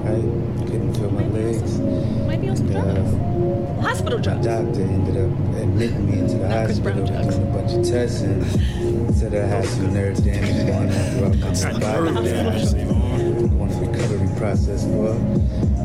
Speaker 11: I couldn't feel my legs.
Speaker 3: Might be on some drugs.
Speaker 11: Uh,
Speaker 3: Hospital
Speaker 11: my
Speaker 3: drugs.
Speaker 11: doctor ended up admitting me into the
Speaker 3: Not Chris Brown
Speaker 11: hospital,
Speaker 3: drugs.
Speaker 11: doing a bunch of tests, and said I had some nerve damage going on throughout my body. Going to recovery process for.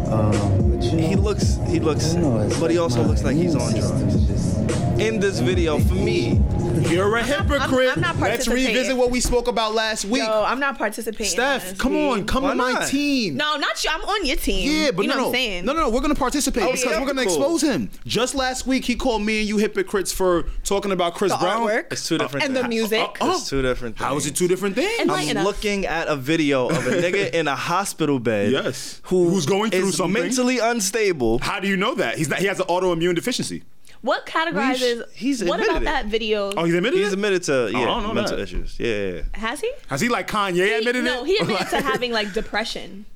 Speaker 11: Um, but you know,
Speaker 1: He looks he
Speaker 11: I
Speaker 1: looks,
Speaker 11: don't know, it's
Speaker 1: but he also
Speaker 11: my
Speaker 1: looks like he's
Speaker 11: immune
Speaker 1: on
Speaker 11: system
Speaker 1: drugs.
Speaker 11: is just-
Speaker 1: In this video, for me,
Speaker 2: You're a hypocrite.
Speaker 3: I'm not
Speaker 2: Let's
Speaker 3: participating.
Speaker 2: revisit what we spoke about last week.
Speaker 3: Yo, I'm not participating. in
Speaker 2: Steph,
Speaker 3: this.
Speaker 2: come on, come
Speaker 1: Why
Speaker 2: to my
Speaker 1: not?
Speaker 2: team.
Speaker 3: No, not you. I'm on your team.
Speaker 2: Yeah, but
Speaker 3: you
Speaker 2: no,
Speaker 3: know
Speaker 2: no,
Speaker 3: what I'm saying.
Speaker 2: no,
Speaker 3: Oh,
Speaker 2: no, no. We're gonna participate because we're gonna
Speaker 1: skeptical.
Speaker 2: expose him. Just last week, he called me and you hypocrites for talking about Chris
Speaker 3: The
Speaker 2: Brown.
Speaker 3: artwork
Speaker 1: it's two different
Speaker 3: and the
Speaker 1: things.
Speaker 3: music.
Speaker 2: Oh,
Speaker 1: It's two different things.
Speaker 2: How is it two different things?
Speaker 3: And
Speaker 1: I'm
Speaker 3: Enlighten us.
Speaker 1: looking at a video of a nigga in a hospital bed.
Speaker 2: Yes.
Speaker 1: Who
Speaker 2: Who's going through
Speaker 1: is
Speaker 2: something.
Speaker 1: mentally unstable.
Speaker 2: How do you know that? He's not, he has an autoimmune deficiency.
Speaker 3: What categorizes?
Speaker 1: he's
Speaker 3: what
Speaker 1: admitted
Speaker 3: about
Speaker 1: it.
Speaker 3: that video?
Speaker 2: Oh, he's admitted
Speaker 1: He's
Speaker 2: it?
Speaker 1: admitted to yeah,
Speaker 2: don't know
Speaker 1: mental
Speaker 2: that.
Speaker 1: issues. Yeah, Yeah, yeah.
Speaker 3: Has he?
Speaker 2: Has he like Kanye admitted it?
Speaker 3: no, he admitted to having like depression.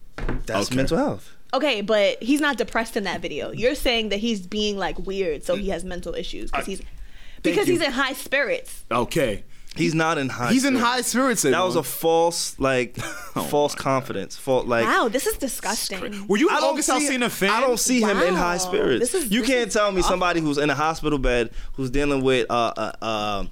Speaker 1: that's
Speaker 2: Okay.
Speaker 1: mental health.
Speaker 3: Okay, but he's not depressed in that video. You're saying that he's being like weird, so he has mental issues because he's because
Speaker 2: you.
Speaker 3: he's in high spirits.
Speaker 2: Okay.
Speaker 1: He's not in high.
Speaker 2: He's in
Speaker 1: spirits.
Speaker 2: high Oh spirits.
Speaker 1: That was a false like false confidence. Fault like.
Speaker 3: Wow, this is disgusting.
Speaker 2: Were you
Speaker 1: I
Speaker 2: an
Speaker 1: don't
Speaker 2: August
Speaker 1: see.
Speaker 2: Alsina fan?
Speaker 1: I don't see him in
Speaker 3: Wow.
Speaker 1: high spirits.
Speaker 3: This is-
Speaker 1: you
Speaker 3: this
Speaker 1: can't
Speaker 3: is
Speaker 1: tell me somebody who's in a hospital bed who's dealing with uh, uh, uh,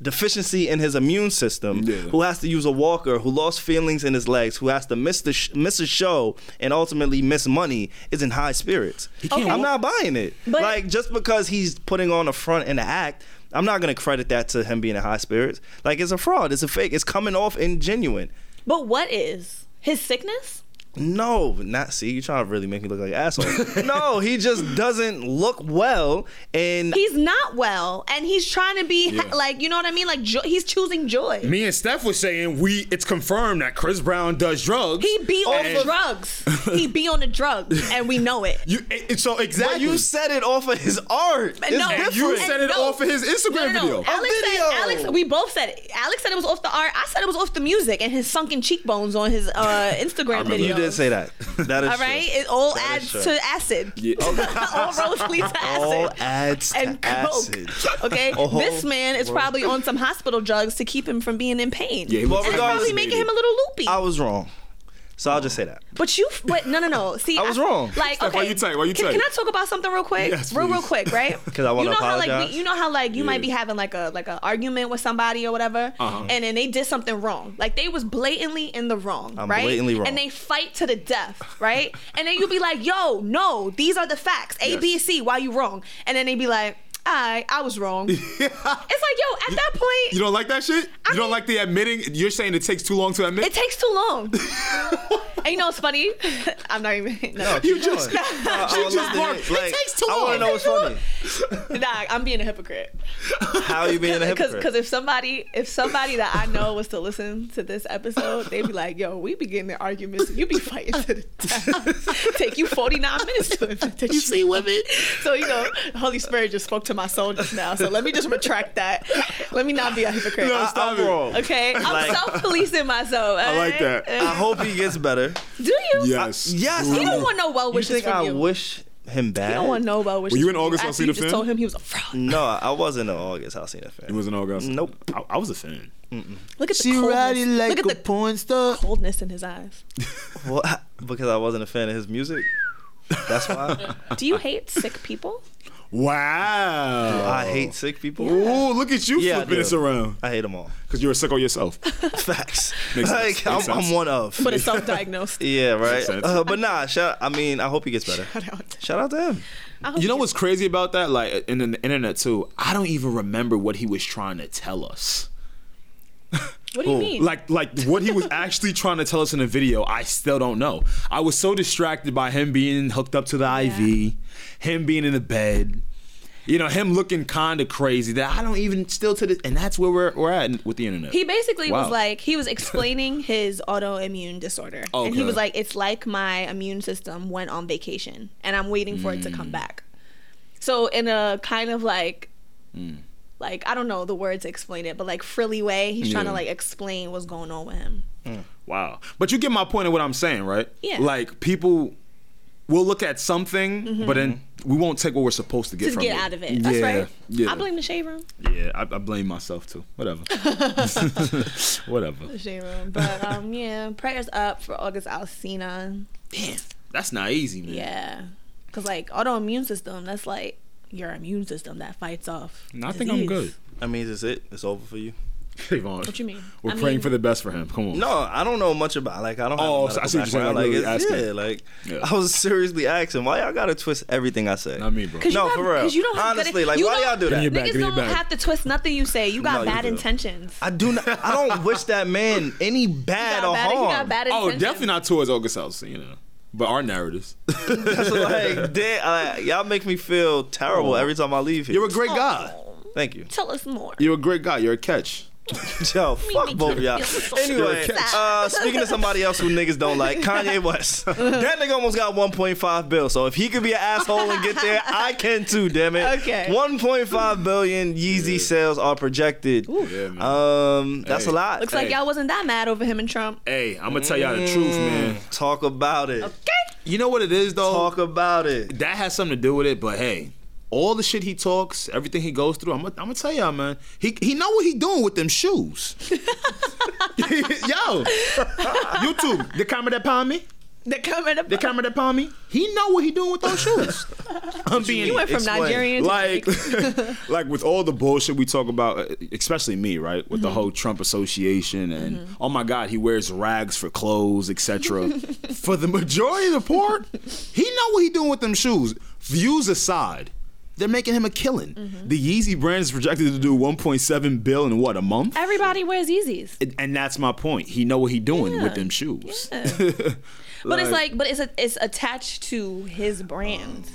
Speaker 1: deficiency in his immune system,
Speaker 2: Yeah.
Speaker 1: who has to use a walker, who lost feelings in his legs, who has to miss the sh- miss a show and ultimately miss money, is in high spirits.
Speaker 3: can't
Speaker 1: I'm
Speaker 3: walk.
Speaker 1: not buying it.
Speaker 3: But-
Speaker 1: like just because he's putting on a front and an act. I'm not gonna credit that to him being in high spirits. Like it's a fraud. It's a fake. It's coming off ingenuine.
Speaker 3: But what is his sickness?
Speaker 1: No, not see. You trying to really make me look like an asshole. no, he just doesn't look well, and
Speaker 3: He's not well, and he's trying to be ha- like you know what I mean. Like jo- he's choosing joy.
Speaker 2: Me and Steph was saying we. It's confirmed that Chris Brown does drugs.
Speaker 3: He be on
Speaker 2: And-
Speaker 3: drugs. he be on the drugs, and we know it.
Speaker 2: You, it, it- so exactly.
Speaker 1: but you said it off of his art.
Speaker 3: And
Speaker 1: It's
Speaker 3: no,
Speaker 1: different.
Speaker 2: you said it
Speaker 3: and no.
Speaker 2: off of his Instagram video.
Speaker 3: Alex
Speaker 1: video.
Speaker 3: said Alex. We both said it. Alex said it was off the art. I said it was off the music and his sunken cheekbones on his uh, Instagram video.
Speaker 1: you did say that. That is
Speaker 3: All right,
Speaker 1: true.
Speaker 3: it all
Speaker 1: That is
Speaker 3: adds
Speaker 1: true.
Speaker 3: to acid. all roads lead to acid.
Speaker 1: All adds
Speaker 3: and
Speaker 1: to acid.
Speaker 3: coke. Okay,
Speaker 1: Oh,
Speaker 3: this man is probably on some hospital drugs to keep him from being in pain.
Speaker 2: Yeah, he
Speaker 1: Well,
Speaker 2: was-
Speaker 3: and it's
Speaker 1: regardless,
Speaker 3: probably making him a little loopy.
Speaker 1: I was wrong, so I'll just say that.
Speaker 3: But you, but no, no, no. See,
Speaker 1: I was wrong.
Speaker 3: Like, okay,
Speaker 2: why you tight? Why you
Speaker 3: can,
Speaker 2: tight?
Speaker 3: Can I talk about something real quick?
Speaker 2: Yes,
Speaker 3: real, real
Speaker 2: please.
Speaker 3: quick, right?
Speaker 1: 'Cause I wanna
Speaker 3: You know how like
Speaker 1: apologize.
Speaker 3: we, you know how like you might be having like a like an argument with somebody or whatever, and then they did something wrong. Like they was blatantly in the wrong,
Speaker 1: I'm
Speaker 3: right?
Speaker 1: blatantly wrong.
Speaker 3: And they fight to the death, right? and then you be like, yo, no, these are the facts. A, B, C. Why you wrong? And then they be like. I I was wrong. it's like yo, at that point,
Speaker 2: You don't like that shit? you don't like the admitting? You're saying it takes too long to admit?
Speaker 3: it takes too long. and you know what's funny? I'm not even. No,
Speaker 1: You just, she
Speaker 3: just barked. It takes too
Speaker 1: I
Speaker 3: long.
Speaker 1: want to know what's funny.
Speaker 3: nah, I'm being a hypocrite.
Speaker 1: How you being a hypocrite?
Speaker 3: Because if somebody, if somebody that I know was to listen to this episode, they'd be like, "Yo, we be getting in arguments. You be fighting to the death. Take you 49 minutes to invent that You see women. So you know, Holy Spirit just spoke to my soul just now. So let me just retract that. Let me not be a hypocrite.
Speaker 2: No,
Speaker 1: I-
Speaker 2: stop
Speaker 1: I'm
Speaker 2: it.
Speaker 1: wrong.
Speaker 3: Okay, I'm
Speaker 1: Like-
Speaker 3: self-policing myself. I
Speaker 2: like that.
Speaker 1: I hope he gets better.
Speaker 3: Do you?
Speaker 2: yes.
Speaker 1: Uh, Yes,
Speaker 3: He
Speaker 1: I
Speaker 3: don't
Speaker 1: will.
Speaker 3: want no well
Speaker 1: You
Speaker 3: wishes
Speaker 1: think
Speaker 3: from
Speaker 1: I
Speaker 3: you.
Speaker 1: wish him bad?
Speaker 3: He don't want no well wishes.
Speaker 2: you in
Speaker 3: from
Speaker 2: August, I'll
Speaker 3: After
Speaker 2: see
Speaker 3: you
Speaker 2: the
Speaker 3: just
Speaker 2: film?
Speaker 3: told him he was a fraud.
Speaker 1: No, I wasn't an August Alsina fan.
Speaker 2: It wasn't August.
Speaker 1: Nope.
Speaker 2: I, I was a fan.
Speaker 3: Look at the coldness. Look at the
Speaker 11: porn star.
Speaker 3: coldness in his eyes.
Speaker 1: Well, because I wasn't a fan of his music. That's why
Speaker 3: Do you hate sick people?
Speaker 2: Wow.
Speaker 1: I hate sick people.
Speaker 2: Ooh, look at you
Speaker 1: Yeah, I
Speaker 2: flipping
Speaker 1: do.
Speaker 2: this around.
Speaker 1: I hate them all.
Speaker 2: Because you're a sicko yourself.
Speaker 1: Facts.
Speaker 2: Makes sense.
Speaker 1: like
Speaker 2: Makes
Speaker 1: I'm,
Speaker 2: sense.
Speaker 1: I'm one of.
Speaker 3: But it's self-diagnosed.
Speaker 1: yeah, right.
Speaker 2: sense.
Speaker 1: Uh, but nah, shout. I mean, I hope he gets better.
Speaker 3: Shout out.
Speaker 1: Shout out to him.
Speaker 3: I hope
Speaker 2: You know
Speaker 3: he-
Speaker 2: what's crazy about that? Like in the internet too, I don't even remember what he was trying to tell us.
Speaker 3: What do you mean?
Speaker 2: Like like what he was actually trying to tell us in the video, I still don't know. I was so distracted by him being hooked up to the IV, him being in the bed, you know, him looking kind of crazy that I don't even still to this. And that's where we're, we're at with the internet.
Speaker 3: He basically was
Speaker 2: Wow.
Speaker 3: like he was explaining his autoimmune disorder, and he
Speaker 2: Okay.
Speaker 3: was like, "It's like my immune system went on vacation, and I'm waiting for it to
Speaker 2: Hmm.
Speaker 3: come back." So in a kind of like,
Speaker 2: Hmm.
Speaker 3: like I don't know the word to explain it, but like frilly way, he's trying to
Speaker 2: Yeah.
Speaker 3: like explain what's going on with him.
Speaker 2: Wow. But you get my point of what I'm saying, right?
Speaker 3: Yeah.
Speaker 2: Like people will look at something, but then we won't take what we're supposed to get
Speaker 3: Just
Speaker 2: from
Speaker 3: Mm-hmm. get
Speaker 2: it.
Speaker 3: out of it. That's
Speaker 2: yeah,
Speaker 3: right.
Speaker 2: Yeah.
Speaker 3: I blame the shade room.
Speaker 2: Yeah, I, I blame myself too. Whatever. Whatever.
Speaker 3: The shade room, but um, yeah, prayers up for August Alcina.
Speaker 2: Damn, that's not easy, man.
Speaker 3: Yeah, because like autoimmune system, that's like your immune system that fights off.
Speaker 2: No, I think I'm
Speaker 3: disease.
Speaker 2: good.
Speaker 1: I mean, is it? It's over for you?
Speaker 2: Trayvon,
Speaker 3: What you mean?
Speaker 2: We're
Speaker 3: I
Speaker 2: praying
Speaker 3: mean-
Speaker 2: for the best for him. Come on.
Speaker 1: No, I don't know much about. Like, I don't.
Speaker 2: Oh,
Speaker 1: have a
Speaker 2: I see what you're saying,
Speaker 1: medical
Speaker 2: like, really
Speaker 1: background.
Speaker 2: asking.
Speaker 1: Like, it's- yeah, like
Speaker 2: Yeah.
Speaker 1: I was seriously asking, why y'all gotta twist everything I say?
Speaker 2: Not me, bro.
Speaker 3: Cause
Speaker 1: No,
Speaker 3: you have,
Speaker 1: for real.
Speaker 3: Cause you don't have
Speaker 1: Honestly,
Speaker 3: good,
Speaker 1: like,
Speaker 3: you
Speaker 1: why
Speaker 3: don't-
Speaker 1: y'all do that? Give
Speaker 2: me back,
Speaker 3: Niggas
Speaker 2: give me
Speaker 3: don't
Speaker 2: back.
Speaker 3: have to twist nothing you say. You got
Speaker 1: No, you
Speaker 3: bad
Speaker 1: do.
Speaker 3: intentions.
Speaker 1: I do not. I don't wish that man any
Speaker 3: You
Speaker 1: bad
Speaker 3: got
Speaker 1: or
Speaker 3: bad, you
Speaker 1: harm.
Speaker 3: got bad
Speaker 2: Oh,
Speaker 3: intentions.
Speaker 2: definitely not towards August House, you know. But our narratives.
Speaker 1: So, like, they, uh, y'all make me feel terrible every time I leave here.
Speaker 2: Oh. You're a great guy.
Speaker 3: Oh,
Speaker 1: Thank you.
Speaker 3: Tell us more.
Speaker 2: You're a great guy. You're a catch.
Speaker 1: Yo, fuck
Speaker 3: make
Speaker 1: both of
Speaker 3: you
Speaker 1: y'all.
Speaker 3: feel so
Speaker 1: Anyway,
Speaker 3: sad.
Speaker 1: uh, speaking to somebody else who niggas don't like, Kanye West. that nigga almost got 1.5 bill. So if he could be an asshole and get there, I can too. Damn it.
Speaker 3: Okay.
Speaker 1: 1.5 billion Yeezy sales are projected.
Speaker 2: Yeah, man.
Speaker 1: Um, that's a
Speaker 2: Hey.
Speaker 1: lot.
Speaker 3: Looks like
Speaker 2: Hey.
Speaker 3: y'all wasn't that mad over him and Trump.
Speaker 2: hey, I'm gonna tell y'all the truth, man.
Speaker 1: Talk about it.
Speaker 2: Mm. You know what it is though?
Speaker 1: Talk about it.
Speaker 2: that has something to do with it. But hey, all the shit he talks, everything he goes through, I'm gonna I'm tell y'all, man. He he know what he doing with them shoes. Yo, YouTube, the camera that palm me,
Speaker 3: The comment
Speaker 2: the camera that palm me, he know what he doing with those shoes. I'm being
Speaker 3: You went from
Speaker 1: Explain.
Speaker 3: Nigerian to
Speaker 2: like like with all the bullshit we talk about uh, especially me right with the
Speaker 3: Mm-hmm.
Speaker 2: whole trump association and oh my god he wears rags for clothes etc for the majority of the part he know what he doing with them shoes views aside they're making him a killing
Speaker 3: Mm-hmm.
Speaker 2: the yeezy brand is projected to do 1.7 bill in what a month
Speaker 3: everybody wears Yeezys.
Speaker 2: And- and that's my point he know what he doing
Speaker 3: Yeah.
Speaker 2: with them shoes
Speaker 3: But it's like, but it's a, it's attached to his brand.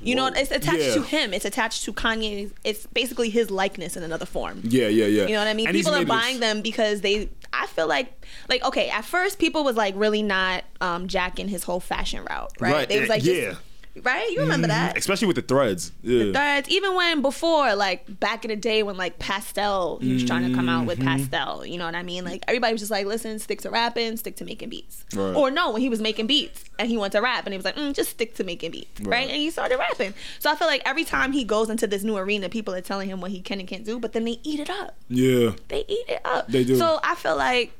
Speaker 3: You know, it's attached
Speaker 2: Yeah.
Speaker 3: to him. It's attached to Kanye. It's basically his likeness in another form.
Speaker 2: yeah yeah yeah
Speaker 3: You know what I mean?
Speaker 2: And he's
Speaker 3: people are
Speaker 2: made this-
Speaker 3: buying them because they. I feel like, like okay, at first people was like really not um jacking his whole fashion route, right?
Speaker 2: Right,
Speaker 3: They was
Speaker 2: eh,
Speaker 3: like,
Speaker 2: yeah. Mm-hmm.
Speaker 3: just- right? You remember that?
Speaker 2: especially with the threads yeah
Speaker 3: Threads, even when before, like back in the day when like pastel, he was trying to come out with
Speaker 2: Mm-hmm.
Speaker 3: pastel. You know what I mean? Like everybody was just like, listen, stick to rapping, stick to making beats.
Speaker 2: Right.
Speaker 3: Or no, when he was making beats and he wanted to rap, and he was like, mm, just stick to making beats, right.
Speaker 2: Right.
Speaker 3: And he started rapping. So I feel like every time he goes into this new arena, people are telling him what he can and can't do, but then they eat it up
Speaker 2: yeah
Speaker 3: they eat it up.
Speaker 2: They do.
Speaker 3: So I feel like,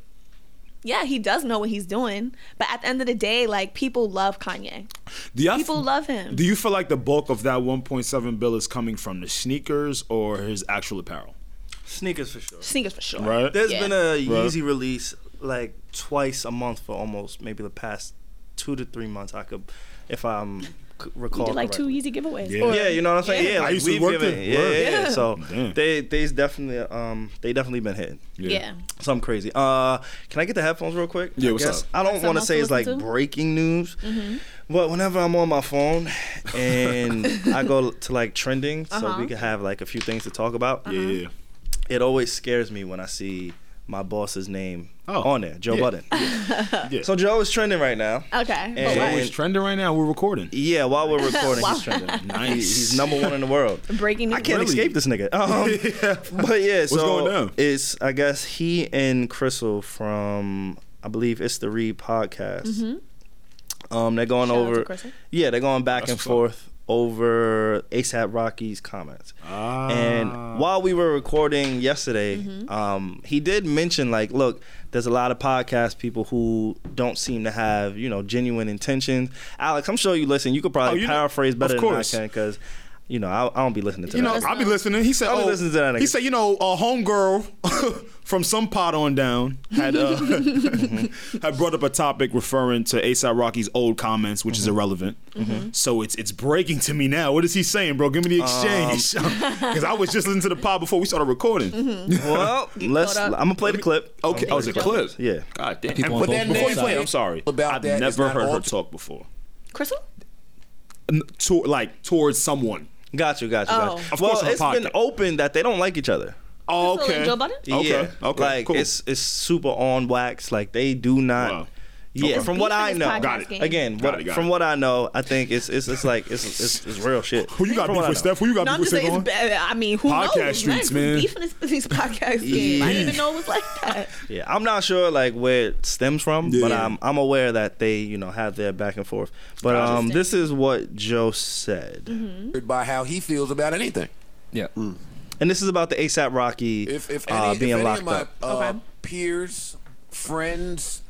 Speaker 3: yeah, he does know what he's doing. But at the end of the day, like people love Kanye.
Speaker 2: do y'all
Speaker 3: People love him.
Speaker 2: Do you feel like the bulk of that 1.7 bill is coming from the sneakers or his actual apparel?
Speaker 1: Sneakers for sure.
Speaker 3: Sneakers for sure.
Speaker 2: Right.
Speaker 1: There's
Speaker 3: Yeah.
Speaker 1: been a Yeezy release like twice a month for almost maybe the past two to three months. I could, if I'm c- recall,
Speaker 3: Did like two
Speaker 1: correctly.
Speaker 3: easy giveaways.
Speaker 2: Yeah.
Speaker 1: Yeah, you know what I'm saying. Yeah, like
Speaker 2: I used to
Speaker 1: we've
Speaker 2: work
Speaker 1: given,
Speaker 2: there.
Speaker 1: yeah,
Speaker 2: Work.
Speaker 1: yeah, yeah.
Speaker 3: Yeah.
Speaker 1: So
Speaker 2: Damn.
Speaker 1: they they's definitely um they definitely been hitting.
Speaker 3: Yeah.
Speaker 1: Something crazy. Uh, can I get the headphones real quick?
Speaker 2: Yeah,
Speaker 1: I
Speaker 2: what's
Speaker 1: guess.
Speaker 2: up?
Speaker 1: I don't
Speaker 3: Something
Speaker 1: want to
Speaker 3: else
Speaker 1: say
Speaker 3: to
Speaker 1: it's like
Speaker 3: listen to? Mm-hmm.
Speaker 1: breaking news, but whenever I'm on my phone and I go to like trending, so we
Speaker 3: Uh-huh.
Speaker 1: can have like a few things to talk about.
Speaker 2: Yeah, yeah.
Speaker 1: It always scares me when I see my boss's name
Speaker 2: Oh,
Speaker 1: on there, Joe
Speaker 2: yeah.
Speaker 1: Budden.
Speaker 2: Yeah.
Speaker 1: So Joe is trending right now.
Speaker 3: Okay.
Speaker 1: And-
Speaker 3: but what?
Speaker 2: It's trending Oh, right now. We're recording.
Speaker 1: Yeah, while we're recording,
Speaker 3: Wow.
Speaker 1: he's trending.
Speaker 2: Nice.
Speaker 1: He- he's number one in the world.
Speaker 3: Breaking news.
Speaker 1: I can't
Speaker 2: Really?
Speaker 1: escape this nigga. Um, But yeah, so
Speaker 2: going down?
Speaker 1: it's I guess he and Crystal from I believe it's the Reed podcast. Um, they're going
Speaker 3: Mm-hmm. Shout out to
Speaker 1: over.
Speaker 3: Crystal.
Speaker 1: Yeah, they're going back and
Speaker 2: what's
Speaker 1: forth over ASAP Rocky's comments.
Speaker 2: Ah.
Speaker 1: And while we were recording yesterday,
Speaker 3: Mm-hmm.
Speaker 1: um, he did mention like, look, there's a lot of podcast people who don't seem to have you know genuine intentions. Alex, I'm sure you listen. You could probably
Speaker 2: Oh, you know-
Speaker 1: paraphrase better
Speaker 2: of
Speaker 1: than I
Speaker 2: course.
Speaker 1: can because. You know, I, I don't be listening to
Speaker 2: You
Speaker 1: that.
Speaker 2: know, I'll be listening. He said,
Speaker 1: I'll be
Speaker 2: "Oh,
Speaker 1: listening to that nigga.
Speaker 2: he said, you know, uh, homegirl from some pot on down had uh, had brought up a topic referring to ASAP Rocky's old comments, which is irrelevant. So it's it's breaking to me now. What is he saying, bro? Give me the exchange, because I was just listening to the pod before we started recording.
Speaker 1: well, let's. I'm
Speaker 3: caught up.
Speaker 1: gonna play the clip.
Speaker 2: Okay, oh, it's a clip.
Speaker 1: Yeah.
Speaker 2: God damn. And-
Speaker 12: People on
Speaker 2: but
Speaker 12: both
Speaker 2: before you play it,
Speaker 12: sides
Speaker 2: I'm sorry.
Speaker 12: about
Speaker 2: I've
Speaker 12: that. It's
Speaker 2: never
Speaker 12: not
Speaker 2: heard her
Speaker 12: all-
Speaker 2: talk before.
Speaker 3: Crystal?
Speaker 2: N- To, like towards someone.
Speaker 1: Got you, got you, got
Speaker 3: Oh.
Speaker 1: you.
Speaker 2: Of
Speaker 1: well,
Speaker 2: course on the
Speaker 1: it's been
Speaker 2: podcast.
Speaker 1: open that they don't like each other.
Speaker 2: Oh,
Speaker 3: Crystal and
Speaker 2: okay.
Speaker 3: Joe Budden?
Speaker 2: Okay,
Speaker 1: Yeah.
Speaker 2: okay,
Speaker 1: Like
Speaker 2: cool.
Speaker 1: it's it's super on wax. Like they do not.
Speaker 2: Wow.
Speaker 1: Yeah, from what
Speaker 3: Beef in
Speaker 1: I
Speaker 3: Oh, this
Speaker 1: know,
Speaker 3: podcast Got it. game.
Speaker 1: Again,
Speaker 2: Got
Speaker 1: what,
Speaker 2: it, got
Speaker 1: from
Speaker 2: it.
Speaker 1: what I know, I think it's it's, it's like it's, it's it's real shit.
Speaker 2: Who you got
Speaker 1: From
Speaker 2: beef
Speaker 1: what I
Speaker 2: with,
Speaker 1: know.
Speaker 2: Steph? Who you got
Speaker 3: No, I'm
Speaker 2: beef with,
Speaker 3: just saying
Speaker 2: Steph?
Speaker 3: it's bad. I mean, who
Speaker 2: Podcast
Speaker 3: knows?
Speaker 2: streets,
Speaker 3: Niggas
Speaker 2: man.
Speaker 3: Beef in this, these podcast games. I didn't even know it was like that.
Speaker 1: Yeah, I'm not sure like where it stems from, but
Speaker 2: Yeah.
Speaker 1: I'm I'm aware that they you know have their back and forth. But um, this is what Joe said,
Speaker 3: Mm-hmm.
Speaker 12: by how he feels about anything.
Speaker 10: Yeah.
Speaker 1: and this is about the ASAP Rocky
Speaker 12: If if any,
Speaker 1: uh,
Speaker 12: if
Speaker 1: being
Speaker 12: any
Speaker 1: locked
Speaker 12: of my
Speaker 1: up.
Speaker 12: Uh,
Speaker 3: Okay.
Speaker 12: peers, friends,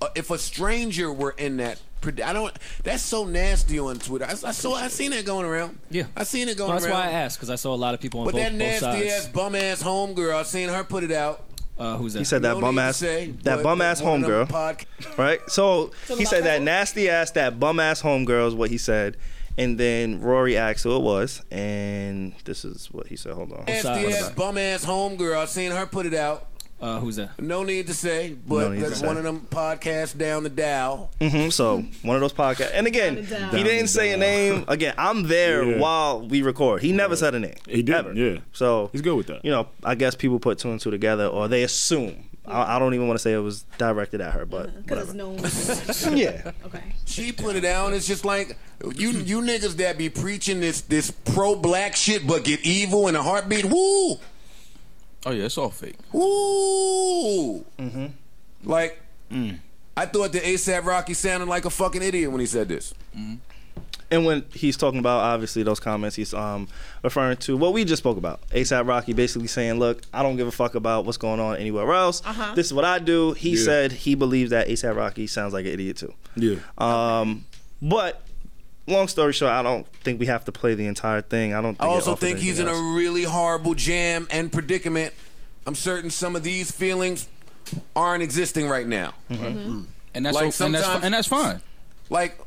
Speaker 12: uh, if a stranger were in that, pred- I don't. That's so nasty on Twitter. I, I saw. I seen that going around.
Speaker 10: Yeah.
Speaker 12: I seen it going
Speaker 10: Well, that's
Speaker 12: around.
Speaker 10: why I asked because I saw a lot of people on
Speaker 12: But
Speaker 10: both,
Speaker 12: that
Speaker 10: both
Speaker 12: nasty ass
Speaker 10: sides.
Speaker 12: bum ass homegirl, I seen her put it out.
Speaker 10: Uh, who's that?
Speaker 1: He said that
Speaker 12: No
Speaker 1: bum
Speaker 12: need to
Speaker 1: ass,
Speaker 12: say,
Speaker 1: that
Speaker 12: but
Speaker 1: bum ass
Speaker 12: one of them
Speaker 1: homegirl,
Speaker 12: podca-
Speaker 1: right? So he
Speaker 3: about
Speaker 1: said that
Speaker 3: that?
Speaker 1: nasty ass, that bum ass homegirl is what he said, and then Rory asked who it was, and this is what he said. Hold on,
Speaker 3: Eh.
Speaker 10: What's
Speaker 12: Nasty
Speaker 10: up?
Speaker 12: ass bum ass homegirl, I seen her put it out.
Speaker 10: Uh, who's that?
Speaker 12: No need to say,
Speaker 1: No
Speaker 12: but
Speaker 1: need to
Speaker 12: that's
Speaker 1: say.
Speaker 12: one of them podcasts down the dial.
Speaker 1: hmm so one of those podcasts. And again,
Speaker 3: Down and down.
Speaker 1: he didn't say a name. Again, I'm there
Speaker 2: Yeah.
Speaker 1: while we record. He never said a name.
Speaker 2: He didn't,
Speaker 1: Ever.
Speaker 2: yeah.
Speaker 1: So
Speaker 2: He's good with that.
Speaker 1: You know, I guess people put two and two together, or they assume. I, I don't even want to say it was directed at her, but
Speaker 3: Because
Speaker 1: whatever.
Speaker 3: it's no.
Speaker 1: yeah.
Speaker 3: Okay.
Speaker 12: She put it out. It's just like you you niggas that be preaching this this pro black shit, but get evil in a heartbeat. Woo,
Speaker 13: Oh yeah, it's all fake.
Speaker 12: woo. Mm-hmm. Like I thought the ASAP Rocky sounded like a fucking idiot when he said this.
Speaker 1: And when he's talking about obviously those comments, he's um referring to what we just spoke about. ASAP Rocky basically saying, "Look, I don't give a fuck about what's going on anywhere else.
Speaker 3: Uh-huh.
Speaker 1: This is what I do." He said he believes that ASAP Rocky sounds like an idiot too.
Speaker 2: Yeah.
Speaker 1: Um, but long story short, I don't think we have to play the entire thing. I don't. Think
Speaker 12: I
Speaker 1: it
Speaker 12: also
Speaker 1: offers
Speaker 12: think he's in
Speaker 1: anything
Speaker 12: a
Speaker 1: else.
Speaker 12: really horrible jam and predicament. I'm certain some of these feelings aren't existing right now.
Speaker 13: And that's o-
Speaker 12: Like,
Speaker 13: and that's fi-
Speaker 12: sometimes-
Speaker 13: and that's fine.
Speaker 12: Like,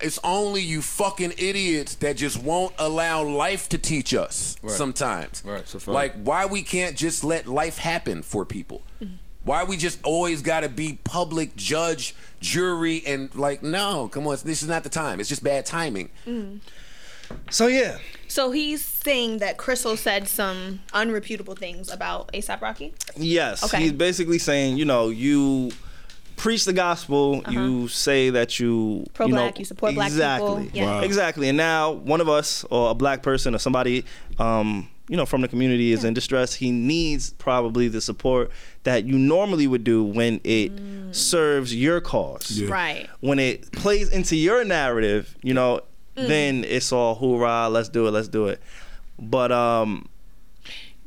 Speaker 12: it's only you fucking idiots that just won't allow life to teach us sometimes.
Speaker 13: Right, it's a fact.
Speaker 12: Like, why we can't just let life happen for people? Why we just always gotta be public judge, jury, and like, no, come on, this is not the time. It's just bad timing.
Speaker 1: So yeah,
Speaker 3: So he's saying that Crystal said some unreputable things about ASAP Rocky.
Speaker 1: yes,
Speaker 3: Okay.
Speaker 1: he's basically saying, you know, you preach the gospel, you say that you you know,
Speaker 3: Pro-black, you support Uh-huh. black people.
Speaker 1: exactly,
Speaker 3: Yeah. Wow.
Speaker 1: exactly. And now one of us or a black person or somebody, um, you know, from the community is in distress. He needs probably the support that you normally would do when it serves your cause.
Speaker 3: Mm. Right.
Speaker 1: when it plays into your narrative, you know,
Speaker 3: Mm.
Speaker 1: then it's all hoorah, let's do it, let's do it. But um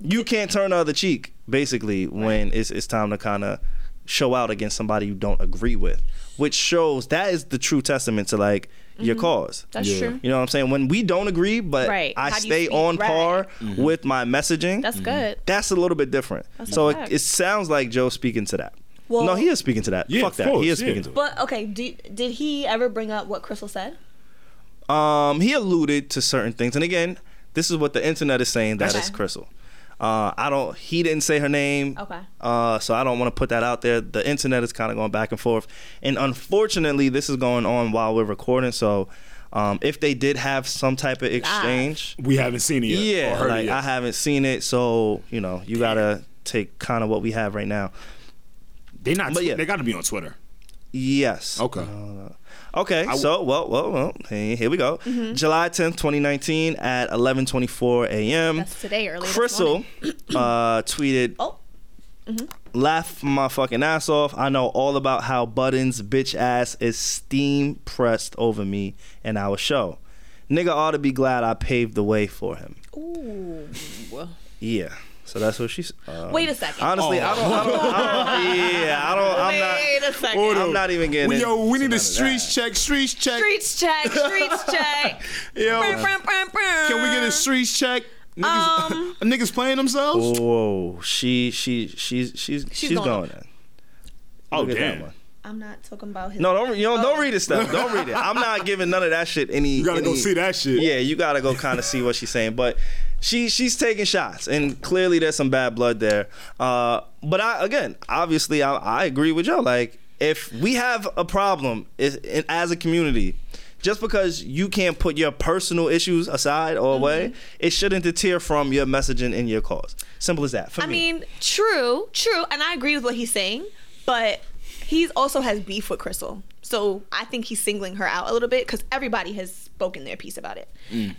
Speaker 1: you can't turn the other cheek, basically, when it's it's time to kinda show out against somebody you don't agree with. Which shows that is the true testament to like your cause.
Speaker 3: Mm-hmm. That's true.
Speaker 1: You know what I'm saying? When we don't agree, but
Speaker 3: Right.
Speaker 1: I
Speaker 3: How do you
Speaker 1: stay
Speaker 3: speak?
Speaker 1: on
Speaker 3: Right.
Speaker 1: par
Speaker 2: Mm-hmm.
Speaker 1: with my messaging,
Speaker 3: That's
Speaker 1: that's,
Speaker 3: good.
Speaker 1: a little bit different.
Speaker 3: That's
Speaker 1: so
Speaker 3: a
Speaker 1: it,
Speaker 3: fact.
Speaker 1: it sounds like Joe's speaking to that.
Speaker 3: Well-
Speaker 1: no, he is speaking to that.
Speaker 2: Yeah,
Speaker 1: Fuck
Speaker 2: of
Speaker 1: that.
Speaker 2: course,
Speaker 1: he is
Speaker 2: yeah.
Speaker 1: speaking to it.
Speaker 3: But okay, did, did he ever bring up what Crystal said?
Speaker 1: Um, he alluded to certain things, and again, this is what the internet is saying. That is
Speaker 3: Okay.
Speaker 1: Crystal. Uh, I don't. He didn't say her name.
Speaker 3: Okay.
Speaker 1: Uh, so I don't want to put that out there. The internet is kind of going back and forth, and unfortunately, this is going on while we're recording. So, um, if they did have some type of exchange,
Speaker 2: We haven't seen it yet. or
Speaker 1: yeah,
Speaker 2: heard it
Speaker 1: like
Speaker 2: yet.
Speaker 1: I haven't seen it. So you know, you gotta take kind of what we have right now.
Speaker 2: They not.
Speaker 1: But yeah.
Speaker 2: They got to be on Twitter.
Speaker 1: Yes. Uh,
Speaker 2: Okay.
Speaker 1: Okay, so well, well, well. Hey, here we go.
Speaker 3: Mm-hmm.
Speaker 1: July tenth, twenty nineteen, at eleven twenty four a.m.
Speaker 3: That's today, early this
Speaker 1: Crystal
Speaker 3: morning.
Speaker 1: uh, tweeted,
Speaker 3: Oh.
Speaker 1: "Laugh my fucking ass off. I know all about how Buttons bitch ass is steam pressed over me in our show. Nigga ought to be glad I paved the way for him.
Speaker 3: Ooh.
Speaker 1: Yeah. So that's what she's. Um,
Speaker 3: Wait a second.
Speaker 1: Honestly, I don't. I don't, I don't yeah, I don't. I'm not.
Speaker 3: Wait a second.
Speaker 1: I'm not even getting.
Speaker 9: Well, yo,
Speaker 1: into
Speaker 9: we need
Speaker 1: none
Speaker 9: a
Speaker 1: of
Speaker 9: streets check, streets check.
Speaker 3: Streets check, streets check.
Speaker 9: Yo,
Speaker 3: Brum, brum, brum, brum.
Speaker 9: can we get a streets check? Niggas,
Speaker 3: Um.
Speaker 9: niggas playing
Speaker 1: that.
Speaker 9: themselves?
Speaker 1: Whoa, she, she, she's, she's, she's,
Speaker 3: going
Speaker 1: going.
Speaker 3: up.
Speaker 1: in.
Speaker 9: Oh,
Speaker 1: Look at that
Speaker 9: damn.
Speaker 1: one.
Speaker 3: I'm not talking about his. Oh.
Speaker 1: No, don't you don't, don't read this stuff. Don't read it. I'm not giving none of that shit any. You
Speaker 9: gotta go see that shit.
Speaker 1: Yeah, you gotta go kind of see what she's saying. But she she's taking shots, and clearly there's some bad blood there. Uh, but I again, obviously, I, I agree with Joe. Like, if we have a problem is, in, as a community. Just because you can't put your personal issues aside or away,
Speaker 3: Mm-hmm.
Speaker 1: it shouldn't deter from your messaging and your cause. Simple as that. For
Speaker 3: I
Speaker 1: me.
Speaker 3: mean, true, true, and I agree with what he's saying, but he's also has beef with Crystal. So I think he's singling her out a little bit because everybody has spoken their piece about it.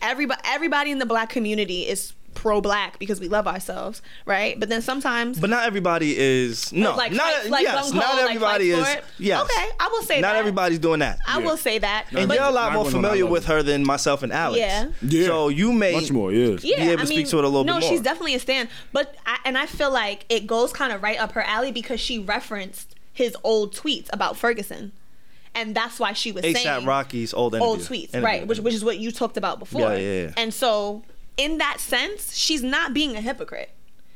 Speaker 3: Everybody, everybody in the black community is pro-black because we love ourselves, right? But then sometimes,
Speaker 1: But not everybody is no.
Speaker 3: like,
Speaker 1: not
Speaker 3: fight- like
Speaker 1: yes,
Speaker 3: gung ho,
Speaker 1: not
Speaker 3: like,
Speaker 1: everybody
Speaker 3: fight
Speaker 1: is.
Speaker 3: for it?
Speaker 1: Yes.
Speaker 3: Okay, I will say
Speaker 1: not
Speaker 3: that.
Speaker 1: everybody's doing that.
Speaker 3: I will say that.
Speaker 1: And
Speaker 3: but
Speaker 1: you're a lot
Speaker 2: Mine
Speaker 1: more
Speaker 2: was on
Speaker 1: familiar
Speaker 2: that
Speaker 1: with her than myself and Alex.
Speaker 3: Yeah.
Speaker 9: Yeah.
Speaker 1: So you may
Speaker 2: Much more, yeah.
Speaker 1: be able to speak to it a little
Speaker 3: no,
Speaker 1: bit more.
Speaker 3: she's definitely a stan. But I, and I feel like it goes kind of right up her alley because she referenced his old tweets about Ferguson, and that's why she was saying
Speaker 1: ASAP Rocky's old interview.
Speaker 3: old tweets,
Speaker 1: Interview.
Speaker 3: right? Which which is what you talked about before.
Speaker 1: Yeah, yeah, yeah.
Speaker 3: And so in that sense, she's not being a hypocrite.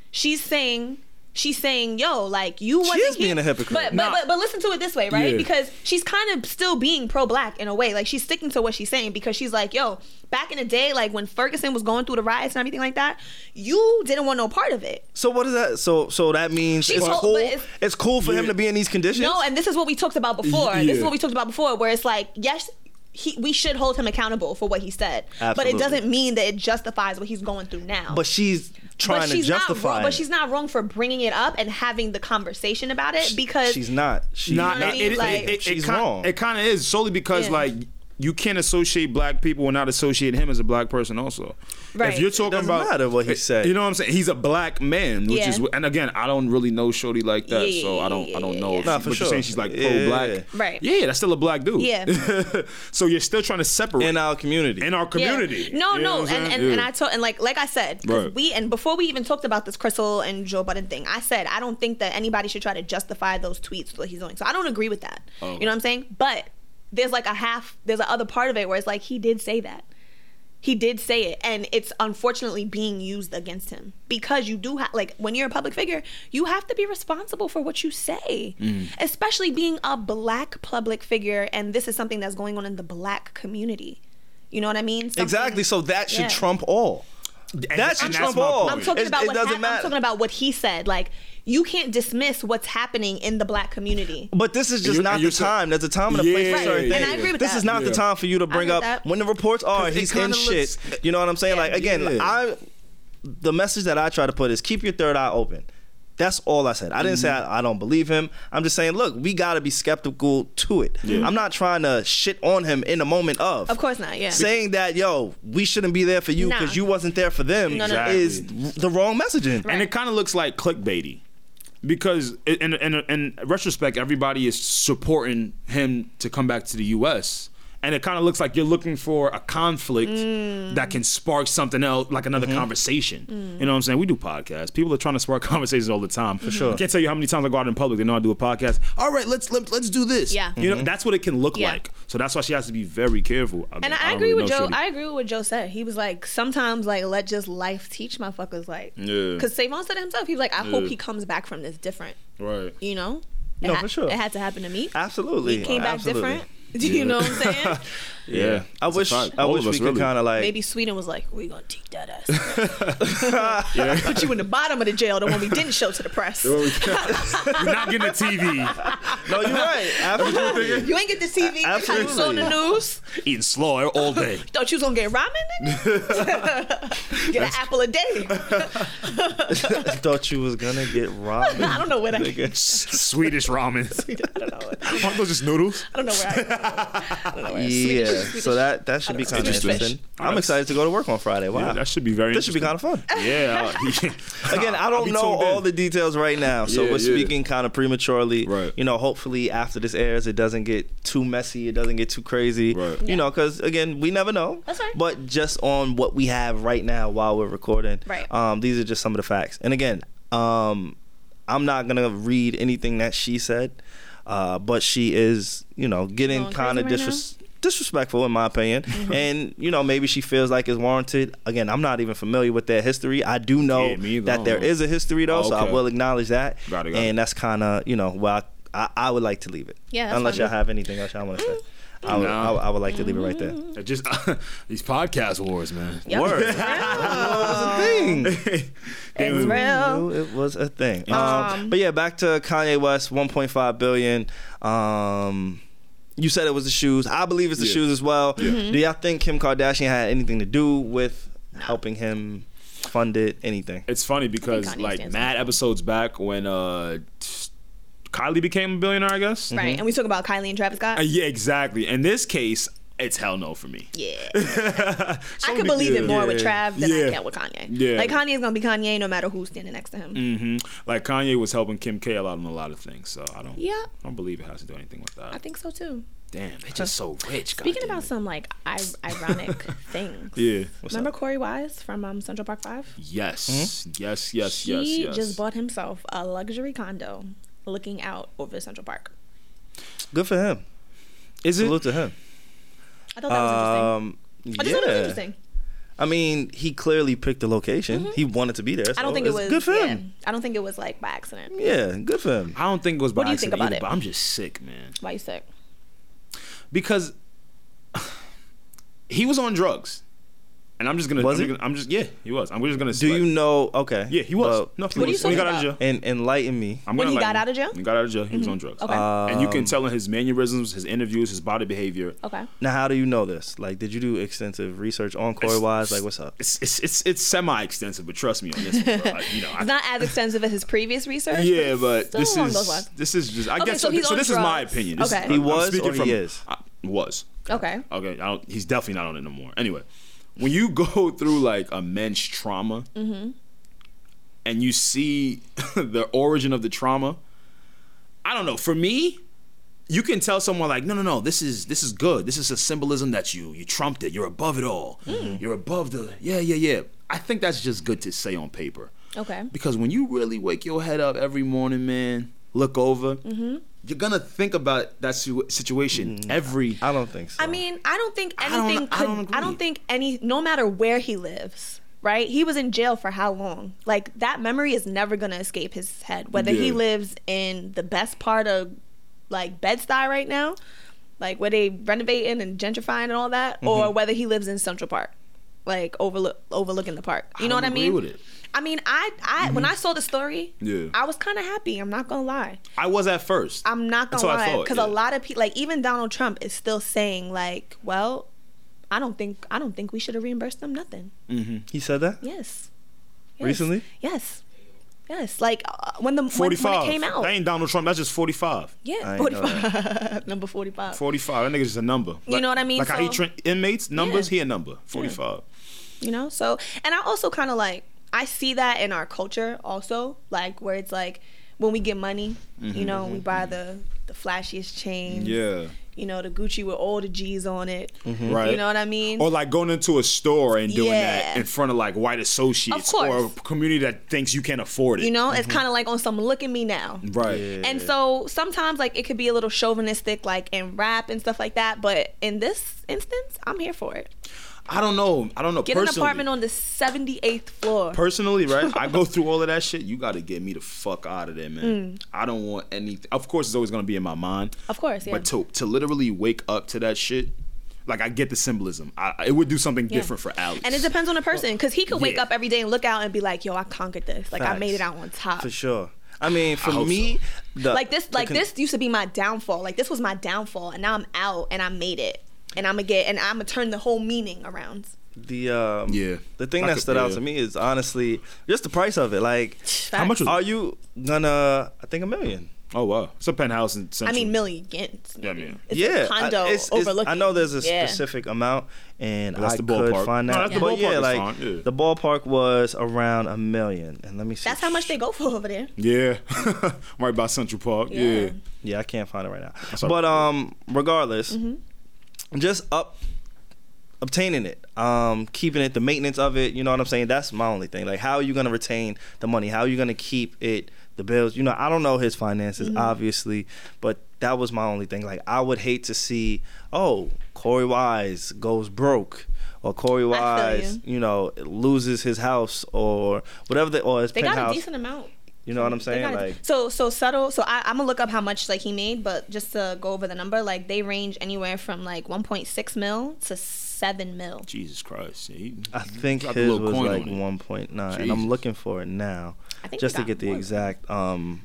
Speaker 3: She's saying. She's saying, "Yo, like you wasn't
Speaker 1: is being
Speaker 3: here."
Speaker 1: a hypocrite.
Speaker 3: But but,
Speaker 1: Nah.
Speaker 3: but but listen to it this way, right?
Speaker 2: Yeah.
Speaker 3: Because she's kind of still being pro-black in a way. Like she's sticking to what she's saying because she's like, "Yo, back in the day, like when Ferguson was going through the riots and everything like that, you didn't want no part of it."
Speaker 1: So what is that? So so that means
Speaker 3: She
Speaker 1: it's
Speaker 3: told-
Speaker 1: cool.
Speaker 3: but
Speaker 1: It's,
Speaker 3: it's-
Speaker 1: cool for him to be in these conditions.
Speaker 3: No, and this is what we talked about before. This is
Speaker 2: yeah.
Speaker 3: what we talked about before, where it's like, yes, he, we should hold him accountable for what he said,
Speaker 1: Absolutely.
Speaker 3: but it doesn't mean that it justifies what he's going through now.
Speaker 1: but she's trying
Speaker 3: but she's
Speaker 1: to justify.
Speaker 3: Not wrong,
Speaker 1: it.
Speaker 3: but she's not wrong for bringing it up and having the conversation about it because
Speaker 1: She's not. She's
Speaker 3: Not-
Speaker 1: not.
Speaker 3: I mean, like-
Speaker 1: she's
Speaker 2: kinda,
Speaker 1: wrong.
Speaker 2: It kind of is solely because
Speaker 3: Yeah.
Speaker 2: like you can't associate black people and not associate him as a black person. Also,
Speaker 3: Right.
Speaker 2: If you're talking
Speaker 1: doesn't
Speaker 2: about
Speaker 1: matter what he
Speaker 2: eh,
Speaker 1: said.
Speaker 2: you know what I'm saying? He's a black man, which
Speaker 3: Yeah.
Speaker 2: is and again, I don't really know Shorty like that,
Speaker 3: Yeah,
Speaker 2: so I don't I don't know. if
Speaker 1: Nah,
Speaker 2: she-
Speaker 1: for
Speaker 2: but
Speaker 1: sure.
Speaker 2: you're saying she's like
Speaker 1: Yeah,
Speaker 2: pro black,
Speaker 1: yeah,
Speaker 3: yeah. Right.
Speaker 2: Yeah, that's still a black dude.
Speaker 3: Yeah.
Speaker 2: so you're still trying to separate
Speaker 1: in our community.
Speaker 2: in our
Speaker 3: Yeah.
Speaker 2: community.
Speaker 3: No,
Speaker 2: You know
Speaker 3: no,
Speaker 2: what I'm
Speaker 3: and,
Speaker 2: saying?
Speaker 3: and,
Speaker 2: Yeah.
Speaker 3: and I told and like like I said, 'cause
Speaker 2: Right.
Speaker 3: we and before we even talked about this Crystal and Joe Budden thing, I said I don't think that anybody should try to justify those tweets that he's doing. So I don't agree with that.
Speaker 2: Oh.
Speaker 3: You know what I'm saying? But there's like a half, there's a other part of it where it's like he did say that. He did say it, and it's unfortunately being used against him because you do have, like, when you're a public figure, you have to be responsible for what you say,
Speaker 1: Mm.
Speaker 3: especially being a black public figure. And this is something that's going on in the black community. You know what I mean? Something-
Speaker 1: exactly. So that should
Speaker 3: Yeah.
Speaker 1: trump all. That should
Speaker 2: and that's
Speaker 1: trump
Speaker 2: my
Speaker 1: all.
Speaker 2: point.
Speaker 3: I'm talking
Speaker 1: It's-
Speaker 3: about
Speaker 1: it
Speaker 3: what
Speaker 1: doesn't
Speaker 3: hap- I'm
Speaker 1: matter.
Speaker 3: talking about what he said. Like you can't dismiss what's happening in the black community.
Speaker 1: But this is just
Speaker 2: you're-
Speaker 1: not
Speaker 2: and
Speaker 1: the
Speaker 2: you're so-
Speaker 1: time. There's a time and a place for
Speaker 2: Yeah.
Speaker 1: certain
Speaker 2: Right.
Speaker 1: things.
Speaker 3: And I agree with
Speaker 1: this
Speaker 3: that.
Speaker 1: is not the
Speaker 2: Yeah.
Speaker 1: time for you to bring
Speaker 3: agree
Speaker 1: up
Speaker 3: with that.
Speaker 1: when the reports are
Speaker 2: 'Cause it
Speaker 1: he's in
Speaker 2: kinda
Speaker 1: shit.
Speaker 2: looks-
Speaker 1: You know what I'm saying? like again,
Speaker 2: Yeah.
Speaker 1: I the message that I try to put is keep your third eye open. That's all I said. I didn't say
Speaker 2: Mm-hmm.
Speaker 1: I, I don't believe him. I'm just saying, look, we gotta be skeptical to it. I'm not trying to shit on him in the moment of.
Speaker 3: Of course not. Yeah.
Speaker 1: Saying that, yo, we shouldn't be there for you
Speaker 3: Nah.
Speaker 1: because you wasn't there for them
Speaker 3: No, no, no.
Speaker 1: is the wrong messaging.
Speaker 2: and it kind of looks like clickbaity because i- in, in, in retrospect everybody is supporting him to come back to the us and it kind of looks like you're looking for a conflict
Speaker 3: Mm.
Speaker 2: that can spark something else like another conversation you know what i'm saying we do podcasts people are trying to spark conversations all the time for
Speaker 1: sure.
Speaker 2: i can't tell you how many times i go out in public they know i do a podcast all right let's let, let's do this
Speaker 3: Yeah.
Speaker 2: you know that's what it can look
Speaker 3: Yeah.
Speaker 2: like so that's why she has to be very careful
Speaker 3: And I, agree with Joe. I agree with what Joe said. He was like, sometimes like let just life teach motherfuckers like.
Speaker 2: Yeah.
Speaker 3: Because Savon said it himself. He was like, I hope
Speaker 2: Yeah.
Speaker 3: he comes back from this different.
Speaker 2: right
Speaker 3: You know. It
Speaker 1: No,
Speaker 3: ha-
Speaker 1: for sure.
Speaker 3: It had to happen to me.
Speaker 1: Absolutely.
Speaker 3: He came back
Speaker 1: Absolutely.
Speaker 3: different. Do you know what I'm saying?
Speaker 2: yeah,
Speaker 1: I wish
Speaker 2: fact.
Speaker 1: I
Speaker 2: All
Speaker 1: wish
Speaker 2: of
Speaker 1: we
Speaker 2: us,
Speaker 1: could
Speaker 2: really.
Speaker 1: kinda like
Speaker 3: Maybe Sweden was like, we gonna take that ass. Put you in the bottom of the jail, the one we didn't show to the press. you
Speaker 2: you're not getting a tv
Speaker 1: No, you're right. Absolutely.
Speaker 3: ain't get the TV because you was on the news.
Speaker 2: eating slow all day
Speaker 3: Thought you was gonna get ramen, nigga? get an apple a day.
Speaker 1: thought you was gonna get robbed.
Speaker 3: I don't know where that. I
Speaker 2: Swedish ramen.
Speaker 3: don't know.
Speaker 2: Aren't those just noodles?
Speaker 3: I don't know where. I, I don't know where.
Speaker 1: Yeah. Yeah, so that that should be kind of
Speaker 2: Interesting.
Speaker 1: interesting. I'm excited to go to work on Friday. Wow,
Speaker 2: Yeah, that should be very.
Speaker 1: This should be kind of fun.
Speaker 2: Yeah.
Speaker 1: Again, I
Speaker 2: I'll be
Speaker 1: don't know
Speaker 2: tuned in.
Speaker 1: all the details right now, so
Speaker 2: Yeah,
Speaker 1: we're
Speaker 2: yeah.
Speaker 1: speaking kind of prematurely. Right. You know, hopefully after this airs, it doesn't get too messy, it doesn't get too crazy. Right. You know, because again, we never know. That's right. But just on what we have right now while we're recording,
Speaker 14: Right.
Speaker 1: um, these are just some of the facts. And again, um, I'm not gonna read anything that she said, uh, but she is, you know, getting
Speaker 14: Going
Speaker 1: kind of
Speaker 14: crazy right now? Mm-hmm.
Speaker 1: disres- disrespectful in my opinion and you know maybe she feels like it's warranted again i'm not even familiar with their history i do know
Speaker 2: Yeah, me either.
Speaker 1: that there is a history though
Speaker 2: Oh,
Speaker 1: so i
Speaker 2: okay.
Speaker 1: will acknowledge that
Speaker 2: Got it, got
Speaker 1: and that's kind of you know well I, I, I would like to leave it
Speaker 2: Yeah, that's
Speaker 1: unless
Speaker 2: fine.
Speaker 1: y'all have anything else y'all want to say I would, I, would, I would like to leave it right there
Speaker 2: It just these podcast wars, man.
Speaker 1: Yep. Word. It's
Speaker 2: it was a thing.
Speaker 1: It
Speaker 2: was-
Speaker 1: real. It was a thing. Um,
Speaker 2: Um,
Speaker 1: but yeah, back to Kanye West, 1.5 billion. Um, you said it was the shoes. I believe it's the
Speaker 2: Yeah.
Speaker 1: shoes as well.
Speaker 2: Yeah.
Speaker 3: Mm-hmm.
Speaker 2: Mhm.
Speaker 1: Do y'all think Kim Kardashian had anything to do with helping him fund it? Anything?
Speaker 2: It's funny because
Speaker 1: Kanye
Speaker 2: like
Speaker 1: stands
Speaker 2: mad episodes back when uh t- Kylie became a billionaire, I guess.
Speaker 3: Right. And we talk about Kylie and Travis Scott.
Speaker 2: Uh, yeah, exactly. In this case, it's hell no for me.
Speaker 3: Yeah. I could believe it more with
Speaker 2: Yeah.
Speaker 3: Trav than I
Speaker 2: Yeah.
Speaker 3: can with Kanye.
Speaker 2: Yeah.
Speaker 3: Like Kanye's gonna be Kanye no matter who's standing next to him.
Speaker 2: hmm Like Kanye was helping Kim K a lot on a lot of things, so I don't.
Speaker 3: Yeah.
Speaker 2: I don't believe it has to do anything with that.
Speaker 3: I think so too.
Speaker 2: Damn, it's just so rich.
Speaker 3: Speaking about some like I- ironic things.
Speaker 2: Yeah. What's
Speaker 3: Remember
Speaker 2: up?
Speaker 3: Corey Wise from um, Central Park Five?
Speaker 2: Yes. Yes. Yes.
Speaker 3: He
Speaker 2: Yes. yes.
Speaker 3: Hmm? just bought himself a luxury condo looking out over Central Park.
Speaker 1: Good for him.
Speaker 2: Is
Speaker 1: Salute to him.
Speaker 3: I thought that was
Speaker 1: Um,
Speaker 3: interesting. I just
Speaker 1: yeah.
Speaker 3: thought it was interesting.
Speaker 1: I mean, he clearly picked the location. He wanted to be there.
Speaker 3: Mm-hmm.
Speaker 1: so
Speaker 3: I don't think it
Speaker 1: it's
Speaker 3: was
Speaker 1: good for
Speaker 3: yeah.
Speaker 1: him.
Speaker 3: I don't think it was like by accident.
Speaker 1: Yeah, good for him.
Speaker 2: I don't think it was by
Speaker 3: What do you think
Speaker 2: accident
Speaker 3: about
Speaker 2: either,
Speaker 3: it?
Speaker 2: but I'm just sick, man.
Speaker 3: Why you sick?
Speaker 2: because he was on drugs, and I'm just gonna.
Speaker 1: Was
Speaker 2: I'm
Speaker 1: he?
Speaker 2: Just gonna, I'm just yeah, he was. I'm just gonna.
Speaker 1: Do you know? Okay.
Speaker 2: Yeah, he was. No, he What are was. you When he talking got out of about?
Speaker 1: And enlighten me.
Speaker 2: I'm
Speaker 3: When
Speaker 2: gonna
Speaker 3: he
Speaker 2: like-
Speaker 3: got out of jail? Mm-hmm.
Speaker 2: He got out of jail. He was on drugs.
Speaker 3: Okay.
Speaker 2: and you can
Speaker 1: Um,
Speaker 2: tell in his mannerisms, his interviews, his body behavior.
Speaker 3: Okay.
Speaker 1: Now, how do you know this? Like, did you do extensive research on Corey
Speaker 2: It's-
Speaker 1: Wise? Like, what's up?
Speaker 2: It's it's it's, it's semi-extensive, but trust me on this. One, bro. Like, you know, I,
Speaker 3: It's not as extensive as his previous research.
Speaker 2: yeah, but
Speaker 3: still
Speaker 2: this
Speaker 3: along those lines.
Speaker 2: is this is just. I
Speaker 3: Okay,
Speaker 2: guess
Speaker 3: so
Speaker 2: so.
Speaker 3: he's
Speaker 2: so
Speaker 3: on
Speaker 2: this is my
Speaker 3: drugs.
Speaker 2: opinion. This is-
Speaker 3: Okay.
Speaker 2: I'm-
Speaker 3: He
Speaker 2: I'm
Speaker 1: was
Speaker 2: speaking
Speaker 1: or he
Speaker 2: from,
Speaker 1: is?
Speaker 2: I, was.
Speaker 3: Okay.
Speaker 2: Okay, I don't, he's definitely not on it no more. Anyway, when you go through like immense trauma,
Speaker 3: Mm-hmm.
Speaker 2: and you see the origin of the trauma i don't know for me you can tell someone like no no no this is this is good this is a symbolism that you you trumped it you're above it all
Speaker 3: Mm.
Speaker 2: you're above the yeah yeah yeah i think that's just good to say on paper
Speaker 3: Okay.
Speaker 2: because when you really wake your head up every morning man look over
Speaker 3: Mm-hmm.
Speaker 2: you're gonna think about that situ- situation every
Speaker 1: i don't think so
Speaker 3: I mean, I don't think
Speaker 2: don't-
Speaker 3: anything
Speaker 2: I
Speaker 3: could. I
Speaker 2: don't
Speaker 3: don't,
Speaker 2: agree.
Speaker 3: think any. No matter where he lives, right? He was in jail for how long? Like that memory is never gonna escape his head. Whether he
Speaker 15: Yeah.
Speaker 3: lives in the best part of like Bed Stuy right now, like where they renovating and gentrifying and all that,
Speaker 2: Mm-hmm.
Speaker 3: or
Speaker 15: Mhm.
Speaker 3: whether he lives in Central Park, like overlook overlooking the park. You know what I mean? I mean, I I when I saw the story,
Speaker 2: Mm-hmm. Yeah.
Speaker 3: I was kind of happy. I'm not gonna lie.
Speaker 2: i was at first
Speaker 3: I'm not gonna
Speaker 2: That's what I
Speaker 3: lie
Speaker 2: thought,
Speaker 3: because
Speaker 2: yeah.
Speaker 3: a lot of people, like even Donald Trump, is still saying like, "Well, I don't think I don't think we should have reimbursed them nothing."
Speaker 1: Mm-hmm. He said that
Speaker 3: Yes,
Speaker 1: recently.
Speaker 3: yes, yes. Like uh, when the when- when,
Speaker 2: 45
Speaker 3: it came out,
Speaker 2: that ain't donald trump that's just 45
Speaker 3: yeah, forty five, number forty five.
Speaker 2: 45. That nigga's just a number.
Speaker 3: You know what I mean?
Speaker 2: Like how he
Speaker 3: So-
Speaker 2: tra- inmates, numbers, he a number. 45.
Speaker 3: you know so and i also kind of like i see that in our culture also like where it's like when we get money you
Speaker 2: Mhm,
Speaker 3: know we
Speaker 2: mhm,
Speaker 3: buy the the flashiest chains
Speaker 2: Yeah.
Speaker 3: you know the gucci with all the g's on it
Speaker 2: Mhm. Right.
Speaker 3: you know what i mean
Speaker 2: Or like going into a store and doing that
Speaker 3: Yeah.
Speaker 2: in front of like white associates
Speaker 3: Of
Speaker 2: or a
Speaker 3: course.
Speaker 2: community that thinks you can't afford it.
Speaker 3: you know it's kind of like on some look at me now
Speaker 2: of. Right.
Speaker 3: and so sometimes like it could be a little chauvinistic like in rap and stuff like that but in this instance i'm here for it
Speaker 2: I don't know. I don't know.
Speaker 3: get
Speaker 2: personally,
Speaker 3: an apartment on the 78th floor
Speaker 2: Personally, right? I go through all of that shit. You got to get me the fuck out of there, man.
Speaker 3: Mm.
Speaker 2: I don't want anything. Of course, it's always going to be in my mind.
Speaker 3: of course yeah
Speaker 2: But to to literally wake up to that shit, like I get the symbolism. I, it would do something
Speaker 3: Yeah.
Speaker 2: different for Alex.
Speaker 3: And it depends on the person, because he could wake
Speaker 2: Yeah.
Speaker 3: up every day and look out and be like, "Yo, I conquered this. Like I
Speaker 1: Facts.
Speaker 3: made it out on top."
Speaker 1: for sure. I mean, for
Speaker 2: I hope
Speaker 1: me, the-
Speaker 3: Uh, like this,
Speaker 1: the
Speaker 3: like
Speaker 1: con-
Speaker 3: this used to be my downfall. Like this was my downfall, and now I'm out and I made it, and I'm gonna get and I'm gonna turn the whole meaning around.
Speaker 1: the um yeah the thing
Speaker 2: I
Speaker 1: that
Speaker 2: could-
Speaker 1: stood out
Speaker 2: yeah.
Speaker 1: to me is honestly just the price of it like
Speaker 3: How much was
Speaker 1: are you gonna i think a million
Speaker 2: Oh wow, it's a penthouse in
Speaker 3: I
Speaker 2: Central.
Speaker 3: mean millions.
Speaker 2: yeah, I mean,
Speaker 3: It's a condo
Speaker 1: I, it's- it's-
Speaker 3: overlooking.
Speaker 1: I know there's a
Speaker 3: Yeah.
Speaker 1: specific amount, and
Speaker 2: That's
Speaker 1: I
Speaker 2: the
Speaker 1: could
Speaker 2: ballpark.
Speaker 1: find
Speaker 2: No,
Speaker 1: that.
Speaker 2: that's the
Speaker 1: but
Speaker 2: ballpark
Speaker 1: yeah,
Speaker 2: is
Speaker 1: like
Speaker 2: fine, yeah.
Speaker 1: the ballpark was around a million, and let me see.
Speaker 3: That's how much they go for over there.
Speaker 2: Yeah, right by Central Park.
Speaker 3: Yeah. Yeah.
Speaker 1: yeah, I can't find it right now.
Speaker 2: all
Speaker 1: But um, regardless,
Speaker 3: Mhm.
Speaker 1: just up obtaining it, um, keeping it, the maintenance of it. You know what I'm saying? That's my only thing. Like, how are you gonna retain the money? How are you gonna keep it? The bills. You know, I don't know his finances,
Speaker 3: Mm-hmm.
Speaker 2: Mhm.
Speaker 1: obviously, but that was my only thing. Like, I would hate to see, oh, Corey Wise goes broke. Or Corey Wise, you. know, loses his house or whatever, the, or his
Speaker 3: They got a
Speaker 1: penthouse.
Speaker 3: decent amount.
Speaker 1: you know what I'm saying?
Speaker 3: They got it.
Speaker 1: Like,
Speaker 3: so so subtle. So I, I'm gonna look up how much like he made, but just to go over the number, like they range anywhere from like 1.6 mil to seven mil.
Speaker 2: Jesus Christ. Yeah, he-
Speaker 1: I think
Speaker 2: dropped a
Speaker 1: his
Speaker 2: little
Speaker 1: was
Speaker 2: coin
Speaker 1: like
Speaker 2: on
Speaker 1: 1.9,
Speaker 2: it.
Speaker 1: and I'm
Speaker 2: Jesus.
Speaker 1: looking for it now
Speaker 3: I think
Speaker 1: just to
Speaker 3: we got
Speaker 1: get the
Speaker 3: more than
Speaker 1: exact um,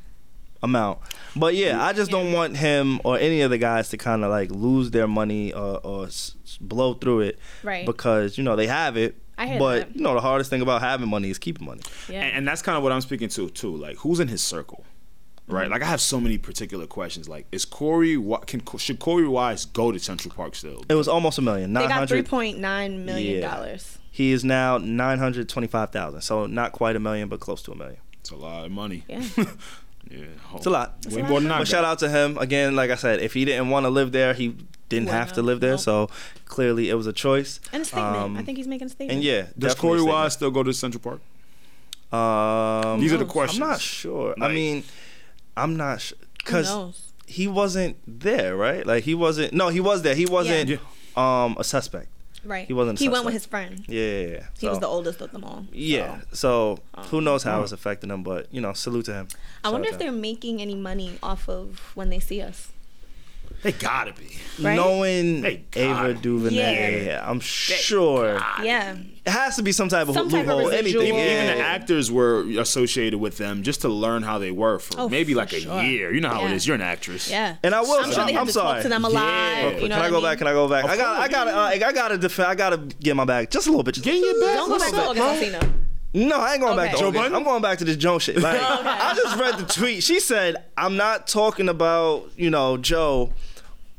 Speaker 1: amount. But yeah, I just don't want him or any of the guys to kind of like lose their money or, or s- s- blow through it,
Speaker 2: Right.
Speaker 1: Because you know they have it,
Speaker 2: I hear
Speaker 1: but
Speaker 2: that.
Speaker 1: you know the hardest thing about having money is keeping money.
Speaker 2: And, and that's kind of what I'm speaking to too. Like, who's in his circle, right?
Speaker 3: Mm-hmm.
Speaker 2: Like, I have so many particular questions. Like, is Corey? Wi- Can should Corey Wise go to Central Park still?
Speaker 1: It was almost a million,
Speaker 3: They
Speaker 1: nine
Speaker 3: got
Speaker 1: hundred.
Speaker 3: 3.9 million
Speaker 1: Yeah.
Speaker 3: dollars.
Speaker 1: He is now nine hundred twenty-five thousand, so not quite a million, but close to a million.
Speaker 2: It's a lot of money.
Speaker 3: Yeah.
Speaker 2: yeah.
Speaker 1: It's a lot.
Speaker 2: Way more than I
Speaker 1: But
Speaker 2: got.
Speaker 1: shout out to him again. Like I said, if he didn't want to live there, he didn't have to live there. So clearly, it was a choice.
Speaker 3: And a statement. I
Speaker 1: Um,
Speaker 3: think he's making a statement.
Speaker 1: and yeah,
Speaker 2: Does Corey Wise still go to Central Park?
Speaker 1: Um,
Speaker 2: These are the questions.
Speaker 1: I'm not sure. I
Speaker 2: Like-
Speaker 1: mean, I'm not sure because
Speaker 3: knows?
Speaker 1: he wasn't there, right? Like he wasn't. No, he was there. He wasn't um, a suspect.
Speaker 3: Right.
Speaker 1: He wasn't. A
Speaker 3: He went with his
Speaker 1: suspect.
Speaker 3: friend.
Speaker 1: Yeah. yeah, yeah.
Speaker 3: He was
Speaker 1: So,
Speaker 3: the oldest of them all.
Speaker 1: Yeah. So, who knows how it's affecting him? But you know, salute to him.
Speaker 3: I
Speaker 1: Shout
Speaker 3: wonder
Speaker 1: out
Speaker 3: if
Speaker 1: to him.
Speaker 3: they're making any money off of when they see us.
Speaker 2: They gotta be.
Speaker 3: Right?
Speaker 1: Knowing
Speaker 3: They got
Speaker 1: Ava DuVernay, I'm sure
Speaker 3: Yeah.
Speaker 1: it has to be some type of
Speaker 3: Some type of
Speaker 1: loophole. anything,
Speaker 2: Even,
Speaker 3: residual.
Speaker 1: yeah.
Speaker 2: even the actors were associated with them just to learn how they were for
Speaker 3: Oh,
Speaker 2: maybe
Speaker 3: for
Speaker 2: like a
Speaker 3: sure.
Speaker 2: year. You know how
Speaker 3: Yeah.
Speaker 2: it is. You're an actress.
Speaker 3: Yeah.
Speaker 1: And I will.
Speaker 3: I'm sure they have to
Speaker 1: sorry.
Speaker 3: talk to them a lot.
Speaker 1: Real quick,
Speaker 3: You know
Speaker 1: can
Speaker 3: what
Speaker 1: I go back? Can I go back?
Speaker 2: Of
Speaker 1: I got. I got. Uh, I got to defend. I got to get my back just a little bit. Just get your
Speaker 3: back. Don't go back to August Alsina.
Speaker 1: No, I ain't going back to
Speaker 3: Okay.
Speaker 1: Joe
Speaker 3: Joe
Speaker 1: Budden. I'm going back to this Jones shit. Like, I just read the tweet. She said, "I'm not talking about you know Joe."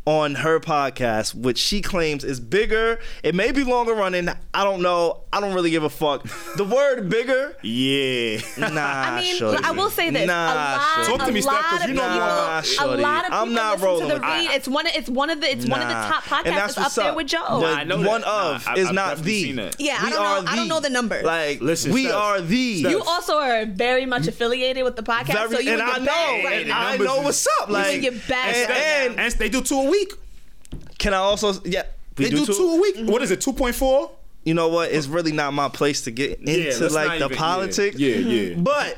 Speaker 1: On her podcast, which she claims is bigger, it may be longer running. I don't know. I don't really give a fuck. The word bigger,
Speaker 2: yeah,
Speaker 1: nah. I
Speaker 3: mean, I will say this.
Speaker 1: Nah,
Speaker 3: a lot,
Speaker 1: shorty.
Speaker 3: a lot of people,
Speaker 1: Nah,
Speaker 3: a
Speaker 1: shorty.
Speaker 3: lot of people
Speaker 1: I'm not
Speaker 3: listen
Speaker 1: rolling
Speaker 3: to the
Speaker 1: with that.
Speaker 3: read. It's one of it's one of the it's one of the
Speaker 1: Nah.
Speaker 3: top podcasts
Speaker 1: And
Speaker 3: that's, up
Speaker 1: what's
Speaker 3: there with Joe.
Speaker 1: The
Speaker 2: I know that.
Speaker 1: one
Speaker 2: Nah,
Speaker 1: of
Speaker 2: I-
Speaker 1: is
Speaker 2: I've
Speaker 1: not
Speaker 2: definitely
Speaker 1: the.
Speaker 2: seen that.
Speaker 3: Yeah, I
Speaker 1: We
Speaker 3: don't
Speaker 1: are
Speaker 3: know. I
Speaker 1: the.
Speaker 3: don't know the numbers.
Speaker 1: Like,
Speaker 2: Listen,
Speaker 1: we
Speaker 2: Steph.
Speaker 1: are the.
Speaker 2: Steph.
Speaker 3: you also are very much affiliated with the podcast,
Speaker 1: Very-
Speaker 3: so you
Speaker 1: and
Speaker 3: in
Speaker 1: I
Speaker 3: your
Speaker 1: know,
Speaker 3: bag right
Speaker 1: and
Speaker 3: now.
Speaker 1: I know what's up.
Speaker 3: You in
Speaker 1: Like,
Speaker 3: your bag
Speaker 1: and,
Speaker 3: right
Speaker 1: and,
Speaker 2: And they do two a week.
Speaker 1: can I also? Yeah, we
Speaker 2: They do two a
Speaker 1: Mm-hmm.
Speaker 2: week. What is it? Two point four.
Speaker 1: You know what? It's really not my place to get
Speaker 2: Yeah,
Speaker 1: into
Speaker 2: let's
Speaker 1: like
Speaker 2: not
Speaker 1: the
Speaker 2: even- yeah,
Speaker 1: politics. Mm-hmm.
Speaker 2: yeah, yeah.
Speaker 1: But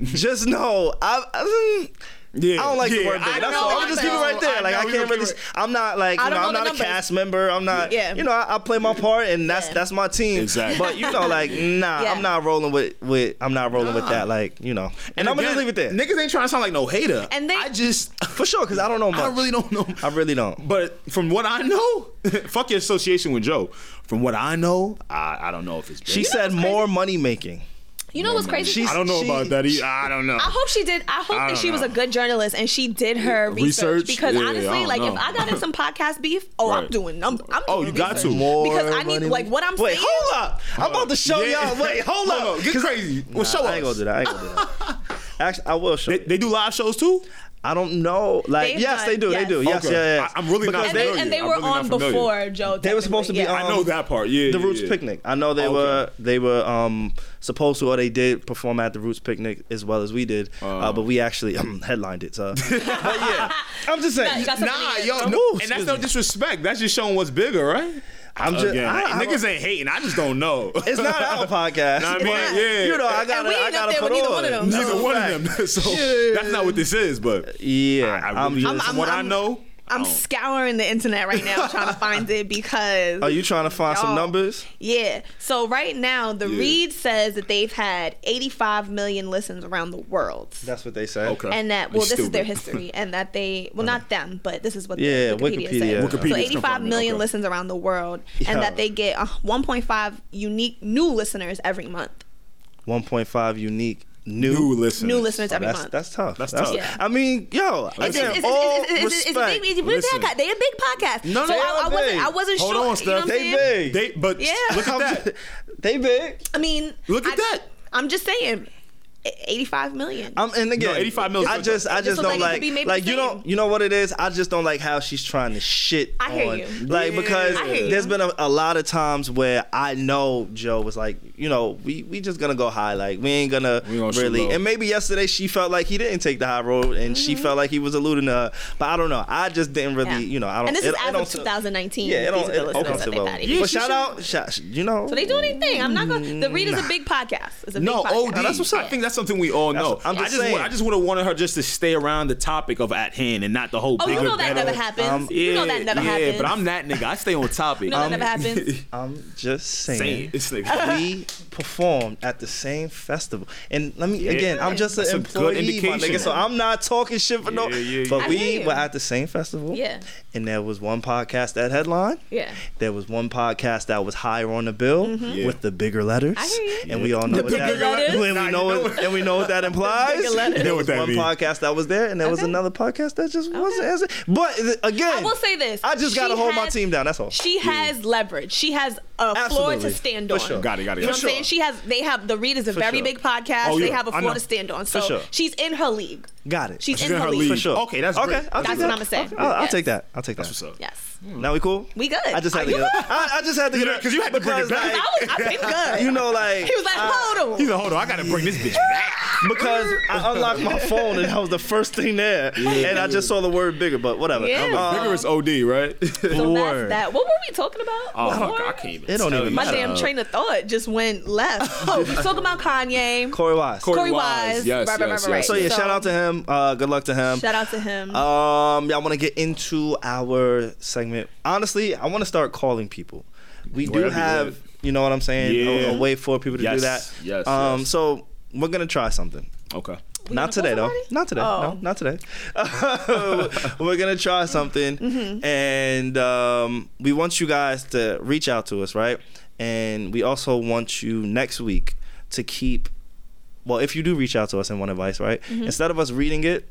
Speaker 1: just know, I. I mm, I don't like the
Speaker 2: yeah,
Speaker 1: word
Speaker 2: I
Speaker 1: big. That's
Speaker 2: know
Speaker 1: all.
Speaker 2: the
Speaker 1: I'm just keep it
Speaker 2: numbers.
Speaker 1: right there.
Speaker 2: I
Speaker 1: Like
Speaker 2: know
Speaker 1: I
Speaker 2: we
Speaker 1: can't
Speaker 2: were-
Speaker 1: really. s- I'm not like
Speaker 3: I
Speaker 1: you know.
Speaker 3: don't
Speaker 1: I'm
Speaker 3: know
Speaker 1: not
Speaker 3: the
Speaker 1: a
Speaker 3: numbers.
Speaker 1: cast member. I'm not.
Speaker 3: Yeah.
Speaker 1: You know, I, I play my part, and that's
Speaker 3: Yeah.
Speaker 1: that's my team.
Speaker 2: Exactly.
Speaker 1: But you know, like nah,
Speaker 3: Yeah.
Speaker 1: I'm not rolling with with. I'm not rolling with
Speaker 2: Nah.
Speaker 1: that. Like you know. And, I'm gonna just
Speaker 2: again,
Speaker 1: leave it there
Speaker 2: Niggas ain't trying to sound like no hater.
Speaker 3: And they-
Speaker 2: I just,
Speaker 1: for sure, because I don't know much.
Speaker 2: I really don't know.
Speaker 1: I really don't.
Speaker 2: But from what I know, fuck your association with Joe. From what I know, I, I don't know if it's.
Speaker 1: She said more money making.
Speaker 3: You know what's crazy?
Speaker 1: She's-
Speaker 2: I don't know
Speaker 1: she-
Speaker 2: about that. Either. I don't know.
Speaker 3: I hope she did. I hope
Speaker 2: I
Speaker 3: that
Speaker 2: don't
Speaker 3: she was
Speaker 2: know.
Speaker 3: a good journalist and she did her research,
Speaker 2: Research?
Speaker 3: because
Speaker 2: Yeah, I
Speaker 3: honestly,
Speaker 2: don't
Speaker 3: like if
Speaker 2: know.
Speaker 3: I got in some podcast beef, oh, I'm
Speaker 2: Right.
Speaker 3: doing. I'm, I'm
Speaker 2: Oh,
Speaker 3: doing
Speaker 2: you got
Speaker 3: research.
Speaker 2: to.
Speaker 3: because I need
Speaker 1: money
Speaker 3: like what I'm
Speaker 1: Wait,
Speaker 3: saying.
Speaker 1: hold up. I'm about to show
Speaker 2: Yeah.
Speaker 1: y'all. Wait, hold
Speaker 2: Hold
Speaker 1: up.
Speaker 2: up. Oh, Get
Speaker 1: 'Cause-
Speaker 2: crazy. Well, show
Speaker 1: I ain't gonna
Speaker 2: us.
Speaker 1: do that. I ain't gonna do that. Actually, I will show.
Speaker 2: They,
Speaker 1: you.
Speaker 2: they do live shows too.
Speaker 1: I don't know. Like,
Speaker 3: They've
Speaker 1: yes,
Speaker 3: done-
Speaker 1: they do. They
Speaker 3: yes.
Speaker 1: do. Yes,
Speaker 2: Okay.
Speaker 1: yeah, yeah.
Speaker 2: I- I'm really
Speaker 1: Because
Speaker 2: not
Speaker 3: And
Speaker 1: they,
Speaker 3: they,
Speaker 2: familiar.
Speaker 3: and they
Speaker 2: I'm
Speaker 3: were
Speaker 2: really not
Speaker 3: on
Speaker 2: familiar.
Speaker 3: before Joe.
Speaker 1: They were supposed to be
Speaker 3: technically,
Speaker 1: on
Speaker 3: yeah.
Speaker 2: I know that part. Yeah,
Speaker 1: Um, the
Speaker 2: yeah,
Speaker 1: Roots
Speaker 2: yeah.
Speaker 1: Picnic. I know they
Speaker 2: Okay.
Speaker 1: were they were um supposed to or they did perform at the Roots Picnic as well as we did, uh,
Speaker 2: Uh.
Speaker 1: but we actually headlined it. So, but yeah, I'm just
Speaker 3: No,
Speaker 1: saying.
Speaker 3: you got something
Speaker 2: Nah,
Speaker 3: in
Speaker 2: yo,
Speaker 3: it.
Speaker 2: no,
Speaker 1: Ooh,
Speaker 2: and that's
Speaker 1: excuse
Speaker 2: no
Speaker 1: me.
Speaker 2: disrespect. That's just showing what's bigger, right?
Speaker 1: I'm just-
Speaker 2: Again,
Speaker 1: I- I-
Speaker 2: niggas ain't hating. I just don't know.
Speaker 1: It's not our podcast.
Speaker 2: Nah, I mean,
Speaker 1: but,
Speaker 2: yeah.
Speaker 1: You know, I
Speaker 2: And
Speaker 1: gotta,
Speaker 3: we ain't
Speaker 1: I
Speaker 3: up
Speaker 1: gotta
Speaker 3: there
Speaker 1: put
Speaker 3: with neither one of
Speaker 1: on.
Speaker 3: them.
Speaker 2: Neither one of them. So that's not what this is. But
Speaker 1: Yeah,
Speaker 2: I, I
Speaker 1: I'm
Speaker 2: really,
Speaker 1: just-
Speaker 2: from
Speaker 3: I'm-
Speaker 2: what
Speaker 3: I'm-
Speaker 2: I know,
Speaker 3: I'm scouring the internet right now trying to find it because.
Speaker 1: Are you trying to find some
Speaker 3: Y'all.
Speaker 1: numbers?
Speaker 3: Yeah. So right now, the
Speaker 2: Yeah.
Speaker 3: read says that they've had 85 million listens around the world.
Speaker 1: That's what they say.
Speaker 2: Okay.
Speaker 3: and that well,
Speaker 2: He's
Speaker 3: this is their
Speaker 2: stupid.
Speaker 3: history, and that they well, not them, but this is what
Speaker 1: Yeah,
Speaker 3: the Wikipedia,
Speaker 1: Wikipedia.
Speaker 3: said.
Speaker 2: Wikipedia's
Speaker 3: so 85
Speaker 2: confirming,
Speaker 3: million
Speaker 2: okay.
Speaker 3: listens around the world,
Speaker 1: Yeah.
Speaker 3: and that they get uh, 1.5 unique new listeners every month.
Speaker 1: 1.5 unique New,
Speaker 9: listeners.
Speaker 3: New listeners every
Speaker 1: that's,
Speaker 3: month.
Speaker 1: That's tough.
Speaker 3: That's
Speaker 1: That's,
Speaker 3: tough.
Speaker 1: tough.
Speaker 3: Yeah.
Speaker 1: I mean, yo, I
Speaker 3: It's, it's,
Speaker 1: give
Speaker 3: it's,
Speaker 1: all
Speaker 3: it's, it's, it's,
Speaker 1: respect.
Speaker 3: it's a big, but it's that guy- they a big podcast.
Speaker 1: No, no,
Speaker 3: so
Speaker 1: they
Speaker 3: I, I
Speaker 1: are
Speaker 3: wasn't,
Speaker 1: big.
Speaker 3: I wasn't
Speaker 1: Hold
Speaker 3: sure.
Speaker 1: on,
Speaker 3: you know
Speaker 1: Steph.
Speaker 3: what I'm
Speaker 1: They big.
Speaker 3: saying?
Speaker 2: They but
Speaker 3: Yeah.
Speaker 2: look at that.
Speaker 1: they big.
Speaker 3: I mean,
Speaker 2: Look at
Speaker 3: I-
Speaker 2: that.
Speaker 3: I'm just saying, e- 85 million.
Speaker 1: I'm and again,
Speaker 2: No, 85 mil is
Speaker 1: I
Speaker 2: good,
Speaker 1: just,
Speaker 2: though.
Speaker 1: I
Speaker 3: It just
Speaker 1: just
Speaker 3: look
Speaker 1: don't
Speaker 3: like it could
Speaker 1: like,
Speaker 3: be
Speaker 1: like,
Speaker 3: maybe the
Speaker 1: you don't, you know what it is. I just don't like how she's trying to shit
Speaker 3: I hear
Speaker 1: on,
Speaker 3: you.
Speaker 1: like
Speaker 3: Yeah.
Speaker 1: because
Speaker 3: I hear you.
Speaker 1: there's been a, a lot of times where I know Joe was like, you know, we we just gonna go high, like we ain't gonna
Speaker 2: gonna shoot
Speaker 1: really.
Speaker 2: low.
Speaker 1: And maybe yesterday she felt like he didn't take the high road, and she felt like he was alluding to her. But I don't know. I just didn't really,
Speaker 3: Mm-hmm. Yeah.
Speaker 1: you know, I don't.
Speaker 3: And this
Speaker 1: is
Speaker 3: is as of 2019.
Speaker 1: Yeah, it
Speaker 3: These
Speaker 1: don't.
Speaker 3: are
Speaker 1: It,
Speaker 3: the listeners
Speaker 1: okay,
Speaker 3: that
Speaker 1: so
Speaker 3: they
Speaker 1: well.
Speaker 3: got.
Speaker 1: but shout out, Mm. shout, you know.
Speaker 3: So they do anything. I'm not going. The readers a big podcast. It's a
Speaker 2: No,
Speaker 3: big podcast.
Speaker 2: OD. I think that's something we all know.
Speaker 1: I'm just
Speaker 2: I just, wa-
Speaker 1: saying.
Speaker 2: I just would have wanted her just to stay around the topic of at hand and not the whole.
Speaker 3: Oh, you
Speaker 2: bigger
Speaker 3: know that
Speaker 2: better-
Speaker 3: never happens.
Speaker 1: Um,
Speaker 3: You know that never
Speaker 2: yeah,
Speaker 3: happens.
Speaker 2: but I'm that nigga. I stay on topic.
Speaker 3: You know that never happens. Uh,
Speaker 1: I'm just saying.
Speaker 2: Saying. It's like-
Speaker 1: we performed at the same festival, and let me
Speaker 2: Yeah.
Speaker 1: again. I'm just an
Speaker 2: That's a good
Speaker 1: employee, my
Speaker 2: indication.
Speaker 1: nigga. So I'm not talking shit for no.
Speaker 2: Yeah, yeah, yeah.
Speaker 1: But
Speaker 3: I hear
Speaker 1: we
Speaker 3: you.
Speaker 1: were at the same festival.
Speaker 3: Yeah.
Speaker 1: And there was one podcast that headline.
Speaker 3: Yeah.
Speaker 1: There was one podcast that was higher on the bill with the bigger letters,
Speaker 3: Mm-hmm. I hear you.
Speaker 1: and we all know
Speaker 3: The
Speaker 1: what that.
Speaker 3: bigger letters?
Speaker 1: And
Speaker 2: Nah,
Speaker 1: we
Speaker 2: you
Speaker 1: know
Speaker 2: know
Speaker 1: what, and we know what that implies.
Speaker 3: bigger letters. You
Speaker 1: There
Speaker 2: know
Speaker 1: was
Speaker 2: what that
Speaker 1: one
Speaker 2: mean.
Speaker 1: podcast that was there, and there was
Speaker 3: Okay.
Speaker 1: another podcast that just wasn't as. But again,
Speaker 3: I will say this.
Speaker 1: I just gotta
Speaker 3: She
Speaker 1: hold my
Speaker 3: has-
Speaker 1: team down. That's all.
Speaker 3: She has leverage. She has a floor to
Speaker 1: Hmm. Absolutely.
Speaker 3: stand
Speaker 1: For
Speaker 3: on.
Speaker 1: sure.
Speaker 2: Got it, got it,
Speaker 3: You know
Speaker 2: got
Speaker 3: what
Speaker 2: it.
Speaker 3: I'm saying? She has. They have the readers a
Speaker 1: For
Speaker 3: very
Speaker 1: sure.
Speaker 3: big podcast.
Speaker 2: Oh,
Speaker 3: They
Speaker 2: yeah.
Speaker 3: have a
Speaker 2: I
Speaker 3: floor
Speaker 2: know.
Speaker 3: to stand on. So
Speaker 1: sure.
Speaker 3: she's in her league.
Speaker 1: Got it.
Speaker 3: She's,
Speaker 2: She's
Speaker 3: in, her league.
Speaker 1: For sure.
Speaker 2: Okay, that's
Speaker 1: okay.
Speaker 2: great.
Speaker 1: I'll
Speaker 3: That's
Speaker 1: take
Speaker 3: what
Speaker 1: that.
Speaker 3: I'ma say.
Speaker 1: Okay, I'll, I'll
Speaker 3: Yes.
Speaker 1: take that. I'll take that.
Speaker 2: That's what's up.
Speaker 3: Yes.
Speaker 1: Now we cool?
Speaker 3: We good.
Speaker 1: I just had
Speaker 3: Are
Speaker 1: to
Speaker 3: you-
Speaker 1: get. I, I just had to get.
Speaker 2: Yeah, 'cause you had to bring it
Speaker 1: because,
Speaker 2: back.
Speaker 3: I was. I think good.
Speaker 1: Like, you know, Uh, like
Speaker 3: He was like, hold on.
Speaker 2: He's like, hold on, I gotta bring this bitch back.
Speaker 1: because I unlocked my phone and that was the first thing there, and I just saw the word bigger, but whatever.
Speaker 3: Yeah.
Speaker 1: Um,
Speaker 3: Bigger is
Speaker 2: OD, right?
Speaker 3: so that's
Speaker 1: Lord.
Speaker 3: that. What were we talking about?
Speaker 2: Oh,
Speaker 3: before?
Speaker 2: God, I can't even.
Speaker 1: It don't
Speaker 2: tell
Speaker 1: even
Speaker 2: you.
Speaker 3: My damn train of thought just went left. Oh, we talking about Kanye,
Speaker 1: Corey Wise.
Speaker 3: Corey Wise.
Speaker 2: Yes, yes,
Speaker 3: right, right, right, right.
Speaker 2: yes.
Speaker 1: So yeah, shout out to him. Uh, good luck to him.
Speaker 3: Shout out to him.
Speaker 1: Um, y'all want to get into our segment? Honestly, I want to start calling people. We do
Speaker 2: Whatever you
Speaker 1: have,
Speaker 2: did.
Speaker 1: you know what I'm saying, a- a,
Speaker 2: Yeah.
Speaker 1: way for people to do
Speaker 2: Yes,
Speaker 1: that.
Speaker 2: yes,
Speaker 1: Um,
Speaker 2: yes.
Speaker 1: so we're gonna try something.
Speaker 2: Okay.
Speaker 1: not
Speaker 3: gonna
Speaker 1: today
Speaker 3: call
Speaker 1: though.
Speaker 3: somebody?
Speaker 1: Not today.
Speaker 3: Oh.
Speaker 1: No, not today. we're gonna try something,
Speaker 3: Mm-hmm.
Speaker 1: and um, we want you guys to reach out to us, right? And we also want you next week to keep. Well, if you do reach out to us and want advice, right?
Speaker 3: Mm-hmm.
Speaker 1: Instead of us reading it,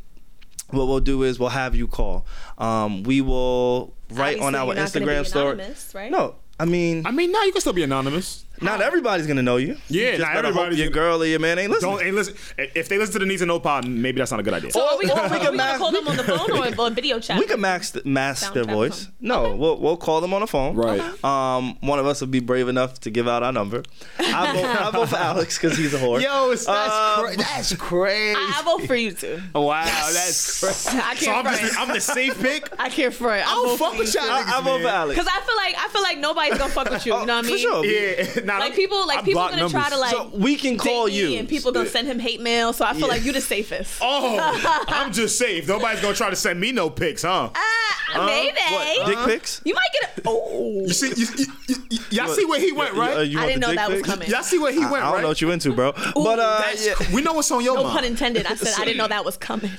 Speaker 1: what we'll do is we'll have you call. Um, we will write on
Speaker 3: Obviously,
Speaker 1: our
Speaker 3: you're
Speaker 1: Instagram
Speaker 3: not gonna be
Speaker 1: story.
Speaker 3: anonymous, right?
Speaker 1: No, I mean,
Speaker 2: I mean, now you can still be anonymous.
Speaker 1: not everybody's gonna know you.
Speaker 2: Yeah,
Speaker 1: you just
Speaker 2: not
Speaker 1: better hope
Speaker 2: everybody's
Speaker 1: Your
Speaker 2: gonna-
Speaker 1: girl or your man ain't listening.
Speaker 2: Don't and listen. If they listen to the Needs and No Pod, maybe that's not a good idea.
Speaker 3: So are we,
Speaker 1: Or-
Speaker 3: are
Speaker 1: or we
Speaker 3: we, are
Speaker 1: can
Speaker 3: we gonna
Speaker 1: mask-
Speaker 3: call them on the phone or on video chat?
Speaker 1: We can mask mask
Speaker 3: Sound
Speaker 1: their
Speaker 3: check
Speaker 1: voice.
Speaker 3: phone.
Speaker 1: No, we'll we'll call them on the phone.
Speaker 2: Right.
Speaker 1: Um, one of us will be brave enough to give out our number. I vote, I vote for Alex because he's a whore.
Speaker 2: it's,
Speaker 1: Um,
Speaker 2: that's crazy.
Speaker 3: I, I vote for you two.
Speaker 2: Wow, that's crazy.
Speaker 3: I
Speaker 2: So I'm
Speaker 3: can't front.
Speaker 2: just, I'm the safe pick.
Speaker 3: I can't front. I
Speaker 2: I'll
Speaker 1: Oh,
Speaker 3: vote
Speaker 2: fuck with y'all.
Speaker 1: I, I vote for Alex. Uh,
Speaker 3: Because I feel like I feel like nobody's gonna fuck with you. You know what I
Speaker 1: Oh, for
Speaker 3: mean?
Speaker 1: sure.
Speaker 2: Yeah, nah,
Speaker 3: Like
Speaker 2: I'm-
Speaker 3: people, like
Speaker 2: I
Speaker 3: people
Speaker 2: block
Speaker 3: gonna try to
Speaker 2: numbers.
Speaker 3: like
Speaker 1: So we can
Speaker 3: date
Speaker 1: call
Speaker 3: me
Speaker 1: you. Uh-huh.
Speaker 3: and people gonna send him hate mail. So I feel like you the safest.
Speaker 2: Oh, I'm just safe. Nobody's gonna try to send me no pics, huh?
Speaker 3: Ah, baby,
Speaker 1: What, dick pics?
Speaker 3: you might get a. Oh,
Speaker 2: You see, you, you, you, you- y'all see where he went,
Speaker 1: Uh,
Speaker 2: right?
Speaker 1: you
Speaker 3: I
Speaker 1: want
Speaker 3: didn't
Speaker 1: the
Speaker 3: know
Speaker 1: dick
Speaker 3: that was
Speaker 1: pics?
Speaker 3: coming.
Speaker 2: Y'all see where he
Speaker 1: I,
Speaker 2: went,
Speaker 1: I don't
Speaker 2: right?
Speaker 1: know what you into, bro. but uh,
Speaker 2: That's-
Speaker 1: yeah.
Speaker 2: We know what's on your
Speaker 3: no
Speaker 2: mind.
Speaker 3: pun intended. I said I didn't know that was coming.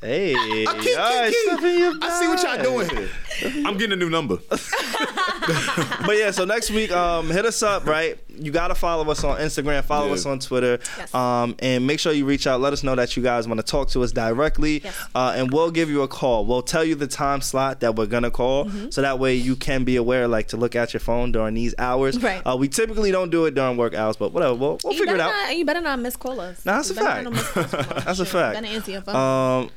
Speaker 1: hey,
Speaker 2: I keep, keep,
Speaker 1: all right,
Speaker 2: keep.
Speaker 1: stuff in your
Speaker 2: I see what y'all
Speaker 1: bag.
Speaker 2: doing here. I'm getting a new number.
Speaker 1: but yeah, so next week, um, hit us up, right? You gotta follow us on Instagram, follow
Speaker 2: Yeah.
Speaker 1: us on Twitter,
Speaker 3: Yes.
Speaker 1: um, and make sure you reach out. Let us know that you guys want to talk to us directly,
Speaker 3: Yes.
Speaker 1: uh, and we'll give you a call. We'll tell you the time slot that we're gonna call,
Speaker 3: Mm-hmm.
Speaker 1: so that way you can be aware, like to look at your phone during these hours.
Speaker 3: Right.
Speaker 1: Uh, we typically don't do it during work hours, but whatever, we'll, we'll
Speaker 3: You
Speaker 1: figure it
Speaker 3: better
Speaker 1: out.
Speaker 3: Not, you better not miss call us.
Speaker 1: Nah, that's
Speaker 3: You
Speaker 1: a
Speaker 3: better not
Speaker 1: fact.
Speaker 3: miss call us.
Speaker 1: That's a
Speaker 3: Shit,
Speaker 1: fact.
Speaker 3: Better answer your phone.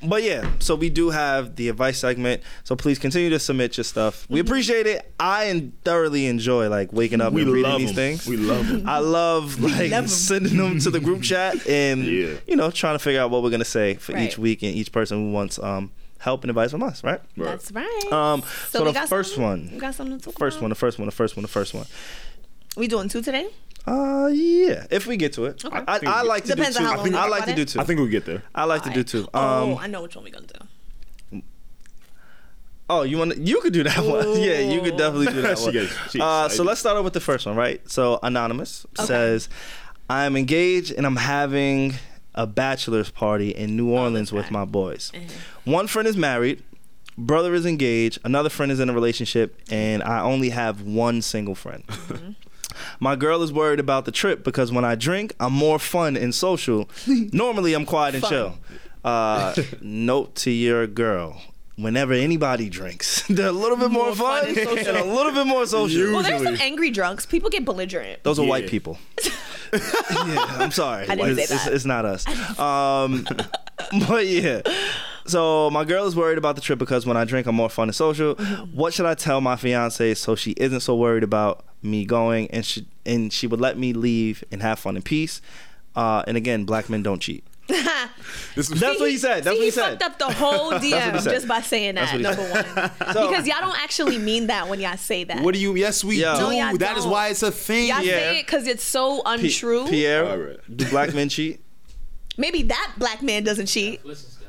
Speaker 1: Um, but yeah, so we do have the advice segment. So please continue to submit your stuff.
Speaker 3: Mm-hmm.
Speaker 1: We appreciate it. I en- thoroughly enjoy like waking up
Speaker 2: We
Speaker 1: and reading
Speaker 2: love
Speaker 1: these
Speaker 2: 'em.
Speaker 1: things.
Speaker 2: We love 'em.
Speaker 1: I love like
Speaker 3: love 'em.
Speaker 1: sending them to the group chat and
Speaker 2: Yeah.
Speaker 1: you know trying to figure out what we're gonna say for
Speaker 3: Right.
Speaker 1: each week and each person who wants um help and advice from us, right?
Speaker 3: That's right.
Speaker 1: Um, so
Speaker 3: we
Speaker 1: the
Speaker 3: got
Speaker 1: first
Speaker 3: something-
Speaker 1: one-
Speaker 3: We got something to talk
Speaker 1: First
Speaker 3: about?
Speaker 1: one, the first one, the first one, the first one.
Speaker 3: We doing two today?
Speaker 1: Uh, yeah. If we get to it,
Speaker 3: Okay.
Speaker 1: I, I like to
Speaker 3: Depends
Speaker 1: do
Speaker 3: on
Speaker 1: two.
Speaker 3: how long we
Speaker 1: I
Speaker 3: talk
Speaker 1: like to
Speaker 3: about
Speaker 1: do
Speaker 3: it.
Speaker 1: two.
Speaker 2: I think we'll get there.
Speaker 1: I like to do two.
Speaker 3: Oh,
Speaker 1: Um,
Speaker 3: I know which one we gonna do.
Speaker 1: oh, you want? to You could do that one. Yeah, you could definitely do that
Speaker 2: She
Speaker 1: one.
Speaker 2: gets- she
Speaker 1: uh, so
Speaker 2: excited.
Speaker 1: let's start off with the first one, right? So anonymous says, "I am engaged and I'm having a bachelor's party in New Orleans with my boys. One friend is married." Brother is
Speaker 3: Mm-hmm.
Speaker 1: engaged, another friend is in a relationship, and I only have one single friend. My girl is worried about the trip because when I drink, I'm more fun and social. Normally, I'm quiet and
Speaker 14: Fun.
Speaker 1: chill. Uh, note to your girl. Whenever anybody drinks, they're a little bit more, fun,
Speaker 3: and social.
Speaker 1: and a little bit more social.
Speaker 3: Well, there's some angry drunks. People get belligerent.
Speaker 1: Those are white
Speaker 3: Yeah.
Speaker 1: people. yeah, I'm sorry.
Speaker 3: I didn't say
Speaker 1: It's- it's,
Speaker 3: that.
Speaker 1: it's not us. Um, but yeah. So my girl is worried about the trip because when I drink, I'm more fun and social.
Speaker 3: Mm-hmm.
Speaker 1: What should I tell my fiance so she isn't so worried about me going and she and she would let me leave and have fun in peace? Uh, and again, black men don't cheat. That's what he said. That's what
Speaker 3: See,
Speaker 1: he
Speaker 3: he
Speaker 1: said.
Speaker 3: fucked up the whole
Speaker 1: That's what he
Speaker 3: DM
Speaker 1: said.
Speaker 3: just by saying
Speaker 1: That's
Speaker 3: that.
Speaker 1: what he
Speaker 3: Number
Speaker 1: said.
Speaker 3: one, because y'all don't actually mean that when y'all say that.
Speaker 9: What do you? Yes, we
Speaker 1: Yeah.
Speaker 9: do.
Speaker 1: No,
Speaker 9: That
Speaker 3: y'all
Speaker 9: is
Speaker 3: don't.
Speaker 9: why it's a thing.
Speaker 3: Y'all say it because it's so
Speaker 1: P-
Speaker 3: untrue.
Speaker 1: Pierre, do black men cheat?
Speaker 3: Maybe that black man doesn't cheat.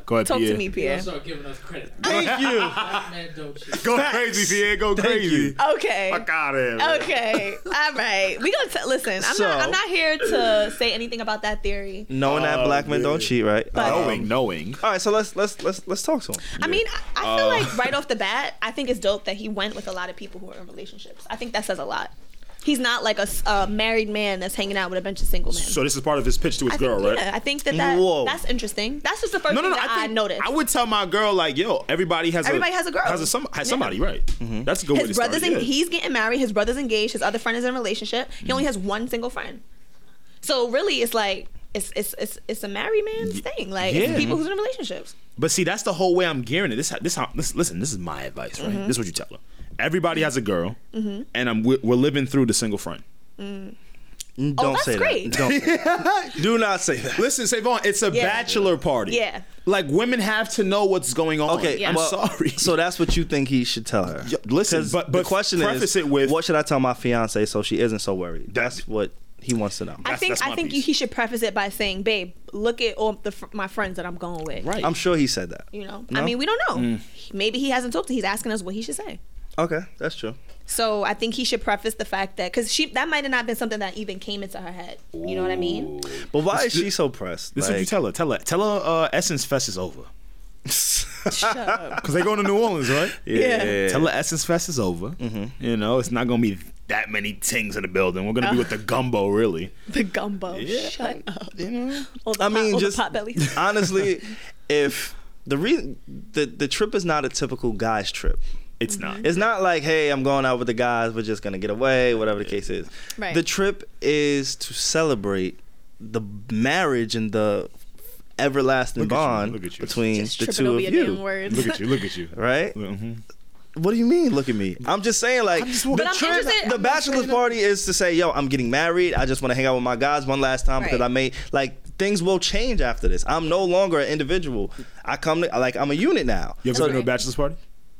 Speaker 1: Go ahead,
Speaker 3: Talk
Speaker 1: Pierre.
Speaker 3: to me,
Speaker 4: You
Speaker 3: Pierre.
Speaker 4: don't start giving us credit.
Speaker 1: Thank you.
Speaker 4: Black man don't cheat.
Speaker 2: Go crazy, Pierre. Go crazy.
Speaker 3: Okay.
Speaker 2: Fuck out of here. man.
Speaker 3: Okay. All right. We gonna t- listen. I'm
Speaker 1: So-
Speaker 3: not. I'm not here to say anything about that theory.
Speaker 1: Knowing that black men don't cheat, right? Uh,
Speaker 2: knowing, knowing.
Speaker 1: All right, so let's let's let's let's talk to him.
Speaker 3: I mean, I, I feel
Speaker 1: Uh,
Speaker 3: like right off the bat, I think it's dope that he went with a lot of people who are in relationships. I think that says a lot. He's not like a, s- a married man that's hanging out with a bunch of single men.
Speaker 2: So this is part of his pitch to his girl, right?
Speaker 3: Yeah, I think that, that
Speaker 2: Whoa.
Speaker 3: that's interesting. That's just the first
Speaker 2: no, no,
Speaker 3: thing
Speaker 2: no.
Speaker 3: that
Speaker 2: I,
Speaker 3: I,
Speaker 2: think,
Speaker 3: noticed.
Speaker 2: I would tell my girl like, yo, everybody has
Speaker 3: Everybody
Speaker 2: a,
Speaker 3: has a girl.
Speaker 2: has a some has
Speaker 3: Yeah.
Speaker 2: somebody, right?
Speaker 1: Mm-hmm.
Speaker 2: That's a good way to
Speaker 3: his brother's
Speaker 2: start.
Speaker 3: in,
Speaker 2: yeah.
Speaker 3: he's getting married. His brother's engaged. His other friend is in a relationship. He
Speaker 2: Mm-hmm.
Speaker 3: only has one single friend. So really, it's like it's it's it's, it's a married man's thing. Like
Speaker 2: yeah.
Speaker 3: it's people who's in relationships.
Speaker 2: But see, that's the whole way I'm gearing it. This, this, how, this listen, this is my advice, right?
Speaker 3: Mhm.
Speaker 2: This is what you tell her. Everybody has a girl,
Speaker 3: Mhm.
Speaker 2: and I'm we're, we're living through the single friend.
Speaker 3: Mm.
Speaker 1: Don't
Speaker 3: Oh, that's great.
Speaker 1: Do not say that.
Speaker 2: Listen, Savon, it's a
Speaker 3: Yeah.
Speaker 2: bachelor party.
Speaker 3: Yeah.
Speaker 2: Like women have to know what's going on.
Speaker 1: Okay,
Speaker 2: I'm
Speaker 1: well,
Speaker 2: sorry.
Speaker 1: So that's what you think he should tell her.
Speaker 2: listen,
Speaker 1: 'Cause
Speaker 2: but-
Speaker 1: the
Speaker 2: but
Speaker 1: question
Speaker 2: preface
Speaker 1: is,
Speaker 2: it with-
Speaker 1: what should I tell my fiance so she isn't so worried? That's what he wants to know.
Speaker 3: I think I think you, he should preface it by saying, "Babe, look at all the fr- my friends that I'm going with."
Speaker 1: Right. I'm sure he said that.
Speaker 3: You know,
Speaker 1: No?
Speaker 3: I mean, we don't know.
Speaker 1: Mm.
Speaker 3: Maybe he hasn't talked. to He's asking us what he should say.
Speaker 1: Okay, that's true.
Speaker 3: So I think he should preface the fact that because she that might have not been something that even came into her head. You know what I mean?
Speaker 1: But why is she so pressed?
Speaker 2: This is what you
Speaker 1: Like-
Speaker 2: tell her. Tell her. Tell her. Uh, Essence Fest is over.
Speaker 3: Shut up.
Speaker 2: Cause they going to New Orleans, right?
Speaker 3: Yeah. Yeah.
Speaker 2: Tell her Essence Fest is over. You know, it's not gonna be that many things in the building. We're gonna be with the gumbo, really.
Speaker 3: The gumbo. Shut up. You know. I
Speaker 1: mean, just-
Speaker 3: pot belly.
Speaker 1: Honestly, if the reason the the trip is not a typical guy's trip.
Speaker 2: It's
Speaker 3: Mm-hmm.
Speaker 2: not.
Speaker 1: It's not like, hey, I'm going out with the guys. We're just gonna get away, whatever the case is.
Speaker 3: Right.
Speaker 1: The trip is to celebrate the marriage and the everlasting bond between the
Speaker 3: tripping
Speaker 1: two
Speaker 3: over
Speaker 1: of
Speaker 3: your
Speaker 1: you.
Speaker 3: damn words. Look at you,
Speaker 2: Look at you.
Speaker 1: Right. What do you mean? Look at me. I'm just saying, like, the,
Speaker 3: But I'm
Speaker 1: trip-
Speaker 3: interested-
Speaker 1: the
Speaker 3: I'm
Speaker 1: bachelor's party is to say, yo, I'm getting married. I just want to hang out with my guys one last time because
Speaker 3: Right.
Speaker 1: I made like things will change after this. I'm no longer an individual. I come to, like I'm a unit now.
Speaker 2: You ever been to a bachelor's party?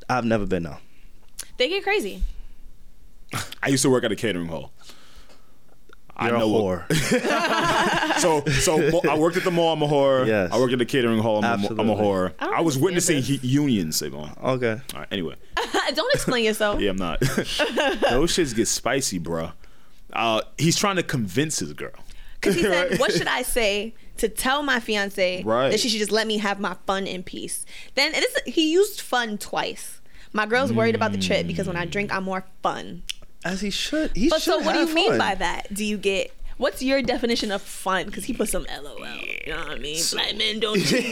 Speaker 1: I've never been. No.
Speaker 3: They get crazy.
Speaker 2: I used to work at a catering hall.
Speaker 1: You're
Speaker 2: I know
Speaker 1: a whore.
Speaker 2: so so mo- I worked at the mall. I'm a whore. I worked at a catering hall. I'm, a, I'm a
Speaker 1: Absolutely.
Speaker 2: whore.
Speaker 3: I don't
Speaker 2: I, was witnessing he, unions, Savon.
Speaker 1: Okay.
Speaker 2: All right. Anyway,
Speaker 3: don't explain yourself.
Speaker 2: yeah, I'm not. Those shits get spicy, bruh. Uh, he's trying to convince his girl.
Speaker 3: Because he said, "What should I say to tell my fiance
Speaker 2: Right.
Speaker 3: that she should just let me have my fun in peace?" Then and this, he used fun twice. My girl's worried about the trip because when I drink, I'm more fun.
Speaker 1: As he should. He
Speaker 3: but
Speaker 1: should
Speaker 3: so, what do
Speaker 1: have
Speaker 3: you mean
Speaker 1: fun.
Speaker 3: by that? Do you get? What's your definition of fun? Because he put some LOL. You know what I mean? Black men don't. cheat.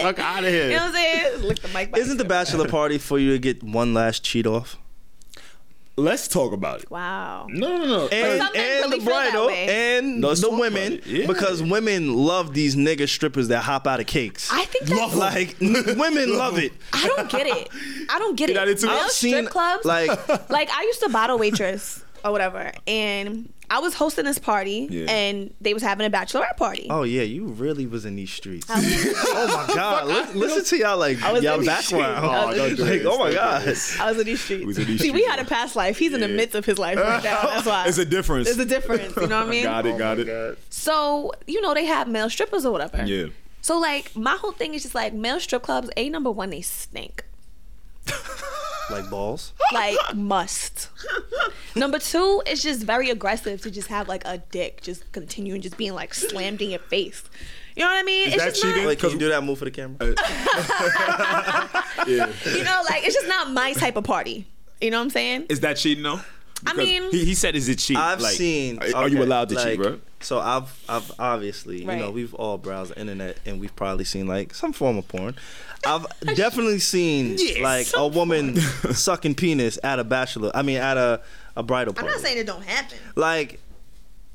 Speaker 2: Fuck out of here.
Speaker 3: You know what I'm saying? Lick the mic. back.
Speaker 1: Isn't the bachelor party for you to get one last cheat off?
Speaker 2: Let's talk about it.
Speaker 3: Wow.
Speaker 2: No, no, no.
Speaker 1: And,
Speaker 3: Some men
Speaker 1: and
Speaker 3: really
Speaker 1: the
Speaker 3: feel that
Speaker 1: bridal
Speaker 3: way.
Speaker 1: and
Speaker 2: Let's
Speaker 1: the
Speaker 2: talk
Speaker 1: women
Speaker 2: about it. Yeah.
Speaker 1: because women love these nigga strippers that hop out of cakes.
Speaker 3: I think that's- Love 'em.
Speaker 1: like women love it.
Speaker 3: I don't get it. I don't get
Speaker 1: You're
Speaker 3: it.
Speaker 1: not into it?
Speaker 3: Male
Speaker 1: I've
Speaker 3: strip
Speaker 1: seen,
Speaker 3: clubs,
Speaker 1: like-
Speaker 3: like, I used to bottle waitress or whatever, and I was hosting this party,
Speaker 1: Yeah.
Speaker 3: and they was having a bachelorette party.
Speaker 1: Oh yeah, you really was in these streets. oh my god, listen, listen to y'all like
Speaker 3: I was in
Speaker 1: y'all
Speaker 3: these
Speaker 1: background.
Speaker 3: streets. I
Speaker 1: Like,
Speaker 3: was in
Speaker 1: Oh,
Speaker 3: these streets.
Speaker 1: my god.
Speaker 3: I was in these streets.
Speaker 1: was in these
Speaker 3: See, we had a past life. He's in the midst of his life right now. That's why
Speaker 2: It's a difference.
Speaker 3: There's a difference. You know what I mean?
Speaker 2: Got it. Got it.
Speaker 3: So you know they have male strippers or whatever.
Speaker 2: Yeah.
Speaker 3: So like my whole thing is just like male strip clubs. A number one, they stink.
Speaker 1: Like balls.
Speaker 3: like must. Number two, it's just very aggressive to just have like a dick just continue and just being like slammed in your face. You know what I mean? it's just not,
Speaker 1: Wait, can you do that move for the camera?
Speaker 3: you know, like it's just not my type of party. You know what I'm saying?
Speaker 2: Is that cheating though?
Speaker 3: I
Speaker 2: Because
Speaker 3: mean,
Speaker 2: he, he said, "Is it cheap?"
Speaker 1: I've
Speaker 2: Like,
Speaker 1: seen.
Speaker 2: Are, are you
Speaker 1: okay,
Speaker 2: allowed to
Speaker 1: like,
Speaker 2: cheat, bro?
Speaker 1: So I've, I've obviously, you know,
Speaker 2: Right.
Speaker 1: we've all browsed the internet and we've probably seen like some form of porn. I've definitely seen
Speaker 3: Yeah,
Speaker 1: like a woman sucking penis at a bachelor. I mean, at a a bridal
Speaker 3: I'm
Speaker 1: party.
Speaker 3: not saying it don't happen.
Speaker 1: like,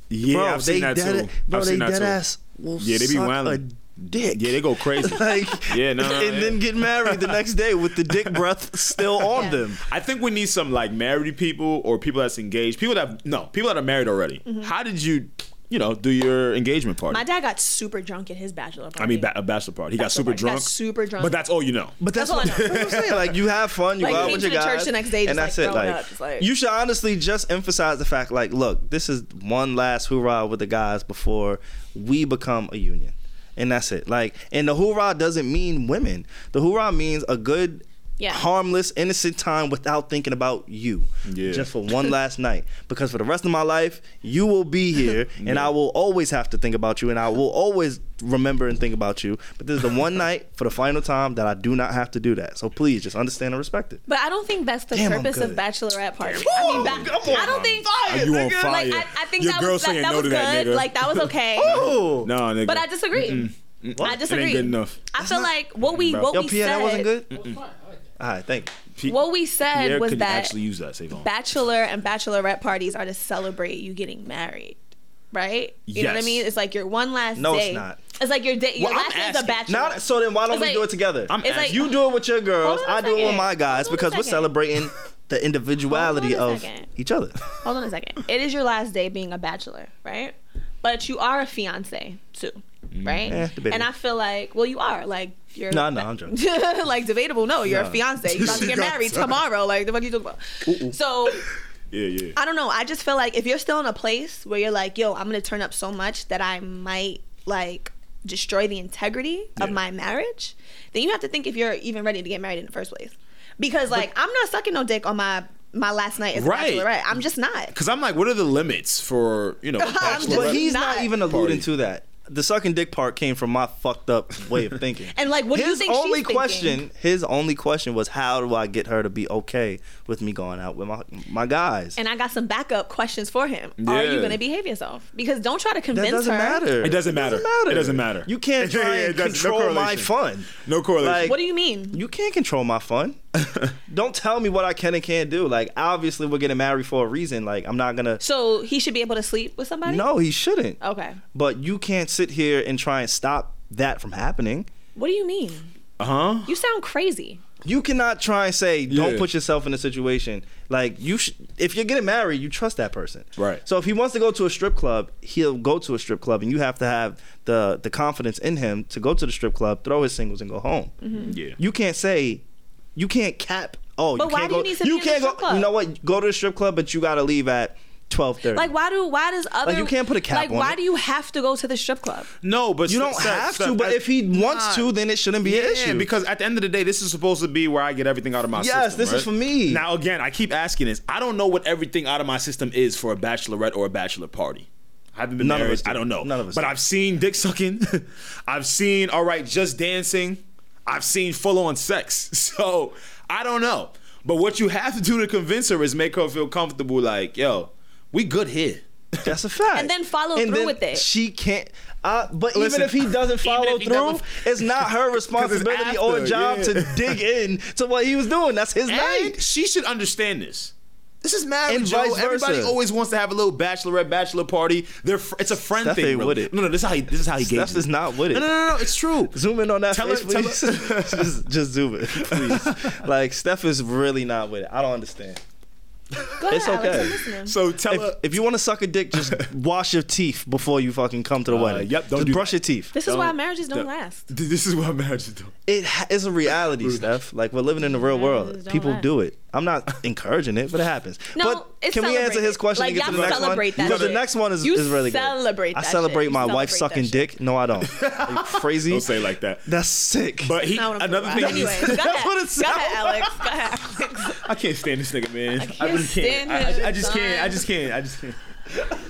Speaker 2: Yeah,
Speaker 1: bro,
Speaker 2: I've
Speaker 1: they
Speaker 2: seen that
Speaker 1: dead,
Speaker 2: too.
Speaker 1: Bro,
Speaker 2: I've
Speaker 1: they
Speaker 2: seen that
Speaker 1: dead
Speaker 2: too.
Speaker 1: ass will
Speaker 2: Yeah, they be
Speaker 1: suck
Speaker 2: wildin'.
Speaker 1: a dick.
Speaker 2: Yeah, they go crazy.
Speaker 1: like,
Speaker 2: yeah, no, no,
Speaker 1: and
Speaker 2: yeah.
Speaker 1: then get married the next day with the dick breath still on them.
Speaker 2: I think we need some like married people or people that's engaged. People that no, people that are married already.
Speaker 3: Mhm.
Speaker 2: How did you, you know, do your engagement party?
Speaker 3: My dad got super drunk at his bachelor party.
Speaker 2: I mean, ba- a bachelor party. He got
Speaker 3: Bachelor
Speaker 2: super
Speaker 3: party. Got
Speaker 2: drunk.
Speaker 3: super drunk.
Speaker 2: But that's all you know.
Speaker 1: But that's,
Speaker 3: That's all I know.
Speaker 1: what, I'm saying. Like you have fun, you
Speaker 3: Like,
Speaker 1: go out
Speaker 3: came
Speaker 1: with
Speaker 3: to
Speaker 1: your
Speaker 3: the
Speaker 1: guys,
Speaker 3: church the next day just,
Speaker 1: and
Speaker 3: like,
Speaker 1: that's it.
Speaker 3: thrown
Speaker 1: Like,
Speaker 3: up. It's like-
Speaker 1: you should honestly just emphasize the fact, like, look, this is one last hoorah with the guys before we become a union, and that's it. Like, and the hoorah doesn't mean women. The hoorah means a good.
Speaker 3: Yeah.
Speaker 1: Harmless, innocent time without thinking about you. Yeah. Just for one last night. Because for the rest of my life, you will be here and I will always have to think about you and I will always remember and think about you. But this is the one night for the final time that I do not have to do that. So please just understand and respect it.
Speaker 3: But I don't think that's the
Speaker 1: Damn, I'm
Speaker 3: purpose of
Speaker 1: good.
Speaker 3: bachelorette parties. I mean, ba- I don't think.
Speaker 2: fire, You on nigga. fire.
Speaker 3: Like, I, I think
Speaker 2: Your
Speaker 3: that
Speaker 2: girl
Speaker 3: was that,
Speaker 2: saying
Speaker 3: that
Speaker 2: no
Speaker 3: was
Speaker 2: to
Speaker 3: good.
Speaker 2: that, nigga.
Speaker 3: Like that was okay.
Speaker 2: Oh no, nigga.
Speaker 3: But I disagree.
Speaker 2: Mm-mm. Mm-mm.
Speaker 3: I
Speaker 2: It
Speaker 3: disagree.
Speaker 2: ain't good enough.
Speaker 3: I feel like what we
Speaker 2: bro.
Speaker 3: what
Speaker 2: Yo,
Speaker 3: we
Speaker 2: Pierre,
Speaker 3: said
Speaker 2: that wasn't
Speaker 1: good?
Speaker 2: All right, thank. you.
Speaker 3: What we said
Speaker 2: Pierre
Speaker 3: was
Speaker 2: could
Speaker 3: that-
Speaker 2: actually use that. Save on.
Speaker 3: bachelor and bachelorette parties are to celebrate you getting married, right? You know what I
Speaker 1: Yes.
Speaker 3: mean? It's like your one last
Speaker 1: No, it's
Speaker 3: day.
Speaker 1: not.
Speaker 3: It's like your day. Your
Speaker 1: Well, I'm
Speaker 3: last day is a
Speaker 1: asking.
Speaker 3: bachelor.
Speaker 1: Now- so then why don't
Speaker 3: It's
Speaker 1: we
Speaker 3: like-
Speaker 1: do it together?
Speaker 3: I'm It's asking. like-
Speaker 1: you do it with your girls,
Speaker 3: Hold on a
Speaker 1: I do it with
Speaker 3: second.
Speaker 1: my guys
Speaker 3: Hold on a
Speaker 1: because we're
Speaker 3: second.
Speaker 1: celebrating the individuality
Speaker 3: Hold on a
Speaker 1: of
Speaker 3: second.
Speaker 1: each other.
Speaker 3: Hold on a second. It is your last day being a bachelor, right? But you are a fiance too, right?
Speaker 1: Eh, debatable.
Speaker 3: and I feel like, well, you are like you're.
Speaker 1: No, no, I'm joking.
Speaker 3: like debatable. No, you're
Speaker 1: Nah.
Speaker 3: a fiance. You're about to
Speaker 1: She
Speaker 3: get
Speaker 1: got
Speaker 3: married
Speaker 1: some.
Speaker 3: tomorrow. Like the fuck you talking about? So
Speaker 2: Yeah, yeah.
Speaker 3: I don't know. I just feel like if you're still in a place where you're like, yo, I'm gonna turn up so much that I might like destroy the integrity of my marriage, then you have to think if you're even ready to get married in the first place. Because like I'm not sucking no dick on my my last night as a
Speaker 2: Right.
Speaker 3: bachelorette. I'm just not.
Speaker 2: Because I'm like, what are the limits for you know?
Speaker 3: I'm just
Speaker 2: bachelorette
Speaker 1: But he's not,
Speaker 3: not.
Speaker 1: even alluding to that. The sucking dick part came from my fucked up way of thinking.
Speaker 3: And like, what do you
Speaker 1: his
Speaker 3: think she's
Speaker 1: only
Speaker 3: thinking?
Speaker 1: question, his only question was, how do I get her to be okay with me going out with my my guys?
Speaker 3: And I got some backup questions for him. Are you
Speaker 1: Yeah.
Speaker 3: gonna behave yourself? Because don't try to convince
Speaker 1: That doesn't
Speaker 3: her.
Speaker 1: matter.
Speaker 2: It doesn't matter. It doesn't matter.
Speaker 1: You can't try
Speaker 2: Yeah,
Speaker 1: and
Speaker 2: it does- no
Speaker 1: control my
Speaker 2: correlation.
Speaker 1: fun.
Speaker 2: No correlation.
Speaker 3: what do you mean?
Speaker 1: You can't control my fun. Don't tell me what I can and can't do. Like obviously we're getting married for a reason. Like I'm not gonna.
Speaker 3: So he should be able to sleep with somebody?
Speaker 1: No, he shouldn't.
Speaker 3: Okay.
Speaker 1: But you can't sit here and try and stop that from happening.
Speaker 3: What do you mean?
Speaker 1: Uh huh.
Speaker 3: You sound crazy.
Speaker 1: You cannot try and say don't
Speaker 2: Yeah.
Speaker 1: put yourself in a situation like you. Sh- if you're getting married, you trust that person.
Speaker 2: Right.
Speaker 1: So if he wants to go to a strip club, he'll go to a strip club, and you have to have the the confidence in him to go to the strip club, throw his singles, and go home.
Speaker 3: Mm-hmm.
Speaker 2: Mhm. Yeah.
Speaker 1: You can't say, you can't cap. Oh,
Speaker 3: But
Speaker 1: you
Speaker 3: why
Speaker 1: can't
Speaker 3: do
Speaker 1: go.
Speaker 3: you need to be in the
Speaker 1: can't
Speaker 3: strip
Speaker 1: go.
Speaker 3: club?
Speaker 1: You know what? Go to the strip club, but you got to leave at twelve thirty.
Speaker 3: Like why do why does other
Speaker 1: you can't put a cap
Speaker 3: like
Speaker 1: on
Speaker 3: why
Speaker 1: it.
Speaker 3: do you have to go to the strip club?
Speaker 2: No, but
Speaker 1: You
Speaker 2: st-
Speaker 1: don't
Speaker 2: st-
Speaker 1: have
Speaker 2: st-
Speaker 1: to, but
Speaker 2: at-
Speaker 1: if he wants
Speaker 2: Nah.
Speaker 1: to, then it shouldn't be an
Speaker 2: Yeah,
Speaker 1: issue.
Speaker 2: Because at the end of the day, this is supposed to be where I get everything out of my system.
Speaker 1: Yes, this is
Speaker 2: right?
Speaker 1: for me.
Speaker 2: Now, again, I keep asking this. I don't know what everything out of my system is for a bachelorette or a bachelor party. I haven't been
Speaker 1: None of
Speaker 2: married.
Speaker 1: us do.
Speaker 2: I don't know.
Speaker 1: None of us
Speaker 2: But I've seen dick sucking. I've seen all right, just dancing. I've seen full on sex. So I don't know. But what you have to do to convince her is make her feel comfortable. Like, yo, we good here.
Speaker 1: That's a fact.
Speaker 3: And then follow
Speaker 1: And
Speaker 3: through
Speaker 1: then
Speaker 3: with it.
Speaker 1: She can't. Uh, but even
Speaker 2: Listen,
Speaker 1: if he doesn't follow
Speaker 2: if he
Speaker 1: through,
Speaker 2: doesn't-
Speaker 1: it's not her responsibility or
Speaker 2: after,
Speaker 1: job
Speaker 2: yeah.
Speaker 1: to dig in to what he was doing. That's his night.
Speaker 2: And she should understand this. This is marriage,
Speaker 1: And
Speaker 2: Joe.
Speaker 1: vice versa.
Speaker 2: Everybody always wants to have a little bachelorette, bachelor party. They're fr- it's a friend
Speaker 1: Steph
Speaker 2: thing.
Speaker 1: ain't
Speaker 2: really.
Speaker 1: with it.
Speaker 2: No, no, this is how he, this is how he
Speaker 1: Steph
Speaker 2: gets.
Speaker 1: is not with it.
Speaker 2: No, no, no, no, it's true.
Speaker 1: Zoom in on that
Speaker 2: Tell her-
Speaker 1: face, please. just, just zoom it, please. like Steph is really not with it. I don't understand.
Speaker 3: Go
Speaker 1: it's
Speaker 3: ahead, Alex, I'm
Speaker 1: okay.
Speaker 3: listening.
Speaker 2: So tell
Speaker 1: if,
Speaker 2: her-
Speaker 1: if you want to suck a dick, just wash your teeth before you fucking come to the
Speaker 2: Uh,
Speaker 1: wedding.
Speaker 2: yep, don't
Speaker 1: just
Speaker 2: do
Speaker 1: brush
Speaker 2: that.
Speaker 1: your teeth.
Speaker 3: This is why marriages don't last.
Speaker 2: Th- This is what marriage is doing.
Speaker 1: It ha- it's a reality, Steph. Like we're living in the real world.
Speaker 3: don't
Speaker 1: People
Speaker 3: lie.
Speaker 1: do it. I'm not encouraging it, but it happens.
Speaker 3: No,
Speaker 1: but
Speaker 3: it's
Speaker 1: can we answer
Speaker 3: celebrated.
Speaker 1: his question
Speaker 3: Like,
Speaker 1: and get to
Speaker 3: y'all
Speaker 1: the next one?
Speaker 3: celebrate that
Speaker 1: Because the
Speaker 3: shit.
Speaker 1: next one is,
Speaker 3: You
Speaker 1: is really good.
Speaker 3: celebrate
Speaker 1: I
Speaker 3: that
Speaker 1: celebrate
Speaker 3: shit. You
Speaker 1: my wife
Speaker 3: celebrate
Speaker 1: sucking
Speaker 3: that
Speaker 1: dick. No, I don't. Are you crazy?
Speaker 2: Don't say it like that.
Speaker 1: That's sick.
Speaker 2: But he,
Speaker 3: Not what I'm
Speaker 2: another
Speaker 3: talking
Speaker 2: thing.
Speaker 3: about.
Speaker 2: he needs-
Speaker 3: Anyways, go
Speaker 2: That's
Speaker 3: ahead.
Speaker 2: what it
Speaker 3: Go
Speaker 2: sounds
Speaker 3: ahead,
Speaker 2: like.
Speaker 3: Alex. Go ahead.
Speaker 2: I can't stand this nigga, man. I,
Speaker 3: can't
Speaker 2: really can't.
Speaker 3: stand
Speaker 2: I, I
Speaker 3: him,
Speaker 2: just can't. I
Speaker 3: son.
Speaker 2: just can't. I just can't.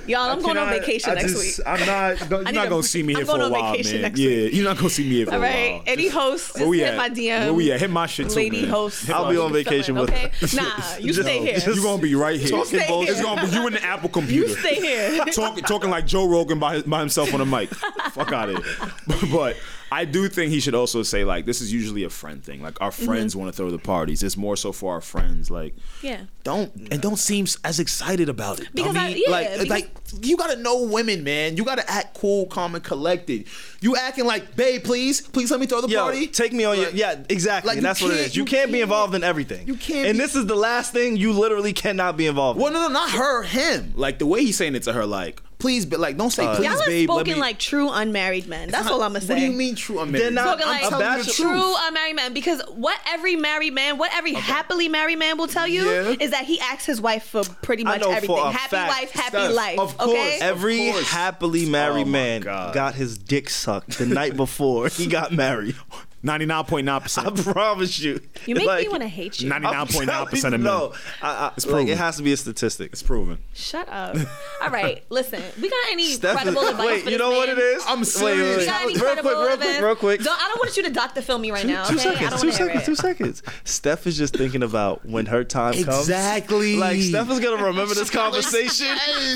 Speaker 3: Y'all, I'm
Speaker 2: I
Speaker 3: going on
Speaker 2: cannot-
Speaker 3: vacation
Speaker 2: I
Speaker 3: next
Speaker 2: just-
Speaker 3: week.
Speaker 2: I'm not. Don't,
Speaker 3: I
Speaker 2: you're
Speaker 3: need
Speaker 2: not
Speaker 3: a
Speaker 2: gonna
Speaker 3: break.
Speaker 2: see me
Speaker 3: I'm
Speaker 2: here
Speaker 3: going
Speaker 2: for a
Speaker 3: on
Speaker 2: while,
Speaker 3: vacation
Speaker 2: man.
Speaker 3: next
Speaker 2: yeah, you're not gonna see me here for
Speaker 3: All
Speaker 2: a
Speaker 3: right,
Speaker 2: while.
Speaker 3: any host, just
Speaker 2: where we
Speaker 3: hit
Speaker 2: at?
Speaker 3: my DM.
Speaker 2: Where we at? Hit my shit too,
Speaker 3: Lady
Speaker 2: man.
Speaker 3: host.
Speaker 2: Hit
Speaker 1: I'll
Speaker 2: my
Speaker 1: be
Speaker 2: shit.
Speaker 1: on vacation with
Speaker 3: Okay,
Speaker 1: her.
Speaker 3: nah, you stay here.
Speaker 2: You're gonna be right here.
Speaker 3: You stay Talking bullshit.
Speaker 2: It's gonna be you and the Apple computer.
Speaker 3: You stay here.
Speaker 2: Talking, talking like Joe Rogan by, his- by himself on a mic. Fuck out of here. But, but I do think he should also say like this is usually a friend thing. Like
Speaker 3: Mm-hmm.
Speaker 2: our friends want to throw the parties. It's more so for our friends. Like
Speaker 3: Yeah.
Speaker 2: don't and don't seem as excited about it.
Speaker 3: Because I-
Speaker 2: dummy.
Speaker 3: yeah,
Speaker 2: like
Speaker 3: because-
Speaker 2: like you gotta know women, man. You gotta act cool, calm, and collected. You acting like, babe, please, please let me throw the
Speaker 1: Yo,
Speaker 2: party.
Speaker 1: take me on your yeah, exactly.
Speaker 2: Like,
Speaker 1: and
Speaker 2: you
Speaker 1: that's what it
Speaker 2: can't-
Speaker 1: is. You,
Speaker 2: you
Speaker 1: can't, be involved in everything. You
Speaker 2: can't
Speaker 1: And
Speaker 2: be-
Speaker 1: this is the last thing you literally cannot be involved.
Speaker 2: Well, no, no, not her, him. Like the way he's saying it to her, like, please, but like, don't say
Speaker 1: Uh,
Speaker 2: please,
Speaker 3: Y'all have
Speaker 2: babe. Let
Speaker 3: spoken
Speaker 2: me.
Speaker 3: like true unmarried men. That's all I'm gonna say.
Speaker 2: What do you mean, true? I'm
Speaker 1: They're
Speaker 2: married.
Speaker 1: not-
Speaker 3: Spoken
Speaker 1: I'm
Speaker 3: like
Speaker 1: telling you the
Speaker 3: true
Speaker 1: truth.
Speaker 3: unmarried man, because what every married man, what every happily married man will tell you
Speaker 2: Yeah.
Speaker 3: is that he asks his wife for pretty
Speaker 1: I
Speaker 3: much
Speaker 1: know for
Speaker 3: everything.
Speaker 1: a
Speaker 3: Happy
Speaker 1: fact,
Speaker 3: wife, happy
Speaker 2: Steph,
Speaker 3: life.
Speaker 2: of course,
Speaker 3: okay,
Speaker 2: every-
Speaker 1: Every
Speaker 2: Of course.
Speaker 1: happily married
Speaker 2: Oh my
Speaker 1: man
Speaker 2: God.
Speaker 1: got his dick sucked the night before he got married.
Speaker 2: Ninety-nine point nine
Speaker 1: I
Speaker 2: percent.
Speaker 1: promise you.
Speaker 3: you make
Speaker 1: Like,
Speaker 3: me want to hate you.
Speaker 2: Not even-
Speaker 1: I'm
Speaker 2: 99.9%
Speaker 1: telling
Speaker 2: of men.
Speaker 1: you, No, I, I,
Speaker 2: It's
Speaker 1: like, it
Speaker 2: proven.
Speaker 1: has to be a statistic.
Speaker 2: It's proven.
Speaker 3: Shut up. All right, listen. We got any
Speaker 1: Steph is-
Speaker 3: credible advice?
Speaker 1: wait,
Speaker 3: for
Speaker 1: you
Speaker 3: this
Speaker 1: know what
Speaker 3: man?
Speaker 1: it is?
Speaker 2: I'm
Speaker 1: Wait,
Speaker 2: serious.
Speaker 3: You
Speaker 1: wait,
Speaker 3: got
Speaker 1: wait.
Speaker 3: any
Speaker 1: Real quick,
Speaker 3: credible
Speaker 1: real quick,
Speaker 3: advice?
Speaker 1: real quick.
Speaker 3: Don't, I don't want you to doctor film me right now. Okay?
Speaker 1: Two
Speaker 3: I don't
Speaker 1: seconds. Two
Speaker 3: wanna hear
Speaker 1: seconds.
Speaker 3: it.
Speaker 1: Two seconds. Steph is just thinking about when her time comes.
Speaker 2: Exactly.
Speaker 1: Like Steph is gonna remember this conversation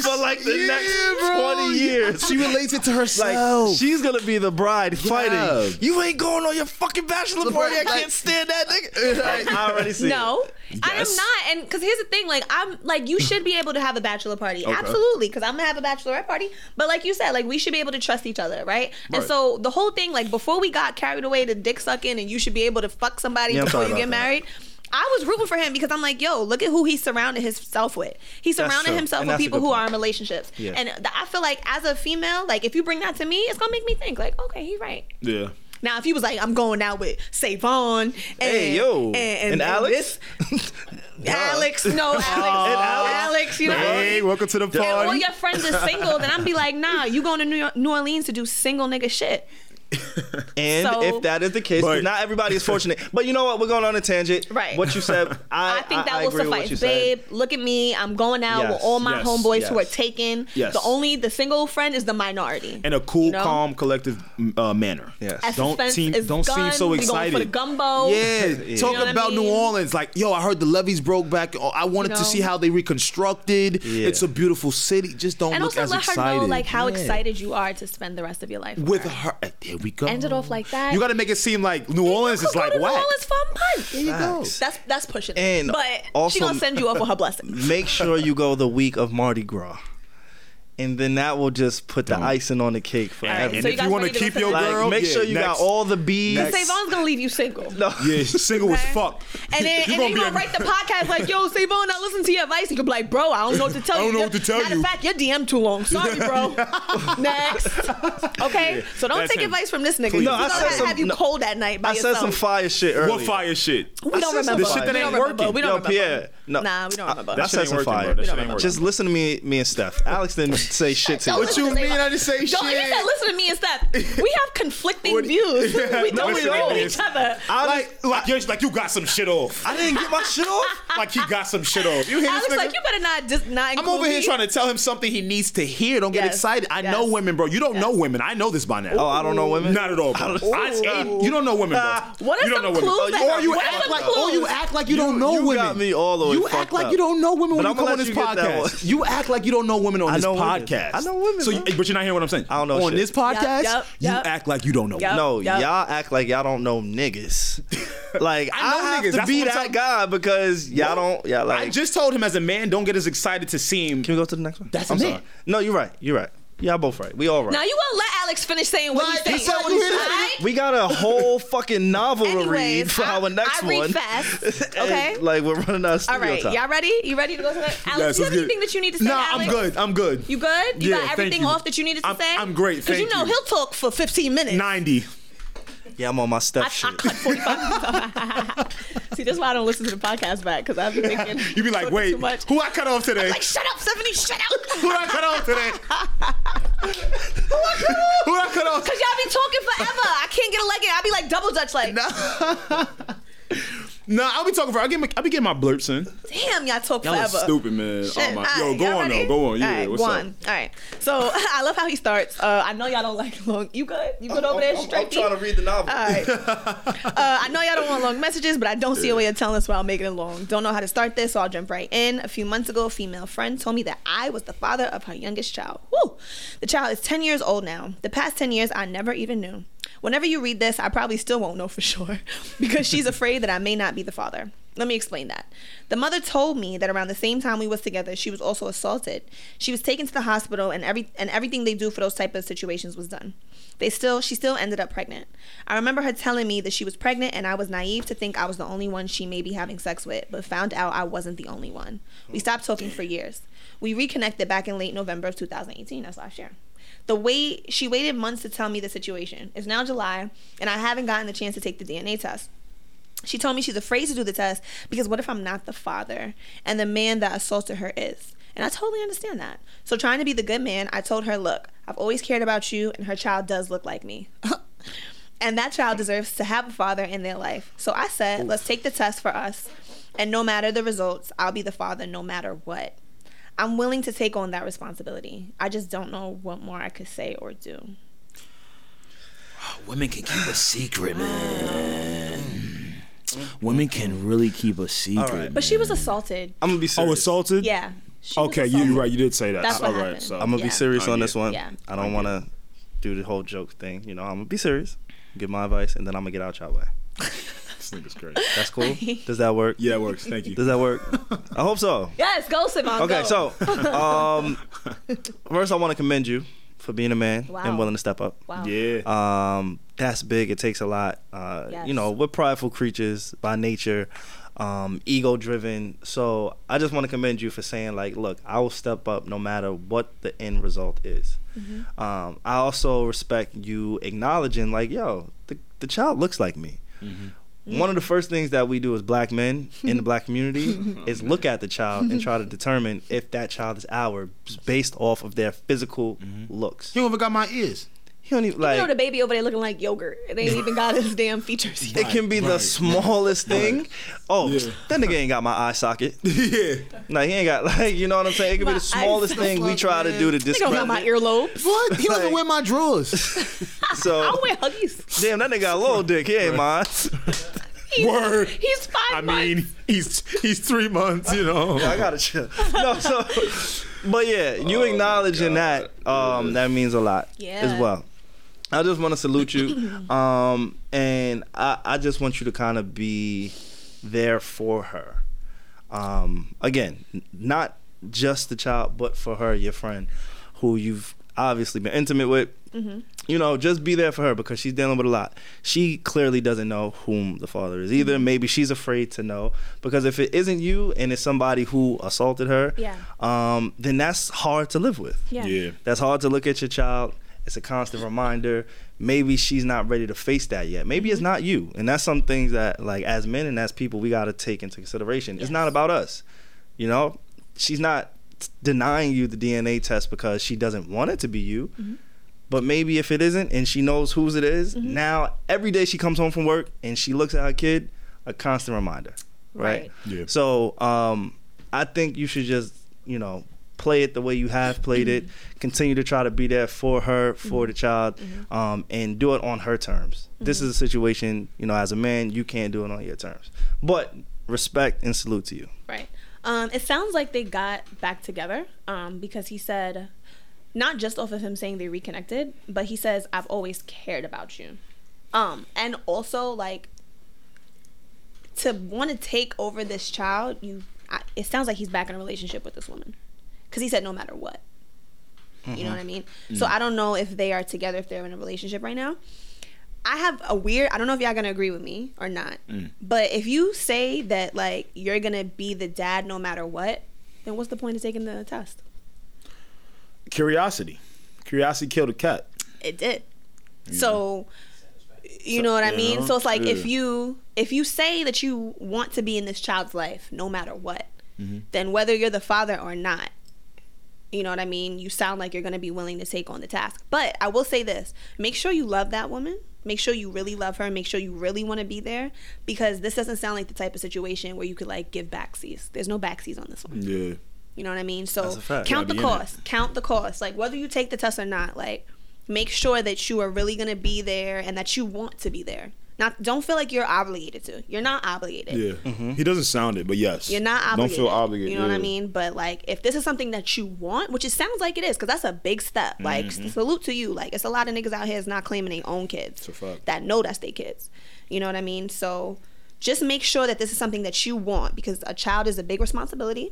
Speaker 1: for like the
Speaker 2: Yeah,
Speaker 1: next
Speaker 2: bro.
Speaker 1: twenty years.
Speaker 2: She relates it to
Speaker 1: Like
Speaker 2: herself.
Speaker 1: she's gonna be the bride
Speaker 2: Yeah.
Speaker 1: fighting. You ain't going on your fucking bachelor party. I can't stand that nigga. Like, I already see. it.
Speaker 3: No, I am
Speaker 2: Yes.
Speaker 3: not. And because here's the thing, like I'm like you should be able to have a bachelor party, absolutely. Because I'm gonna have a bachelorette party. But like you said, like we should be able to trust each other, right? And
Speaker 2: Right.
Speaker 3: so the whole thing, like before we got carried away to dick sucking, and you should be able to fuck somebody
Speaker 1: Yeah, I'm
Speaker 3: before
Speaker 1: sorry
Speaker 3: you get
Speaker 1: about that.
Speaker 3: married. I was rooting for him because I'm like, yo, look at who he surrounded himself with. He surrounded
Speaker 1: true.
Speaker 3: himself
Speaker 1: And
Speaker 3: with
Speaker 1: that's a
Speaker 3: people
Speaker 1: good
Speaker 3: who
Speaker 1: point.
Speaker 3: are in relationships.
Speaker 1: Yeah.
Speaker 3: And th- I feel like as a female, like if you bring that to me, it's gonna make me think, like, okay, he right.
Speaker 2: yeah.
Speaker 3: Now, if he was like, I'm going out with Savon and
Speaker 1: Hey yo,
Speaker 3: and, and, and
Speaker 1: Alex.
Speaker 3: this- Alex, no Alex,
Speaker 1: Alex.
Speaker 3: Alex, you know.
Speaker 2: Hey, welcome to the party.
Speaker 3: And all your friends are single, then I'm be like, nah, you going to New, York, New Orleans to do single nigga shit.
Speaker 1: And
Speaker 3: So-
Speaker 1: if that is the case,
Speaker 2: But-
Speaker 1: not everybody is fortunate. But you know what? We're going on a tangent.
Speaker 3: Right.
Speaker 1: What you said, I,
Speaker 3: I, think that
Speaker 1: I
Speaker 3: will
Speaker 1: agree with what you
Speaker 3: suffice,
Speaker 1: said.
Speaker 3: babe. Look at me, I'm going out
Speaker 1: Yes,
Speaker 3: with all my
Speaker 2: yes,
Speaker 3: homeboys who are
Speaker 1: yes.
Speaker 3: taken.
Speaker 2: Yes.
Speaker 3: The only the single friend is the minority.
Speaker 2: In a cool,
Speaker 3: You know?
Speaker 2: calm, collective uh, manner.
Speaker 1: Yes.
Speaker 3: As
Speaker 2: Don't
Speaker 3: suspense
Speaker 2: seem
Speaker 3: is
Speaker 2: don't
Speaker 3: gone,
Speaker 2: seem so
Speaker 3: we going
Speaker 2: excited.
Speaker 3: for the gumbo.
Speaker 2: Yeah,
Speaker 1: You
Speaker 2: talk
Speaker 1: know what I
Speaker 2: about New
Speaker 3: mean?
Speaker 2: Orleans. Like, yo, I heard the levees broke back. Oh, I wanted
Speaker 3: You
Speaker 2: to
Speaker 3: know?
Speaker 2: see how they reconstructed.
Speaker 1: Yeah.
Speaker 2: It's a beautiful city. Just don't
Speaker 3: And
Speaker 2: look
Speaker 3: also
Speaker 2: as
Speaker 3: let
Speaker 2: excited.
Speaker 3: her know like how
Speaker 2: Yeah.
Speaker 3: excited you are to spend the rest of your life
Speaker 2: with
Speaker 3: with, her.
Speaker 2: her. eh, There we go.
Speaker 3: End it off like that.
Speaker 2: You got to make it seem like New Orleans
Speaker 3: could
Speaker 2: is like
Speaker 3: go to
Speaker 2: whack.
Speaker 3: New Orleans for a month.
Speaker 2: There you go.
Speaker 1: Facts.
Speaker 3: That's that's pushing. it.
Speaker 1: And
Speaker 3: but
Speaker 1: also-
Speaker 3: she gonna send you up for her blessing.
Speaker 1: Make sure you go the week of Mardi Gras. And then that will just put the icing on the cake for
Speaker 3: right,
Speaker 1: everything.
Speaker 2: And
Speaker 3: So you
Speaker 2: if
Speaker 3: guys
Speaker 2: you want
Speaker 3: ready
Speaker 2: to
Speaker 3: to
Speaker 2: keep
Speaker 3: go to
Speaker 2: your
Speaker 3: the-
Speaker 1: like,
Speaker 2: girl,
Speaker 1: make
Speaker 2: yeah,
Speaker 1: sure you got
Speaker 2: next-
Speaker 1: all the bees.
Speaker 2: next-
Speaker 3: Savon's gonna leave you single.
Speaker 1: No.
Speaker 2: Yeah, single was fuck.
Speaker 3: And then,
Speaker 2: You
Speaker 3: and then
Speaker 2: gonna
Speaker 3: you
Speaker 2: be
Speaker 3: gonna
Speaker 2: a-
Speaker 3: write the podcast like, yo, Savon, I listen to your advice. You could be like, bro, I don't know what to tell
Speaker 2: I
Speaker 3: you.
Speaker 2: don't know what to tell
Speaker 3: Matter
Speaker 2: you.
Speaker 3: of fact, your DM too long. Sorry, bro. Next. Okay. So don't
Speaker 2: That's
Speaker 3: take
Speaker 2: him.
Speaker 3: advice from this nigga.
Speaker 1: Please.
Speaker 3: He's
Speaker 1: No, I
Speaker 3: gonna
Speaker 1: said
Speaker 3: have
Speaker 1: some-
Speaker 3: you
Speaker 1: no.
Speaker 3: cold at night by
Speaker 1: I said
Speaker 3: yourself.
Speaker 1: some fire shit earlier.
Speaker 2: What Oh, fire shit?
Speaker 3: we
Speaker 1: I
Speaker 3: don't
Speaker 1: said some
Speaker 3: remember.
Speaker 2: shit that
Speaker 3: we
Speaker 2: ain't
Speaker 3: don't remember.
Speaker 2: working.
Speaker 3: We
Speaker 1: Yo,
Speaker 3: don't
Speaker 1: Pierre,
Speaker 3: remember.
Speaker 1: no.
Speaker 3: Nah, we don't remember.
Speaker 1: That's
Speaker 2: shit
Speaker 1: said
Speaker 2: ain't
Speaker 1: some
Speaker 2: working,
Speaker 1: fire.
Speaker 2: bro. That shit ain't
Speaker 1: Just
Speaker 2: working.
Speaker 1: listen to me, me and Steph. Alex didn't say shit to you.
Speaker 3: Don't listen to Savon.
Speaker 2: just say
Speaker 3: Don't, you said listen to me and Steph. We have conflicting views. We
Speaker 2: No,
Speaker 3: don't
Speaker 2: it's
Speaker 3: know
Speaker 2: ridiculous.
Speaker 3: each other.
Speaker 1: I
Speaker 2: Like, like, you're, like you got some shit off.
Speaker 1: I didn't get my shit off.
Speaker 2: Like he got some shit off. You hear
Speaker 3: Alex,
Speaker 2: this nigga?
Speaker 3: like, you better not just not.
Speaker 2: I'm
Speaker 3: include
Speaker 2: over here
Speaker 3: me.
Speaker 2: trying to tell him something he needs to hear. Don't get
Speaker 3: Yes.
Speaker 2: excited. I know
Speaker 3: Yes.
Speaker 2: women, bro. You don't know women. I know this by now.
Speaker 1: Oh, I don't know women?
Speaker 2: Not at all, bro.
Speaker 1: don't-
Speaker 2: I- you don't know women, bro.
Speaker 3: What are
Speaker 2: you don't
Speaker 3: some
Speaker 2: know
Speaker 3: clues
Speaker 2: women.
Speaker 3: that-
Speaker 2: or you
Speaker 3: what are
Speaker 2: act
Speaker 3: some
Speaker 2: like,
Speaker 3: clues?
Speaker 2: or you act like you, don't know
Speaker 1: you
Speaker 2: women.
Speaker 1: got me all the way
Speaker 2: You
Speaker 1: fucked
Speaker 2: act like
Speaker 1: up.
Speaker 2: you don't know women
Speaker 1: But
Speaker 2: when
Speaker 1: I'ma
Speaker 2: you come
Speaker 1: let
Speaker 2: on this
Speaker 1: you get that
Speaker 2: podcast.
Speaker 1: one.
Speaker 2: You act like you don't know women on
Speaker 1: I
Speaker 2: this
Speaker 1: know women.
Speaker 2: podcast.
Speaker 1: I know women,
Speaker 2: So, you,
Speaker 1: bro.
Speaker 2: but you're not hearing what I'm saying.
Speaker 1: I don't know
Speaker 2: On
Speaker 1: shit.
Speaker 2: this podcast,
Speaker 3: yup,
Speaker 2: you
Speaker 3: yup.
Speaker 2: act like you don't know.
Speaker 3: Yup.
Speaker 2: women.
Speaker 1: No,
Speaker 3: Yup.
Speaker 1: y'all act like y'all don't know niggas. Like I,
Speaker 2: I know
Speaker 1: have
Speaker 2: niggas.
Speaker 1: to
Speaker 2: That's
Speaker 1: be
Speaker 2: what I'm
Speaker 1: that
Speaker 2: talking-
Speaker 1: guy because y'all don't. Y'all like.
Speaker 2: I just told him as a man, don't get as excited to seem.
Speaker 1: Can we go to the next one?
Speaker 2: That's
Speaker 1: I'm
Speaker 2: a man.
Speaker 1: sorry. No, you're right. You're right. Y'all both right. We all right.
Speaker 3: Now you gonna let Alex finish saying what
Speaker 2: Like,
Speaker 3: he's saying.
Speaker 2: he said what he said.
Speaker 3: Alright?
Speaker 1: we got a whole fucking novel to read
Speaker 3: Anyways,
Speaker 1: for
Speaker 3: I-
Speaker 1: our next
Speaker 3: I read
Speaker 1: one.
Speaker 3: fast,
Speaker 1: And,
Speaker 3: okay?
Speaker 1: like we're running out of
Speaker 3: All
Speaker 1: studio
Speaker 3: right,
Speaker 1: time.
Speaker 3: y'all ready? You ready to go to the Alex?
Speaker 2: Yes,
Speaker 3: you
Speaker 2: let's
Speaker 3: have
Speaker 2: get it.
Speaker 3: anything that you need to say?
Speaker 2: Nah, I'm
Speaker 3: Alex?
Speaker 2: good. I'm good.
Speaker 3: You good? You
Speaker 2: Yeah,
Speaker 3: got
Speaker 2: thank
Speaker 3: everything
Speaker 2: you.
Speaker 3: off that you needed to
Speaker 2: I'm-
Speaker 3: say?
Speaker 2: I'm great,
Speaker 3: Because you
Speaker 2: thank
Speaker 3: know
Speaker 2: you.
Speaker 3: he'll talk for 15 minutes.
Speaker 2: 90.
Speaker 1: Yeah, I'm on my
Speaker 3: I, I
Speaker 1: Steph shit.
Speaker 3: cut 45. See, that's why I don't listen to the podcast back because I've been thinking.
Speaker 2: You be like,
Speaker 3: talking
Speaker 2: wait,
Speaker 3: too much.
Speaker 2: who I cut off today?
Speaker 3: Like, shut up, Stephanie, shut
Speaker 2: who
Speaker 3: up.
Speaker 2: I cut off today? who I cut off?
Speaker 3: Because y'all be talking forever. I can't get a leg in. I'll be like double dutch, like.
Speaker 2: Nah, I'll be talking for. I'll get. My, I'll be getting my blurps in.
Speaker 3: Damn, y'all talk
Speaker 2: Y'all
Speaker 3: forever.
Speaker 2: look stupid, man.
Speaker 3: Shit.
Speaker 2: Oh, my-
Speaker 3: All
Speaker 2: Yo, go
Speaker 3: y'all
Speaker 2: on, though.
Speaker 3: ready?
Speaker 2: Go on. Yeah,
Speaker 3: All right,
Speaker 2: what's up?
Speaker 3: one. All right. So I love how he starts. Uh, I know y'all don't like long. You good? You good over there? Straight. I'm
Speaker 1: to
Speaker 3: trying
Speaker 1: read the novel.
Speaker 3: All right. uh, I know y'all don't want long messages, but I don't see a way of telling us without making it long. Don't know how to start this, so I'll jump right in. A few months ago, a female friend told me that I was the father of her youngest child. Woo! The child is 10 years old now. The past 10 years, I never even knew. Whenever you read this, I probably still won't know for sure because she's afraid that I may not be the father. Let me explain that. The mother told me that around the same time we was together, she was also assaulted. She was taken to the hospital, and every and everything they do for those type of situations was done. They still, she still ended up pregnant. I remember her telling me that she was pregnant, and I was naive to think I was the only one she may be having sex with, but found out I wasn't the only one. We stopped talking for years. We reconnected back in late November of 2018. That's last year. The wait, she waited months to tell me the situation. It's now July, and I haven't gotten the chance to take the DNA test. She told me she's afraid to do the test because what if I'm not the father and the man that assaulted her is? And I totally understand that. So, trying to be the good man, I told her, Look, I've always cared about you, and her child does look like me. and that child deserves to have a father in their life. So, I said, Let's take the test for us. And no matter the results, I'll be the father no matter what. I'm willing to take on that responsibility. I just don't know what more I could say or do.
Speaker 10: Women can keep a secret, man. Women can really keep a secret.
Speaker 3: But she was assaulted.
Speaker 1: I'm gonna be serious.
Speaker 2: Oh, assaulted?
Speaker 3: Yeah. She was
Speaker 2: Okay, you,
Speaker 3: assaulted.
Speaker 2: you're right. You did say that.
Speaker 3: That's what
Speaker 2: All right,
Speaker 3: happened.
Speaker 2: so
Speaker 1: I'm gonna be serious
Speaker 2: Oh,
Speaker 1: on
Speaker 2: yeah.
Speaker 1: this one.
Speaker 3: Yeah.
Speaker 1: I don't want to do the whole joke thing. You know, I'm gonna be serious. Give my advice, and then I'm gonna get out your way.
Speaker 2: This nigga's crazy.
Speaker 1: That's cool. Does that work?
Speaker 2: Yeah, it works. Thank you.
Speaker 1: Does that work? I hope so.
Speaker 3: Yes, go, Simon.
Speaker 1: Okay,
Speaker 3: go.
Speaker 1: so um, first, I want to commend you for being a man
Speaker 3: Wow.
Speaker 1: and willing to step up.
Speaker 3: Wow.
Speaker 2: Yeah.
Speaker 1: Um, that's big. It takes a lot. Uh,
Speaker 3: Yes.
Speaker 1: You know, we're prideful creatures by nature, um, ego driven. So I just want to commend you for saying, like, look, I will step up no matter what the end result is.
Speaker 3: Mm-hmm.
Speaker 1: Um, I also respect you acknowledging, like, yo, the, the child looks like me.
Speaker 3: Mm-hmm.
Speaker 1: One of the first things that we do as black men in the black community is look at the child and try to determine if that child is ours based off of their physical looks.
Speaker 10: You don't even got my ears.
Speaker 1: You don't even
Speaker 3: Mm-hmm. you know
Speaker 1: like
Speaker 3: the baby over there looking like yogurt. It ain't even got his damn features yet.
Speaker 1: it can be the smallest thing. Oh, that nigga ain't got my eye socket.
Speaker 2: yeah.
Speaker 1: Like he ain't got like you know what I'm saying? It could be
Speaker 3: My
Speaker 1: the smallest
Speaker 3: eyes-
Speaker 1: thing we try to do to
Speaker 3: They don't
Speaker 1: discredit.
Speaker 3: got my earlobes.
Speaker 10: What? He doesn't wear my drawers.
Speaker 3: I
Speaker 1: So
Speaker 3: wear huggies.
Speaker 1: damn, that nigga got a little dick. He ain't mine.
Speaker 3: He's,
Speaker 10: Word.
Speaker 3: He's five
Speaker 10: I
Speaker 3: months.
Speaker 10: mean, he's he's three months, you know.
Speaker 1: I gotta chill. No, so but yeah, you acknowledging that um, that means a lot
Speaker 3: Yeah.
Speaker 1: as well. I just want to salute you, um, and I, I just want you to kind of be there for her. Um, again, n- not just the child, but for her, your friend, who you've obviously been intimate with.
Speaker 3: Mm-hmm.
Speaker 1: You know, just be there for her because she's dealing with a lot. She clearly doesn't know whom the father is
Speaker 3: Mm-hmm.
Speaker 1: either. Maybe she's afraid to know because if it isn't you and it's somebody who assaulted her,
Speaker 3: Yeah.
Speaker 1: um, then that's hard to live with.
Speaker 3: Yeah.
Speaker 2: Yeah.
Speaker 1: That's hard to look at your child. It's a constant reminder. Maybe she's not ready to face that yet. Maybe it's not you. And that's some things that, like, as men and as people, we got to take into consideration. It's not about us. You know, she's not denying you the DNA test because she doesn't want it to be you. But maybe if it isn't and she knows whose it is, now every day she comes home from work and she looks at her kid, a constant reminder. Right?
Speaker 3: Right.
Speaker 2: Yeah.
Speaker 1: So um, I think you should just, you know, play it the way you have played it.
Speaker 3: Mm-hmm.
Speaker 1: Continue to try to be there for her, for the child, um, and do it on her terms.
Speaker 3: Mm-hmm.
Speaker 1: This is a situation, you know, as a man, you can't do it on your terms. But respect and salute to you.
Speaker 3: Right. Um, it sounds like they got back together um, because he said, not just off of him saying they reconnected, but he says, I've always cared about you. Um, and also, like, to want to take over this child, you. I, it sounds like he's back in a relationship with this woman because he said, no matter what. You know what I mean? So I don't know if they are together, if they're in a relationship right now. I have a weird. I don't know if y'all gonna agree with me or not,
Speaker 2: Mm.
Speaker 3: but if you say that like you're gonna be the dad no matter what, then what's the point of taking the test?
Speaker 2: Curiosity. Curiosity killed a cat.
Speaker 3: It did. So, you know what I
Speaker 2: Mm. you
Speaker 3: mean.
Speaker 2: know?
Speaker 3: So it's like if
Speaker 2: Yeah.
Speaker 3: you if you say that you want to be in this child's life no matter what,
Speaker 2: Mm-hmm.
Speaker 3: then whether you're the father or not, you know what I mean. You sound like you're gonna be willing to take on the task. But I will say this: make sure you love that woman. Make sure you really love her. Make sure you really want to be there because this doesn't sound like the type of situation where you could like give backseas. There's no backseas on this one.
Speaker 2: Yeah.
Speaker 3: You know what I mean? So
Speaker 2: That's a fact.
Speaker 3: count
Speaker 2: Gotta
Speaker 3: the
Speaker 2: be in it.
Speaker 3: cost. Count the cost. Like whether you take the test or not, like make sure that you are really gonna be there and that you want to be there. Not don't feel like you're obligated to. You're not obligated.
Speaker 2: Yeah. He doesn't sound it, but yes.
Speaker 3: You're not obligated.
Speaker 2: Don't feel obligated.
Speaker 3: You know what I
Speaker 2: yeah.
Speaker 3: mean? But like, if this is something that you want, which it sounds like it is, because that's a big step. Like,
Speaker 2: Mhm.
Speaker 3: salute to you. Like, it's a lot of niggas out here is not claiming their own kids
Speaker 2: It's a fact.
Speaker 3: that know that's their kids. You know what I mean? So, just make sure that this is something that you want because a child is a big responsibility,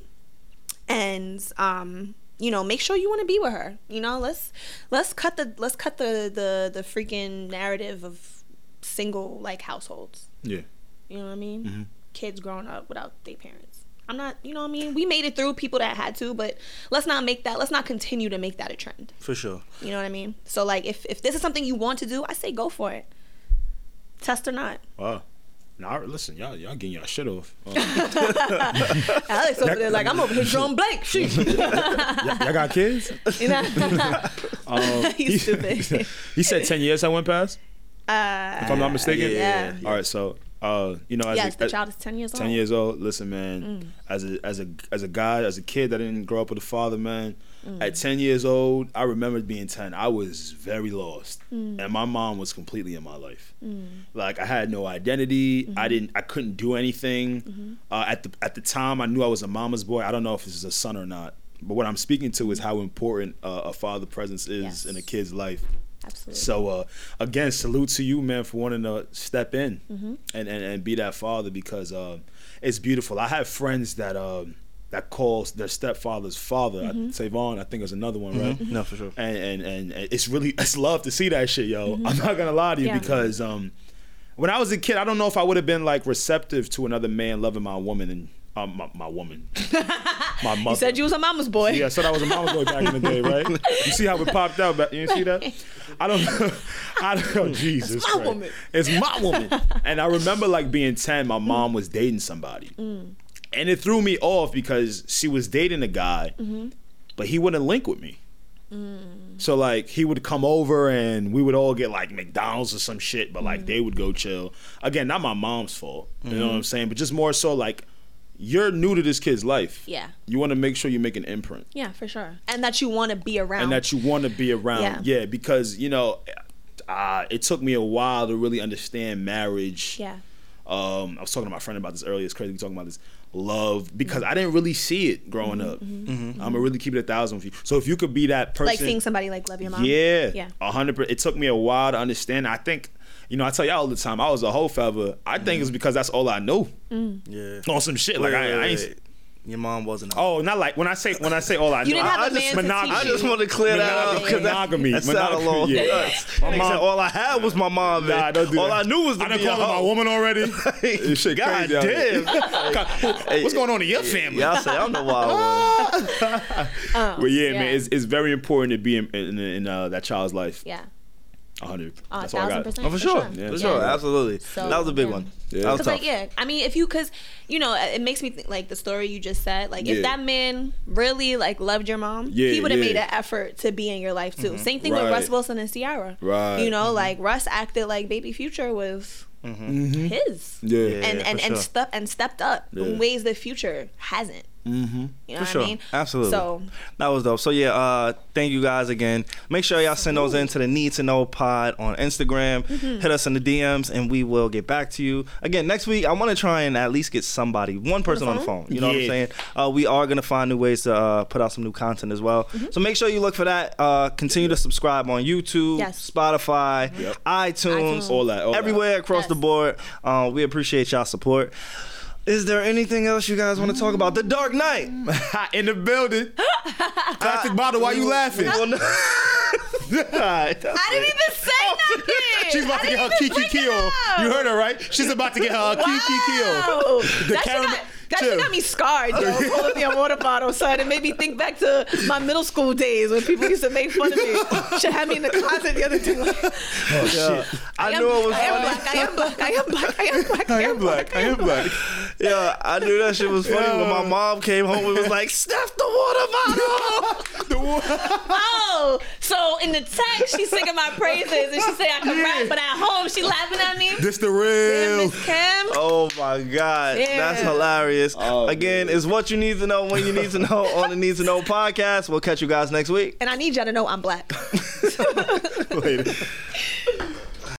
Speaker 3: and um, you know, make sure you want to be with her. You know, let's let's cut the let's cut the the the freaking narrative of single like households.
Speaker 2: Yeah.
Speaker 3: You know what I mean?
Speaker 2: Mhm.
Speaker 3: Kids growing up without their parents. I'm not, you know what I mean? We made it through people that had to, but let's not make that, let's not continue to make that a trend.
Speaker 1: For sure.
Speaker 3: You know what I mean? So, like, if, if this is something you want to do, I say go for it. Test or not.
Speaker 2: Wow. Nah, listen, y'all, y'all getting y'all shit off. Uh,
Speaker 3: Alex over there, like, I'm over here drawing blank. Sheesh.
Speaker 2: y'all, y'all got kids?
Speaker 3: you know?
Speaker 2: Um,
Speaker 3: You stupid.
Speaker 2: he said ten years I went past.
Speaker 3: Uh,
Speaker 2: if I'm not mistaken.
Speaker 3: Yeah.
Speaker 2: All right, so uh, you know, as
Speaker 3: Yes,
Speaker 2: a,
Speaker 3: the
Speaker 2: as-
Speaker 3: child is 10 years old. Mm.
Speaker 2: Ten years old. Listen, man, as a as a as a guy, as a kid that didn't grow up with a father, man.
Speaker 9: Mm.
Speaker 2: At ten years old, I remember being ten. I was very lost,
Speaker 9: Mm.
Speaker 2: and my mom was completely in my life.
Speaker 3: Mm.
Speaker 2: Like I had no identity. I
Speaker 3: Mm-hmm.
Speaker 2: didn't. I couldn't do anything. Uh, at the at the time, I knew I was a mama's boy. I don't know if this is a son or not. But what I'm speaking to is how important uh, a father presence is in a kid's life.
Speaker 3: Absolutely.
Speaker 2: So uh, again, salute to you, man, for wanting to step in
Speaker 3: Mhm.
Speaker 2: and, and and be that father because uh, it's beautiful. I have friends that um that calls their stepfather's father. I-
Speaker 9: Mhm.
Speaker 3: Mm-hmm.
Speaker 2: Savon, I think, is another one,
Speaker 9: Mhm.
Speaker 2: right?
Speaker 1: Mm-hmm. No, for sure.
Speaker 2: And, and and and it's really it's love to see that shit, yo.
Speaker 3: Mm-hmm.
Speaker 2: I'm not gonna lie to you
Speaker 9: Yeah.
Speaker 2: because um when I was a kid, I don't know if I would have been like receptive to another man loving my woman and um, my, my woman, my mother.
Speaker 3: You said you was a mama's boy.
Speaker 2: Yeah, I said I was a mama's boy back in the day, right? You see how it popped out? Back, you didn't see that? I don't. I don't. oh, Jesus,
Speaker 9: It's my
Speaker 2: Christ.
Speaker 9: woman.
Speaker 2: It's my woman. And I remember like being ten. My mom was dating somebody,
Speaker 9: Mm.
Speaker 2: and it threw me off because she was dating a guy,
Speaker 9: Mm-hmm.
Speaker 2: but he wouldn't link with me.
Speaker 9: Mm.
Speaker 2: So like he would come over and we would all get like McDonald's or some shit, but
Speaker 9: Mm.
Speaker 2: like they would go chill. Again, not my mom's fault. You know what I'm
Speaker 9: Mhm.
Speaker 2: saying? But just more so like you're new to this kid's life.
Speaker 3: Yeah.
Speaker 2: You want to make sure you make an imprint
Speaker 3: Yeah, for sure. And that you want to be around.
Speaker 2: and that you want to be around.
Speaker 3: Yeah.
Speaker 2: Yeah, because you know, uh, it took me a while to really understand marriage.
Speaker 3: yeah.
Speaker 2: Um, I was talking to my friend about this earlier. It's crazy we talking about this love because I didn't really see it growing up.
Speaker 1: Mm-hmm.
Speaker 2: I'm gonna really keep it a thousand with you. So if you could be that person,
Speaker 3: Like seeing somebody like love your mom.
Speaker 2: yeah,
Speaker 3: Yeah.
Speaker 2: a hundred. per- It took me a while to understand. I think, you know, I tell y'all all the time, I was a whole feather. I think it's because that's all I knew
Speaker 3: Mm.
Speaker 1: Mm-hmm. Yeah.
Speaker 2: on some shit. Like I, I ain't.
Speaker 1: Your mom wasn't.
Speaker 2: Oh, not like when I say when I say all I
Speaker 1: You
Speaker 2: know.
Speaker 1: didn't
Speaker 2: I,
Speaker 1: have
Speaker 2: I
Speaker 1: a man
Speaker 2: just
Speaker 1: to
Speaker 2: monog-
Speaker 1: teach I just you. wanna clear that up,
Speaker 2: Monog-
Speaker 1: 'cause that-
Speaker 2: monogamy.
Speaker 1: that sounded
Speaker 2: Monogamy,
Speaker 1: long.
Speaker 2: yeah.
Speaker 1: Nuts.
Speaker 2: My
Speaker 1: Nigga
Speaker 2: mom-
Speaker 1: said all I had was my mom. man.
Speaker 2: Nah, don't do
Speaker 1: all
Speaker 2: that.
Speaker 1: I knew was to
Speaker 2: I done
Speaker 1: be
Speaker 2: called
Speaker 1: a
Speaker 2: her
Speaker 1: hoe.
Speaker 2: my woman already.
Speaker 1: This shit
Speaker 2: God
Speaker 1: crazy out here.
Speaker 2: damn. God, What's going on in your family?
Speaker 1: Y'all say I'm the wild
Speaker 3: Oh,
Speaker 2: But yeah, man, it's, it's very important to be in, in, in uh, that child's life.
Speaker 3: Yeah.
Speaker 2: 100.
Speaker 3: Oh,
Speaker 2: That's all I got.
Speaker 3: 1000%, Oh, for for sure. sure.
Speaker 2: Yeah.
Speaker 3: For sure,
Speaker 1: absolutely.
Speaker 3: So,
Speaker 1: that was a big one. That was
Speaker 3: Cause
Speaker 1: tough.
Speaker 3: like yeah, I mean if you cause you know it makes me think like the story you just said like if
Speaker 1: Yeah.
Speaker 3: that man really like loved your mom,
Speaker 1: Yeah,
Speaker 3: he would have
Speaker 1: yeah.
Speaker 3: made an effort to be in your life too.
Speaker 1: Mhm.
Speaker 3: Same thing with
Speaker 1: Right.
Speaker 3: Russ Wilson and Ciara.
Speaker 1: Right. Mm-hmm.
Speaker 3: You know like Russ acted like Baby Future was
Speaker 1: Mhm.
Speaker 3: his.
Speaker 1: Yeah. Yeah,
Speaker 3: And and
Speaker 1: for
Speaker 3: and
Speaker 1: sure.
Speaker 3: step and stepped up
Speaker 1: Yeah.
Speaker 3: in ways that Future hasn't.
Speaker 1: Mm-hmm.
Speaker 3: You know
Speaker 1: For
Speaker 3: what I
Speaker 1: sure.
Speaker 3: mean?
Speaker 1: Absolutely.
Speaker 3: So-
Speaker 1: that was dope. So yeah, uh, thank you guys again. Make sure y'all send those in to the Need to Know Pod on Instagram.
Speaker 9: Mhm.
Speaker 1: Hit us in the DMs, and we will get back to you again next week. I want to try and at least get somebody, one person on the phone. You know what I'm
Speaker 9: Yeah.
Speaker 1: saying? Uh, we are gonna find new ways to uh, put out some new content as well. So make sure you look for that. Uh, continue to subscribe on YouTube,
Speaker 9: Yes.
Speaker 1: Spotify, iTunes,
Speaker 9: iTunes. All that, all that.
Speaker 1: everywhere across the board. Uh, we appreciate y'all support. Is there anything else you guys want to talk about? The Dark Knight
Speaker 2: in the building. Plastic bottle, why you laughing?
Speaker 1: I
Speaker 3: didn't even say nothing.
Speaker 2: She's about to get her Kiki Kyo. You heard her, right? She's about to get her
Speaker 3: Wow.
Speaker 2: Kiki Kyo.
Speaker 3: That shit got- That shit got me scarred, yo. Pulling me a water bottle, son. It made me think back to my middle school days when people used to make fun of me. Should had me in the closet the other day. Like,
Speaker 1: Oh, shit. I,
Speaker 3: am-
Speaker 1: knew it was
Speaker 3: I am
Speaker 1: funny.
Speaker 3: black. I am black. I am black. I am black. I am black.
Speaker 1: I am black. Yeah, I knew that shit was funny when my mom came home and was like, Steph, the water bottle.
Speaker 3: oh, so in the text, she's singing my praises and she said I could rap, but at home, she laughing at me.
Speaker 9: This the real.
Speaker 3: Kim.
Speaker 1: Oh my God, that's
Speaker 3: Yeah.
Speaker 1: hilarious. Again, it's what you need to know when you need to know on the Need to Know podcast. We'll catch you guys next week.
Speaker 3: And I need y'all to know I'm black.
Speaker 1: Later.